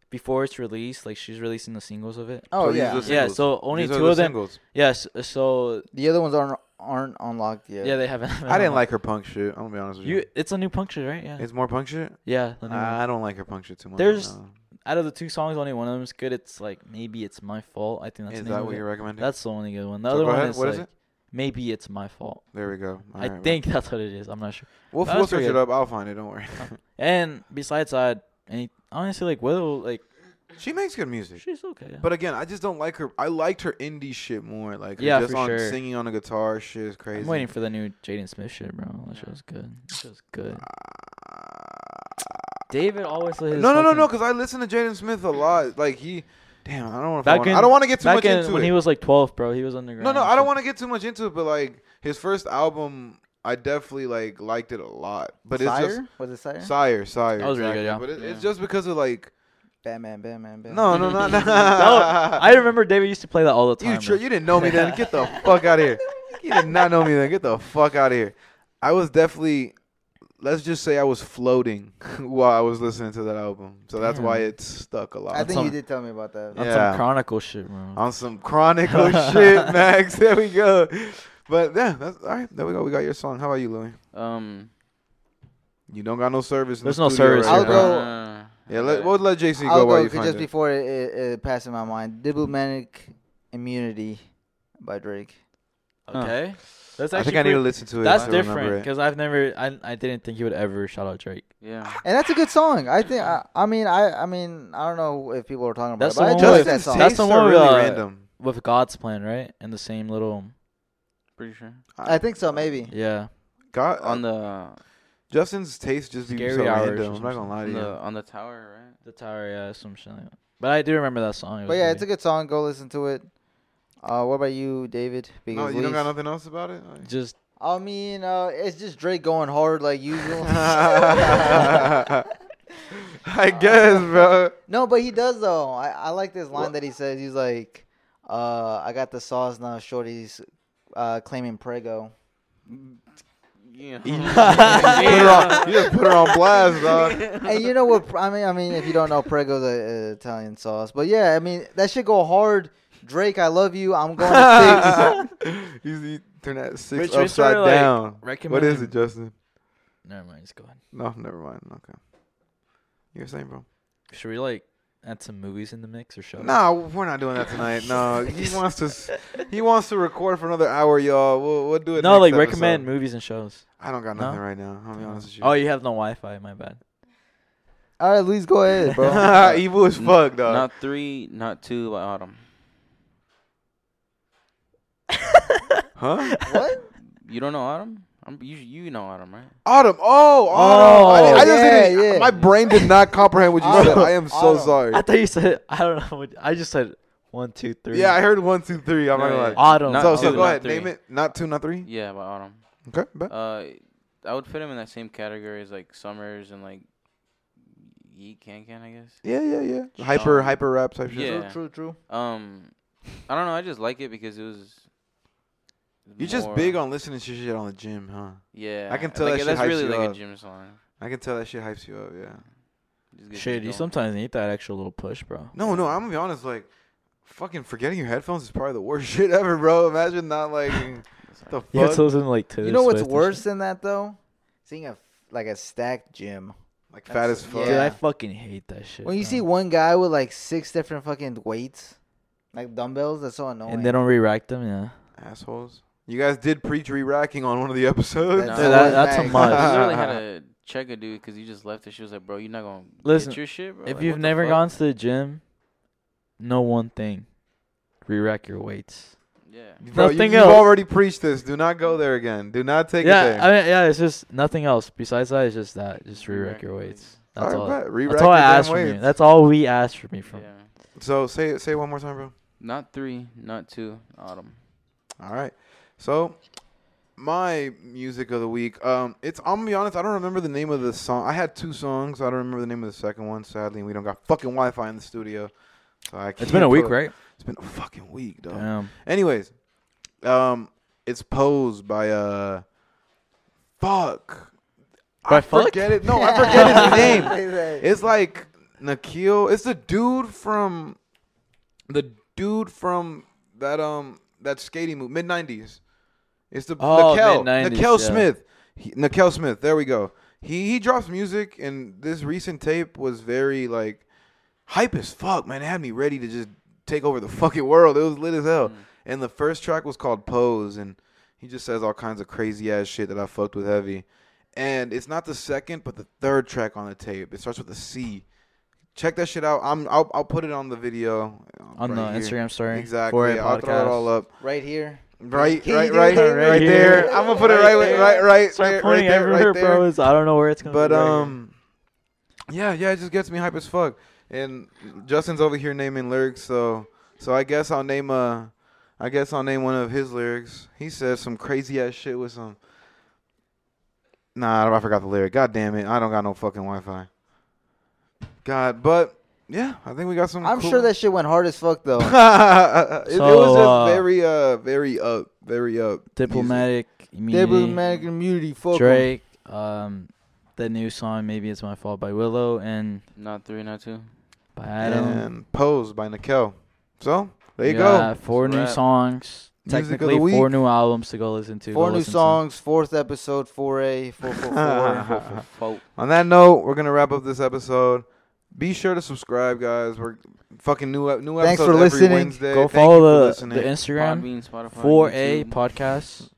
[SPEAKER 4] before it's released, like she's releasing the singles of it.
[SPEAKER 3] oh
[SPEAKER 2] So these
[SPEAKER 3] yeah.
[SPEAKER 2] are the
[SPEAKER 4] Yeah,
[SPEAKER 2] singles.
[SPEAKER 4] so only
[SPEAKER 2] These are
[SPEAKER 4] two
[SPEAKER 2] the
[SPEAKER 4] of them-
[SPEAKER 2] Singles.
[SPEAKER 4] Yes, so
[SPEAKER 3] the other ones aren't aren't unlocked yet.
[SPEAKER 4] yeah, they haven't.
[SPEAKER 2] I didn't like her punk shit. I'm gonna be honest with you.
[SPEAKER 4] you. It's a new puncture, right? Yeah,
[SPEAKER 2] It's Ah. more punk shit.
[SPEAKER 4] yeah. the new one.
[SPEAKER 2] I don't like her punk shit too much.
[SPEAKER 4] There's-
[SPEAKER 2] no.
[SPEAKER 4] Out of the two songs, only one of them is good. It's like maybe it's my fault. I think that's
[SPEAKER 2] Is
[SPEAKER 4] the name
[SPEAKER 2] that
[SPEAKER 4] of
[SPEAKER 2] what
[SPEAKER 4] it.
[SPEAKER 2] you're recommending?
[SPEAKER 4] That's the only good one. The
[SPEAKER 2] So
[SPEAKER 4] other
[SPEAKER 2] go
[SPEAKER 4] one
[SPEAKER 2] ahead,
[SPEAKER 4] is
[SPEAKER 2] what
[SPEAKER 4] like
[SPEAKER 2] is
[SPEAKER 4] maybe it's my fault.
[SPEAKER 2] there we go. All
[SPEAKER 4] I
[SPEAKER 2] right, bro.
[SPEAKER 4] think that's what it is. I'm not sure.
[SPEAKER 2] we'll,
[SPEAKER 4] that
[SPEAKER 2] we'll
[SPEAKER 4] was
[SPEAKER 2] search
[SPEAKER 4] pretty
[SPEAKER 2] it
[SPEAKER 4] good.
[SPEAKER 2] up. I'll find it. Don't worry.
[SPEAKER 4] And besides that, any honestly, like Willow, like
[SPEAKER 2] she makes good music.
[SPEAKER 4] she's okay.
[SPEAKER 2] But again, I just don't like her. I liked her indie shit more. Like her
[SPEAKER 4] Yeah,
[SPEAKER 2] just
[SPEAKER 4] for
[SPEAKER 2] on
[SPEAKER 4] sure.
[SPEAKER 2] singing on the guitar shit is crazy.
[SPEAKER 4] I'm waiting for the new Jaden Smith shit, bro. That shit was good. That shit was good. David always let his
[SPEAKER 2] no, no, no, no,
[SPEAKER 4] fucking-
[SPEAKER 2] because I listen to Jaden Smith a lot. Like he, damn, I don't want to.
[SPEAKER 4] Back
[SPEAKER 2] I
[SPEAKER 4] in-
[SPEAKER 2] don't want to get too
[SPEAKER 4] Back
[SPEAKER 2] much
[SPEAKER 4] in
[SPEAKER 2] into
[SPEAKER 4] when
[SPEAKER 2] it.
[SPEAKER 4] he was like 12, bro, he was underground.
[SPEAKER 2] no, no, I don't want to get too much into it. But like his first album, I definitely like liked it a lot. But it's
[SPEAKER 3] Sire?
[SPEAKER 2] just
[SPEAKER 3] was it Sire?
[SPEAKER 2] Sire, Sire.
[SPEAKER 4] That was really good,
[SPEAKER 2] exactly.
[SPEAKER 4] yeah.
[SPEAKER 2] But it, it's
[SPEAKER 1] Yeah.
[SPEAKER 2] just because of like
[SPEAKER 3] Batman, Batman, Batman.
[SPEAKER 2] no, no, no, no.
[SPEAKER 4] That I remember David used to play that all the time.
[SPEAKER 2] You, tri-
[SPEAKER 4] bro.
[SPEAKER 2] you didn't know me then. Get the fuck out of here. You did not know me then. Get the fuck out of here. I was definitely, let's just say I was floating while I was listening to that album. So that's why
[SPEAKER 4] Damn.
[SPEAKER 2] it stuck a lot.
[SPEAKER 3] I think
[SPEAKER 4] some-
[SPEAKER 3] you did tell me about that.
[SPEAKER 4] On
[SPEAKER 2] Yeah.
[SPEAKER 4] some Chronicle shit, bro.
[SPEAKER 2] On some chronicle shit, Max. There we go. But yeah, that's all right. There we go. We got your song. How about you, Louis?
[SPEAKER 1] Um,
[SPEAKER 2] You don't got no service. In
[SPEAKER 4] There's
[SPEAKER 2] the
[SPEAKER 4] no
[SPEAKER 2] studio
[SPEAKER 4] service
[SPEAKER 2] Right
[SPEAKER 3] I'll
[SPEAKER 2] now.
[SPEAKER 3] go-
[SPEAKER 1] uh,
[SPEAKER 2] Yeah, let, we'll let JC go
[SPEAKER 3] I'll
[SPEAKER 2] while
[SPEAKER 3] go
[SPEAKER 2] you
[SPEAKER 3] 'cause
[SPEAKER 2] find
[SPEAKER 3] just
[SPEAKER 2] it.
[SPEAKER 3] before it, it, it passed in my mind. Diplomatic Immunity by Drake.
[SPEAKER 4] okay. That's
[SPEAKER 2] I
[SPEAKER 4] actually
[SPEAKER 2] think I need to
[SPEAKER 4] pretty-
[SPEAKER 2] listen to it.
[SPEAKER 4] That's
[SPEAKER 2] to remember
[SPEAKER 4] different
[SPEAKER 2] it.
[SPEAKER 4] because I've never, I, I didn't think he would ever shout out Drake.
[SPEAKER 1] yeah.
[SPEAKER 3] And that's a good song. I think. I, I mean, I. I mean, I don't know if people are talking about
[SPEAKER 4] That's
[SPEAKER 3] it, but
[SPEAKER 4] the
[SPEAKER 3] I
[SPEAKER 4] one
[SPEAKER 3] do like
[SPEAKER 4] with-
[SPEAKER 3] that
[SPEAKER 2] Justin's
[SPEAKER 3] song.
[SPEAKER 4] That's the
[SPEAKER 2] tastes
[SPEAKER 4] one
[SPEAKER 2] are
[SPEAKER 4] with,
[SPEAKER 2] really
[SPEAKER 4] uh,
[SPEAKER 2] random.
[SPEAKER 4] With God's plan, right? And the same little,
[SPEAKER 1] Pretty sure.
[SPEAKER 3] I think so. Maybe.
[SPEAKER 4] yeah.
[SPEAKER 2] God,
[SPEAKER 1] On the
[SPEAKER 2] Justin's taste just be
[SPEAKER 4] Scary
[SPEAKER 2] so
[SPEAKER 4] Hours
[SPEAKER 2] random.
[SPEAKER 4] or
[SPEAKER 2] I'm not gonna lie to
[SPEAKER 1] on
[SPEAKER 2] you.
[SPEAKER 1] the on the tower, right?
[SPEAKER 4] The tower, yeah, some shit like that. But I do remember that song. It
[SPEAKER 3] But
[SPEAKER 4] was
[SPEAKER 3] yeah,
[SPEAKER 4] really-
[SPEAKER 3] it's a good song. Go listen to it. Uh, what about you, David?
[SPEAKER 2] No,
[SPEAKER 3] Because
[SPEAKER 2] you don't got
[SPEAKER 3] Luis-
[SPEAKER 2] nothing else about it. Like-
[SPEAKER 4] just
[SPEAKER 3] I mean, uh, it's just Drake going hard like usual.
[SPEAKER 2] I guess, bro.
[SPEAKER 3] no, but he does though. I, I like this line that he says. He's like, uh, "I got the sauce now." Shorty's uh, claiming prego.
[SPEAKER 1] Yeah.
[SPEAKER 2] You just put her on, you just put her on blast, dog.
[SPEAKER 3] and you know what? I mean, I mean, if you don't know, prego's a, a Italian sauce. But yeah, I mean, that should go hard. Drake, I love you. I'm going to six.
[SPEAKER 2] He's, he turned that six
[SPEAKER 4] Rich, we
[SPEAKER 2] upside
[SPEAKER 4] sorta, like,
[SPEAKER 2] down. what is
[SPEAKER 4] recommending-
[SPEAKER 2] it, Justin?
[SPEAKER 4] never mind. Just go ahead.
[SPEAKER 2] No, never mind. Okay. You're saying, bro?
[SPEAKER 4] Should we like add some movies in the mix or show?
[SPEAKER 2] Nah, we're not doing that tonight. No, he wants to. s- He wants to record for another hour, y'all. We'll, we'll do it.
[SPEAKER 4] no,
[SPEAKER 2] next
[SPEAKER 4] like
[SPEAKER 2] episode.
[SPEAKER 4] recommend movies and shows.
[SPEAKER 2] I don't got
[SPEAKER 4] No?
[SPEAKER 2] nothing right now. I'll be honest with you.
[SPEAKER 4] Oh, you have no Wi-Fi. My bad.
[SPEAKER 3] All right, Luis, go ahead, bro.
[SPEAKER 1] bro.
[SPEAKER 2] Evil as
[SPEAKER 1] N-
[SPEAKER 2] fuck, dog.
[SPEAKER 1] Not three, not two by Autumn.
[SPEAKER 2] Huh?
[SPEAKER 3] What?
[SPEAKER 1] You don't know Autumn? I'm, you you know Autumn, right?
[SPEAKER 2] Autumn. Oh, Autumn. I,
[SPEAKER 4] Oh.
[SPEAKER 2] didn't- I just
[SPEAKER 3] Yeah,
[SPEAKER 2] didn't.
[SPEAKER 3] yeah.
[SPEAKER 2] My brain did not comprehend what you said.
[SPEAKER 3] Autumn.
[SPEAKER 2] I am so
[SPEAKER 3] Autumn.
[SPEAKER 2] sorry.
[SPEAKER 4] I thought you said I don't know. What, I just said one, two, three.
[SPEAKER 2] Yeah, I heard one, two, three. I'm
[SPEAKER 1] No,
[SPEAKER 2] not gonna
[SPEAKER 1] yeah.
[SPEAKER 2] lie.
[SPEAKER 4] Autumn.
[SPEAKER 1] Not
[SPEAKER 2] so,
[SPEAKER 1] two,
[SPEAKER 2] so go
[SPEAKER 1] not
[SPEAKER 2] ahead.
[SPEAKER 1] three.
[SPEAKER 2] Name it. Not two, not three.
[SPEAKER 1] Yeah, by Autumn.
[SPEAKER 2] Okay. Bet.
[SPEAKER 1] Uh, I would put him in that same category as like Summers and like Yeet Can Can, I guess.
[SPEAKER 2] yeah, yeah, yeah. Hyper,
[SPEAKER 1] um,
[SPEAKER 2] hyper rap type shit.
[SPEAKER 1] Yeah.
[SPEAKER 3] True, true, true.
[SPEAKER 1] Um, I don't know. I just like it because it was.
[SPEAKER 2] You're just
[SPEAKER 1] more-
[SPEAKER 2] big on listening to shit on the gym, huh?
[SPEAKER 1] Yeah,
[SPEAKER 2] I can tell
[SPEAKER 1] like,
[SPEAKER 2] that shit
[SPEAKER 1] that's
[SPEAKER 2] hypes
[SPEAKER 1] really
[SPEAKER 2] you
[SPEAKER 1] like
[SPEAKER 2] up.
[SPEAKER 1] a gym song.
[SPEAKER 2] I can tell that shit hypes you up. Yeah.
[SPEAKER 1] Just gets
[SPEAKER 4] Shit, you
[SPEAKER 1] going.
[SPEAKER 4] sometimes need that extra little push, bro.
[SPEAKER 2] No, no. I'm gonna be honest. Like, fucking forgetting your headphones is probably the worst shit ever, bro. Imagine not like
[SPEAKER 1] Sorry.
[SPEAKER 2] the fuck.
[SPEAKER 4] You have to listen to, like to
[SPEAKER 3] You know what's worse than that though? Seeing a like a stacked gym.
[SPEAKER 2] like fat as
[SPEAKER 3] That's-
[SPEAKER 2] fuck.
[SPEAKER 4] Dude,
[SPEAKER 3] Yeah.
[SPEAKER 4] I fucking hate that shit.
[SPEAKER 3] When you
[SPEAKER 4] bro.
[SPEAKER 3] see one guy with like six different fucking weights, like dumbbells, that's so annoying.
[SPEAKER 4] and they don't re-rack them, yeah.
[SPEAKER 2] Assholes. You guys did preach re-racking on one of the episodes.
[SPEAKER 1] No.
[SPEAKER 3] That's,
[SPEAKER 1] Dude,
[SPEAKER 3] the
[SPEAKER 1] that-
[SPEAKER 3] worst
[SPEAKER 4] that's a
[SPEAKER 3] bag.
[SPEAKER 4] must.
[SPEAKER 1] I literally had to check a dude because you just left and she was like, "Bro, you're not gonna
[SPEAKER 4] Listen,
[SPEAKER 1] get your shit, bro."
[SPEAKER 4] If
[SPEAKER 1] Like,
[SPEAKER 4] you've
[SPEAKER 1] what the
[SPEAKER 4] never
[SPEAKER 1] fuck?
[SPEAKER 4] gone to the gym, know one thing: re-rack your weights.
[SPEAKER 1] yeah,
[SPEAKER 2] Bro, you,
[SPEAKER 4] Nothing
[SPEAKER 2] you've
[SPEAKER 4] else.
[SPEAKER 2] already preached this. Do not go there again. Do not take it
[SPEAKER 4] yeah,
[SPEAKER 2] there.
[SPEAKER 4] I mean, yeah. It's just nothing else besides that. It's just that. Just re-rack
[SPEAKER 1] Re-rack
[SPEAKER 4] your
[SPEAKER 1] your
[SPEAKER 4] weights.
[SPEAKER 1] weights.
[SPEAKER 4] That's all.
[SPEAKER 2] right, bet. Re-rack
[SPEAKER 4] That's all I
[SPEAKER 2] your damn
[SPEAKER 4] asked from you.
[SPEAKER 2] weights.
[SPEAKER 4] That's all we asked from you. From
[SPEAKER 1] yeah.
[SPEAKER 2] So say say it one more time, bro.
[SPEAKER 1] Not three, not two, autumn.
[SPEAKER 2] All right. So, my music of the week. Um, it's I'm gonna be honest. I don't remember the name of the song. I had two songs. I don't remember the name of the second one. Sadly, and we don't got fucking Wi-Fi in the studio, so I. Can't
[SPEAKER 4] It's been a week,
[SPEAKER 2] put-
[SPEAKER 4] right?
[SPEAKER 2] It's been a fucking week, dog.
[SPEAKER 4] Damn.
[SPEAKER 2] Anyways, um, it's posed by uh, fuck.
[SPEAKER 4] By
[SPEAKER 2] I
[SPEAKER 4] Fuck?
[SPEAKER 2] forget it. No, I forget his name.
[SPEAKER 3] name.
[SPEAKER 2] It's like Nikhil. It's the dude from the dude from that um that skating movie mid nineties. It's the
[SPEAKER 4] Oh,
[SPEAKER 2] Nikhil
[SPEAKER 4] mid-nineties,
[SPEAKER 2] Nikhil
[SPEAKER 4] yeah.
[SPEAKER 2] Smith. He, Nikhil Smith. There we go. He he drops music, and this recent tape was very like hype as fuck, man. It had me ready to just take over the fucking world. It was lit as
[SPEAKER 4] Mm.
[SPEAKER 2] hell. And the first track was called Pose, and he just says all kinds of crazy ass shit that I fucked with heavy. And it's not the second, but the third track on the tape. It starts with a C. Check that shit out. I'm I'll, I'll put it on the video um,
[SPEAKER 4] On
[SPEAKER 2] right
[SPEAKER 4] the
[SPEAKER 2] here.
[SPEAKER 4] Instagram story.
[SPEAKER 2] Exactly.
[SPEAKER 4] For a
[SPEAKER 2] I'll throw it
[SPEAKER 4] podcast.
[SPEAKER 2] all up.
[SPEAKER 3] Right here.
[SPEAKER 2] Right,
[SPEAKER 3] Can you
[SPEAKER 2] right,
[SPEAKER 3] do
[SPEAKER 2] right,
[SPEAKER 3] that?
[SPEAKER 2] right,
[SPEAKER 4] Right
[SPEAKER 2] there.
[SPEAKER 4] here.
[SPEAKER 2] I'm gonna put it right,
[SPEAKER 3] Right
[SPEAKER 2] with-
[SPEAKER 3] there.
[SPEAKER 2] right, right,
[SPEAKER 4] Start
[SPEAKER 2] there, right
[SPEAKER 4] pointing
[SPEAKER 2] there,
[SPEAKER 4] everywhere,
[SPEAKER 2] right there.
[SPEAKER 4] bro. It's- I don't know where it's going.
[SPEAKER 2] But um, yeah, yeah, it just gets me hype as fuck. And Justin's over here naming lyrics, so so I guess I'll name uh, I guess I'll name one of his lyrics. He says some crazy ass shit with some. Nah, I forgot the lyric. God damn it, I don't got no fucking Wi-Fi. God, but yeah, I think we got some.
[SPEAKER 3] I'm
[SPEAKER 2] cool-
[SPEAKER 3] sure that shit went hard as fuck though.
[SPEAKER 2] it, it was
[SPEAKER 4] So,
[SPEAKER 2] just
[SPEAKER 4] uh,
[SPEAKER 2] very uh, very up, very up.
[SPEAKER 4] diplomatic immunity.
[SPEAKER 3] Diplomatic immunity. Fuck 'em.
[SPEAKER 4] Drake. Um, the new song maybe it's my fault by Willow and
[SPEAKER 1] Not three, not two.
[SPEAKER 4] by Adam.
[SPEAKER 2] and Pose by Nikel. So there you
[SPEAKER 4] We
[SPEAKER 2] go.
[SPEAKER 4] got Four
[SPEAKER 1] It's a
[SPEAKER 4] new
[SPEAKER 1] wrap.
[SPEAKER 4] songs.
[SPEAKER 2] Music of the
[SPEAKER 4] Technically, four
[SPEAKER 2] week.
[SPEAKER 4] new albums to go listen to.
[SPEAKER 3] Four
[SPEAKER 4] go
[SPEAKER 3] new
[SPEAKER 4] listen to.
[SPEAKER 3] songs. Fourth episode. Four A. Four four four.
[SPEAKER 1] Fo- fo-
[SPEAKER 2] On that note, we're gonna wrap up this episode. Be sure to subscribe, guys. We're fucking new ep- new
[SPEAKER 3] Thanks
[SPEAKER 2] episodes
[SPEAKER 3] for
[SPEAKER 2] every
[SPEAKER 3] listening.
[SPEAKER 2] Wednesday.
[SPEAKER 4] Go
[SPEAKER 2] Thank you for
[SPEAKER 4] follow the,
[SPEAKER 2] listening.
[SPEAKER 4] the Instagram.
[SPEAKER 1] Podbean, Spotify,
[SPEAKER 4] Four A
[SPEAKER 1] YouTube.
[SPEAKER 4] podcast.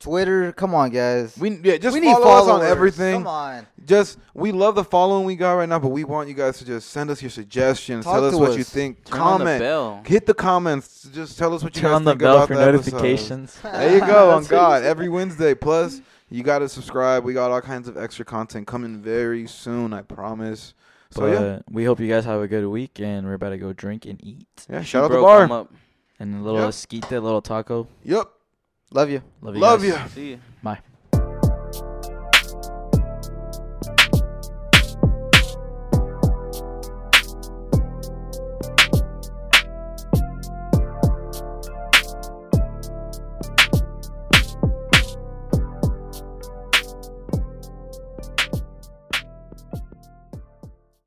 [SPEAKER 3] Twitter. Come on, guys.
[SPEAKER 2] we yeah, just
[SPEAKER 3] we need
[SPEAKER 2] follow us on
[SPEAKER 3] followers.
[SPEAKER 2] everything.
[SPEAKER 3] Come on.
[SPEAKER 2] Just we love the following we got right now, but we want you guys to just send us your suggestions.
[SPEAKER 3] Talk
[SPEAKER 2] tell us
[SPEAKER 3] to
[SPEAKER 2] what
[SPEAKER 3] us.
[SPEAKER 2] you think.
[SPEAKER 1] Turn on the
[SPEAKER 2] Comment.
[SPEAKER 1] bell.
[SPEAKER 2] Hit the comments. Just tell us what you
[SPEAKER 4] Turn
[SPEAKER 2] guys
[SPEAKER 4] on the
[SPEAKER 2] think
[SPEAKER 4] bell
[SPEAKER 2] about
[SPEAKER 4] for
[SPEAKER 2] the episode.
[SPEAKER 4] notifications.
[SPEAKER 2] There you go. on
[SPEAKER 4] That's what you
[SPEAKER 2] God,
[SPEAKER 4] said.
[SPEAKER 2] every Wednesday. Plus, you got to subscribe. We got all kinds of extra content coming very soon. I promise. So
[SPEAKER 4] but
[SPEAKER 2] yeah,
[SPEAKER 4] we hope you guys have a good week, and we're about to go drink and eat.
[SPEAKER 2] yeah.
[SPEAKER 1] You
[SPEAKER 2] Shout out the
[SPEAKER 1] broke
[SPEAKER 2] bar.
[SPEAKER 1] 'em up.
[SPEAKER 4] And a little
[SPEAKER 2] Yep.
[SPEAKER 4] esquite, a little taco.
[SPEAKER 2] Yep.
[SPEAKER 3] Love you.
[SPEAKER 4] Love you.
[SPEAKER 2] Love
[SPEAKER 4] guys.
[SPEAKER 2] you.
[SPEAKER 1] See ya.
[SPEAKER 4] Bye.